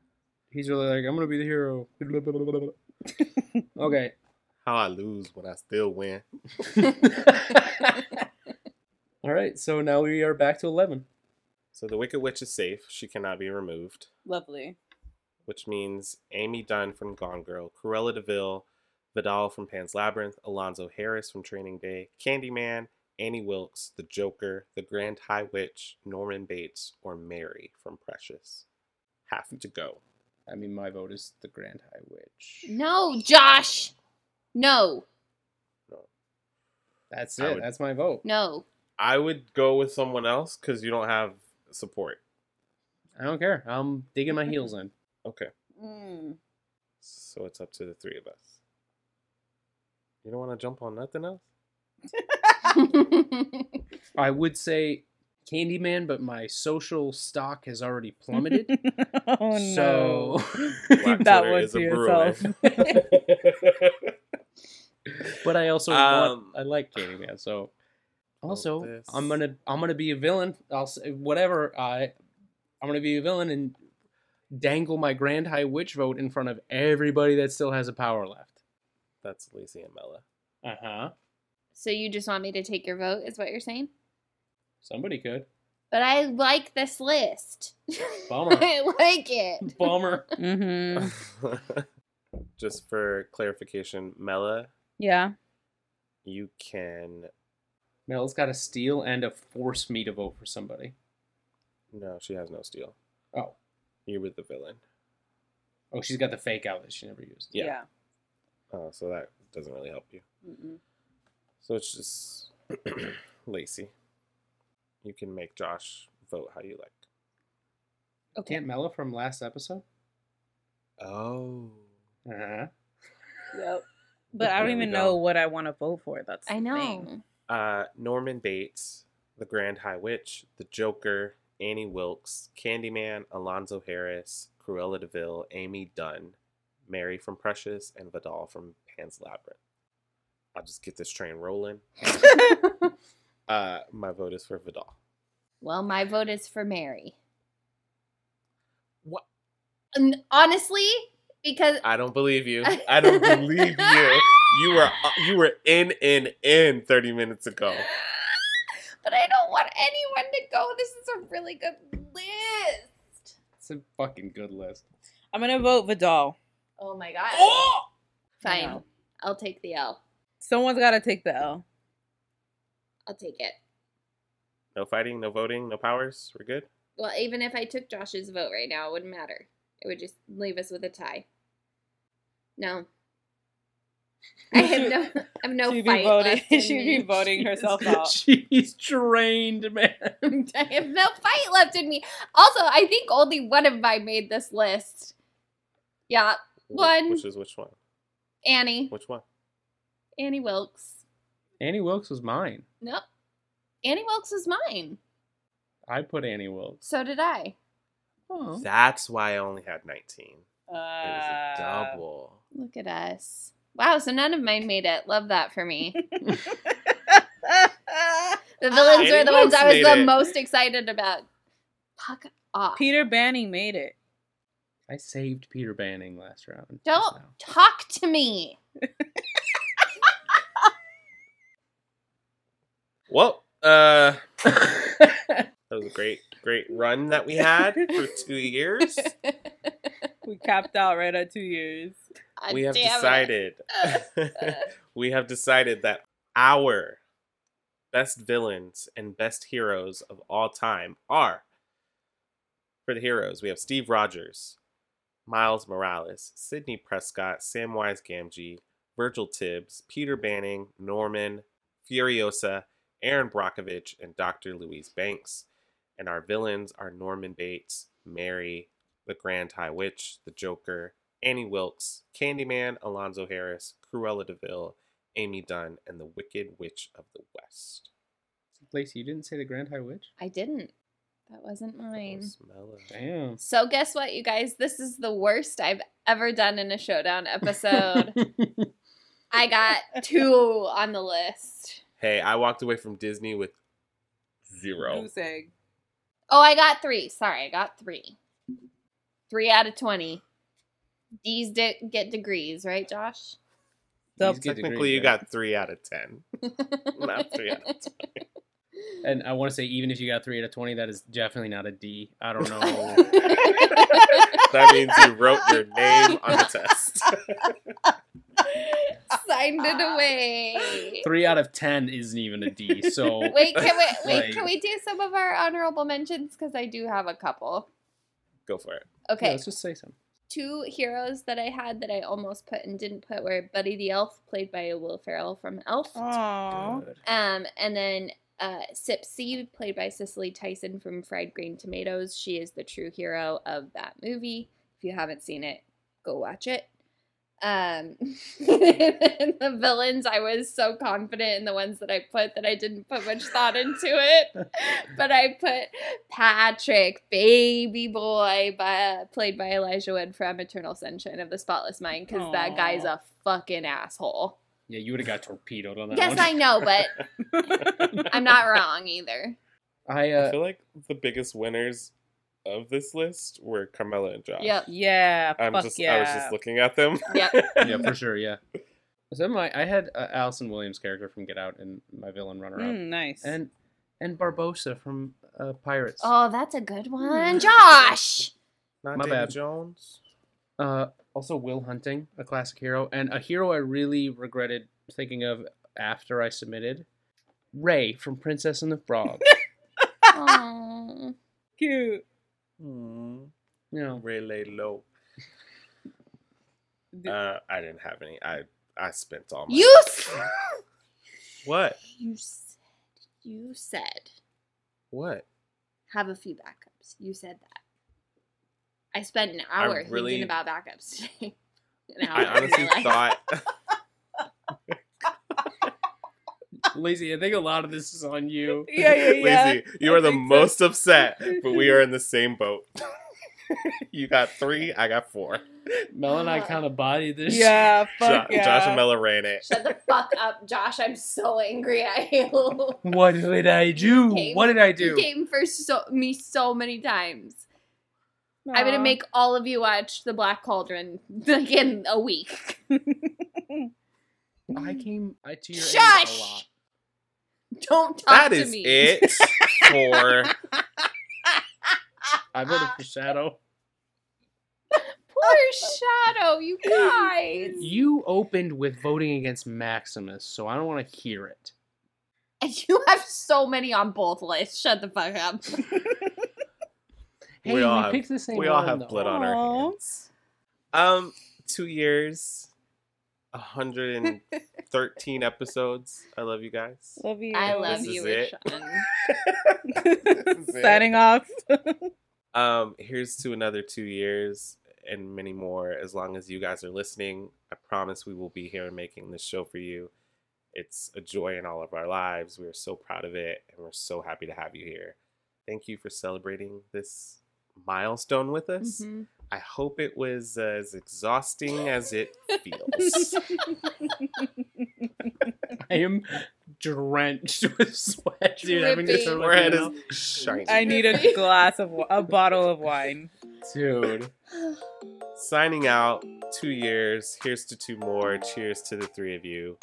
S7: He's really like, I'm gonna be the hero. okay.
S6: How I lose when I still win.
S7: All right. So now we are back to eleven.
S6: So the Wicked Witch is safe. She cannot be removed.
S5: Lovely.
S6: which means Amy Dunn from Gone Girl, Corella Deville, Vidal from Pan's Labyrinth, Alonzo Harris from Training Day, Candyman, Annie Wilkes, The Joker, The Grand High Witch, Norman Bates, or Mary from Precious. Have to go.
S7: I mean, my vote is The Grand High Witch.
S4: No, Josh. No.
S7: That's
S6: I
S7: it.
S6: would-
S7: That's my vote.
S4: No.
S6: I would go with someone else because you don't have support.
S7: I don't care. I'm digging my heels in.
S6: Okay,
S5: Mm.
S6: so it's up to the three of us. You don't want to jump on nothing else?
S7: I would say Candyman, but my social stock has already plummeted.
S5: oh
S7: so
S5: no. Keep that
S6: Twitter
S5: one
S6: is
S5: to
S6: a
S5: yourself.
S7: but I also
S6: Um, oh,
S7: want, I like Candyman. So also,
S6: this.
S7: I'm gonna I'm gonna be a villain. I'll say whatever. I I'm gonna be a villain and dangle my Grand High Witch vote in front of everybody that still has a power left.
S6: That's Lacey and Mella.
S7: Uh huh.
S4: So you just want me to take your vote, is what you're saying?
S7: Somebody could.
S4: But I like this list.
S7: Bummer.
S4: I like it.
S7: Bummer.
S5: Mm-hmm.
S6: Just for clarification, Mella,
S5: Yeah.
S6: you can
S7: Mel's got a steal and a force me to vote for somebody.
S6: No, she has no steel.
S7: Oh.
S6: You were the villain.
S7: Oh, she's got the fake out that she never used.
S6: Yeah. Oh, so that doesn't really help you.
S5: Mm-mm.
S6: So it's just Lacey. You can make Josh vote how you like.
S7: Okay. Aunt Mella from last episode.
S6: Oh.
S7: Uh huh.
S5: Yep. But I
S6: There
S5: don't
S6: we
S5: even
S6: go.
S5: know what I want to vote for. That's I know.
S6: Uh, Norman Bates, The Grand High Witch, The Joker, Annie Wilkes, Candyman, Alonzo Harris, Cruella Deville, Amy Dunn, Mary from Precious, and Vidal from Pan's Labyrinth. I'll just get this train rolling. uh, my vote is for Vidal.
S4: Well, my vote is for Mary. What? Honestly, because
S6: I don't believe you. I don't believe you. You were you were in in in thirty minutes ago.
S4: but I don't want anyone to go. This is a really good list.
S7: It's a fucking good list.
S5: I'm gonna vote Vidal.
S4: Oh my god. Fine.
S5: No.
S4: I'll take the L.
S5: Someone's gotta take the L.
S4: I'll take it.
S6: No fighting, no voting, no powers. We're good.
S4: Well, even if I took Josh's vote right now, it wouldn't matter. It would just leave us with a tie. No. I have no I have no
S5: She'd be
S4: fight
S5: voting.
S4: left in
S5: She'd
S4: me.
S5: be voting herself out.
S7: She's drained, man.
S4: I have no fight left in me. Also, I think only one of my made this list. Yeah,
S6: Wh-
S4: one
S6: Which is which one?
S4: Annie,
S6: Which one?
S4: Annie Wilkes.
S7: Annie Wilkes was mine.
S4: Nope, Annie Wilkes is mine.
S7: I put Annie Wilkes.
S4: So did I. Oh.
S6: That's why I only had nineteen. It was a
S4: Uh,
S6: double.
S4: Look at us. Wow, so none of mine made it. Love that for me. the villains were
S5: Annie
S4: the ones
S5: Wilkes
S4: I was the
S5: made it.
S4: most excited about. Fuck off.
S5: Peter Banning made it.
S7: I saved Peter Banning last round.
S4: Don't talk to me.
S6: Well, uh, that was a great, great run that we had for two years.
S5: We capped out right at two years.
S6: we have decided. we have decided that our best villains and best heroes of all time are for the heroes. We have Steve Rogers, Miles Morales, Sidney Prescott, Samwise Gamgee, Virgil Tibbs, Peter Banning, Norman, Furiosa, Aaron Brockovich, and Dr. Louise Banks. And our villains are Norman Bates, Mary, the Grand High Witch, the Joker, Annie Wilkes, Candyman, Alonzo Harris, Cruella DeVille, Amy Dunn, and the Wicked Witch of the West.
S7: Lacey, you didn't say the Grand High Witch?
S4: I didn't. That wasn't mine.
S7: Damn.
S4: So guess what, you guys? This is the worst I've ever done in a showdown episode. I got two on the list.
S6: Hey, I walked away from Disney with zero.
S5: Goose egg.
S4: Oh, I got three. Sorry, I got three. Three out of twenty. D's de- get degrees, right, Josh?
S6: These Technically, you got three out of ten. Not three out of
S7: And I want to say, even if you got three out of 20, that is definitely not a D. I don't know.
S6: that means you wrote your name on the test.
S4: Signed it away.
S7: Three out of 10 isn't even a D. So.
S4: Wait, can we wait?
S7: like,
S4: Can we do some of our honorable mentions? Because I do have a couple.
S6: Go for it.
S4: Okay.
S7: yeah, let's just say some.
S4: two heroes that I had that I almost put and didn't put were Buddy the Elf, played by Will Ferrell from Elf.
S5: Aww.
S4: Um, and then uh, Sipsy, played by Cicely Tyson from Fried Green Tomatoes. She is the true hero of that movie. If you haven't seen it, go watch it. Um, and the villains, I was so confident in the ones that I put that I didn't put much thought into it. but I put Patrick, baby boy, by, played by Elijah Wood from Eternal Sunshine of the Spotless Mind, because that guy's a fucking asshole.
S7: Yeah, you would have got torpedoed on that
S4: Yes,
S7: one.
S4: I know, but I'm not wrong either.
S7: I,
S5: uh,
S6: I feel like the biggest winners of this list were Carmela and Josh.
S4: Yep.
S5: Yeah.
S6: I'm
S5: fuck
S6: just
S5: yeah.
S6: I was just looking at them.
S4: Yep.
S7: yeah, for sure. Yeah. So my, I had uh, Allison Williams' character from Get Out and my villain runner up.
S5: Mm, nice.
S7: And and Barbosa from uh, Pirates.
S4: Oh, that's a good one. Josh!
S6: Not
S7: My
S6: Davy
S7: bad.
S6: Jones.
S7: Uh, also Will Hunting, a classic hero, and a hero I really regretted thinking of after I submitted. Ray from Princess and the Frog.
S4: Aw.
S5: Cute.
S6: Hmm.
S7: Yeah.
S6: Really low. Uh, I didn't have any. I I spent all my.
S4: You s-
S6: what?
S4: You said, you said,
S6: What?
S4: have a few backups. You said that. I spent an hour
S6: really-
S4: thinking about backups today. An hour
S6: I
S4: of my
S6: honestly
S4: life.
S6: thought
S7: Lacey, I think a lot of this is on you.
S5: Yeah, yeah, yeah.
S6: Lacey, you are the most upset, but we are in the same boat. you got three, I got four.
S7: Mel and I kind of bodied this.
S5: Ah. Yeah,
S6: Jo- Josh and Mella ran it.
S4: Shut the fuck up, Josh. I'm so angry at you.
S7: What did I do?
S4: Came-
S7: What did I
S4: You
S7: do?
S4: came for so me so many times. I'm gonna make all of you watch The Black Cauldron like in a week.
S7: I came I to your aid a lot.
S4: Shush! Don't talk
S7: That
S4: to
S7: is
S4: me.
S6: It for
S7: I voted for Shadow.
S4: Poor Shadow, you guys.
S7: You opened with voting against Maximus, so I don't want to hear it.
S4: You have so many on both lists. Shut the fuck up.
S7: Hey,
S6: we all
S7: we
S6: have,
S7: picked the same
S6: we all
S7: one,
S6: have
S7: though.
S6: blood on our hands. Um, two years, 113 episodes. I love you guys.
S5: Love you.
S4: I love
S6: This is
S4: you,
S6: it.
S4: Rashawn.
S5: Signing off.
S6: Um, here's to another two years and many more. As long as you guys are listening, I promise we will be here and making this show for you. It's a joy in all of our lives. We are so proud of it, and we're so happy to have you here. Thank you for celebrating this milestone with us.
S7: Mm-hmm.
S4: Mhm.
S6: I hope it was as exhausting as it feels.
S7: I am drenched with sweat, dude.
S5: Dripping.
S7: Having this right
S6: Forehead
S7: now.
S6: is shiny.
S5: I need a glass of wa- a bottle of wine.
S7: Dude.
S6: Signing out, two years. Here's to two more. Cheers to the three of you.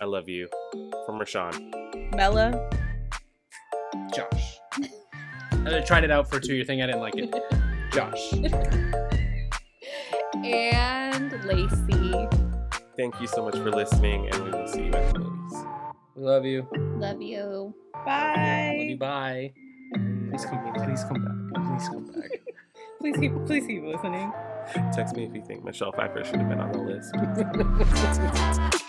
S6: I love you. From Rashawn.
S5: Mella.
S7: Josh. I tried it out for a two year thing. I didn't like it. Josh.
S4: and Lacey.
S6: Thank you so much for listening, and we will see you at the movies.
S7: We love you.
S4: Love you.
S5: Bye.
S7: Love you. Bye. Please come. Please come back. Please come back.
S5: Please keep please keep listening.
S6: Text me if you think Michelle Pfeiffer should have been on the list.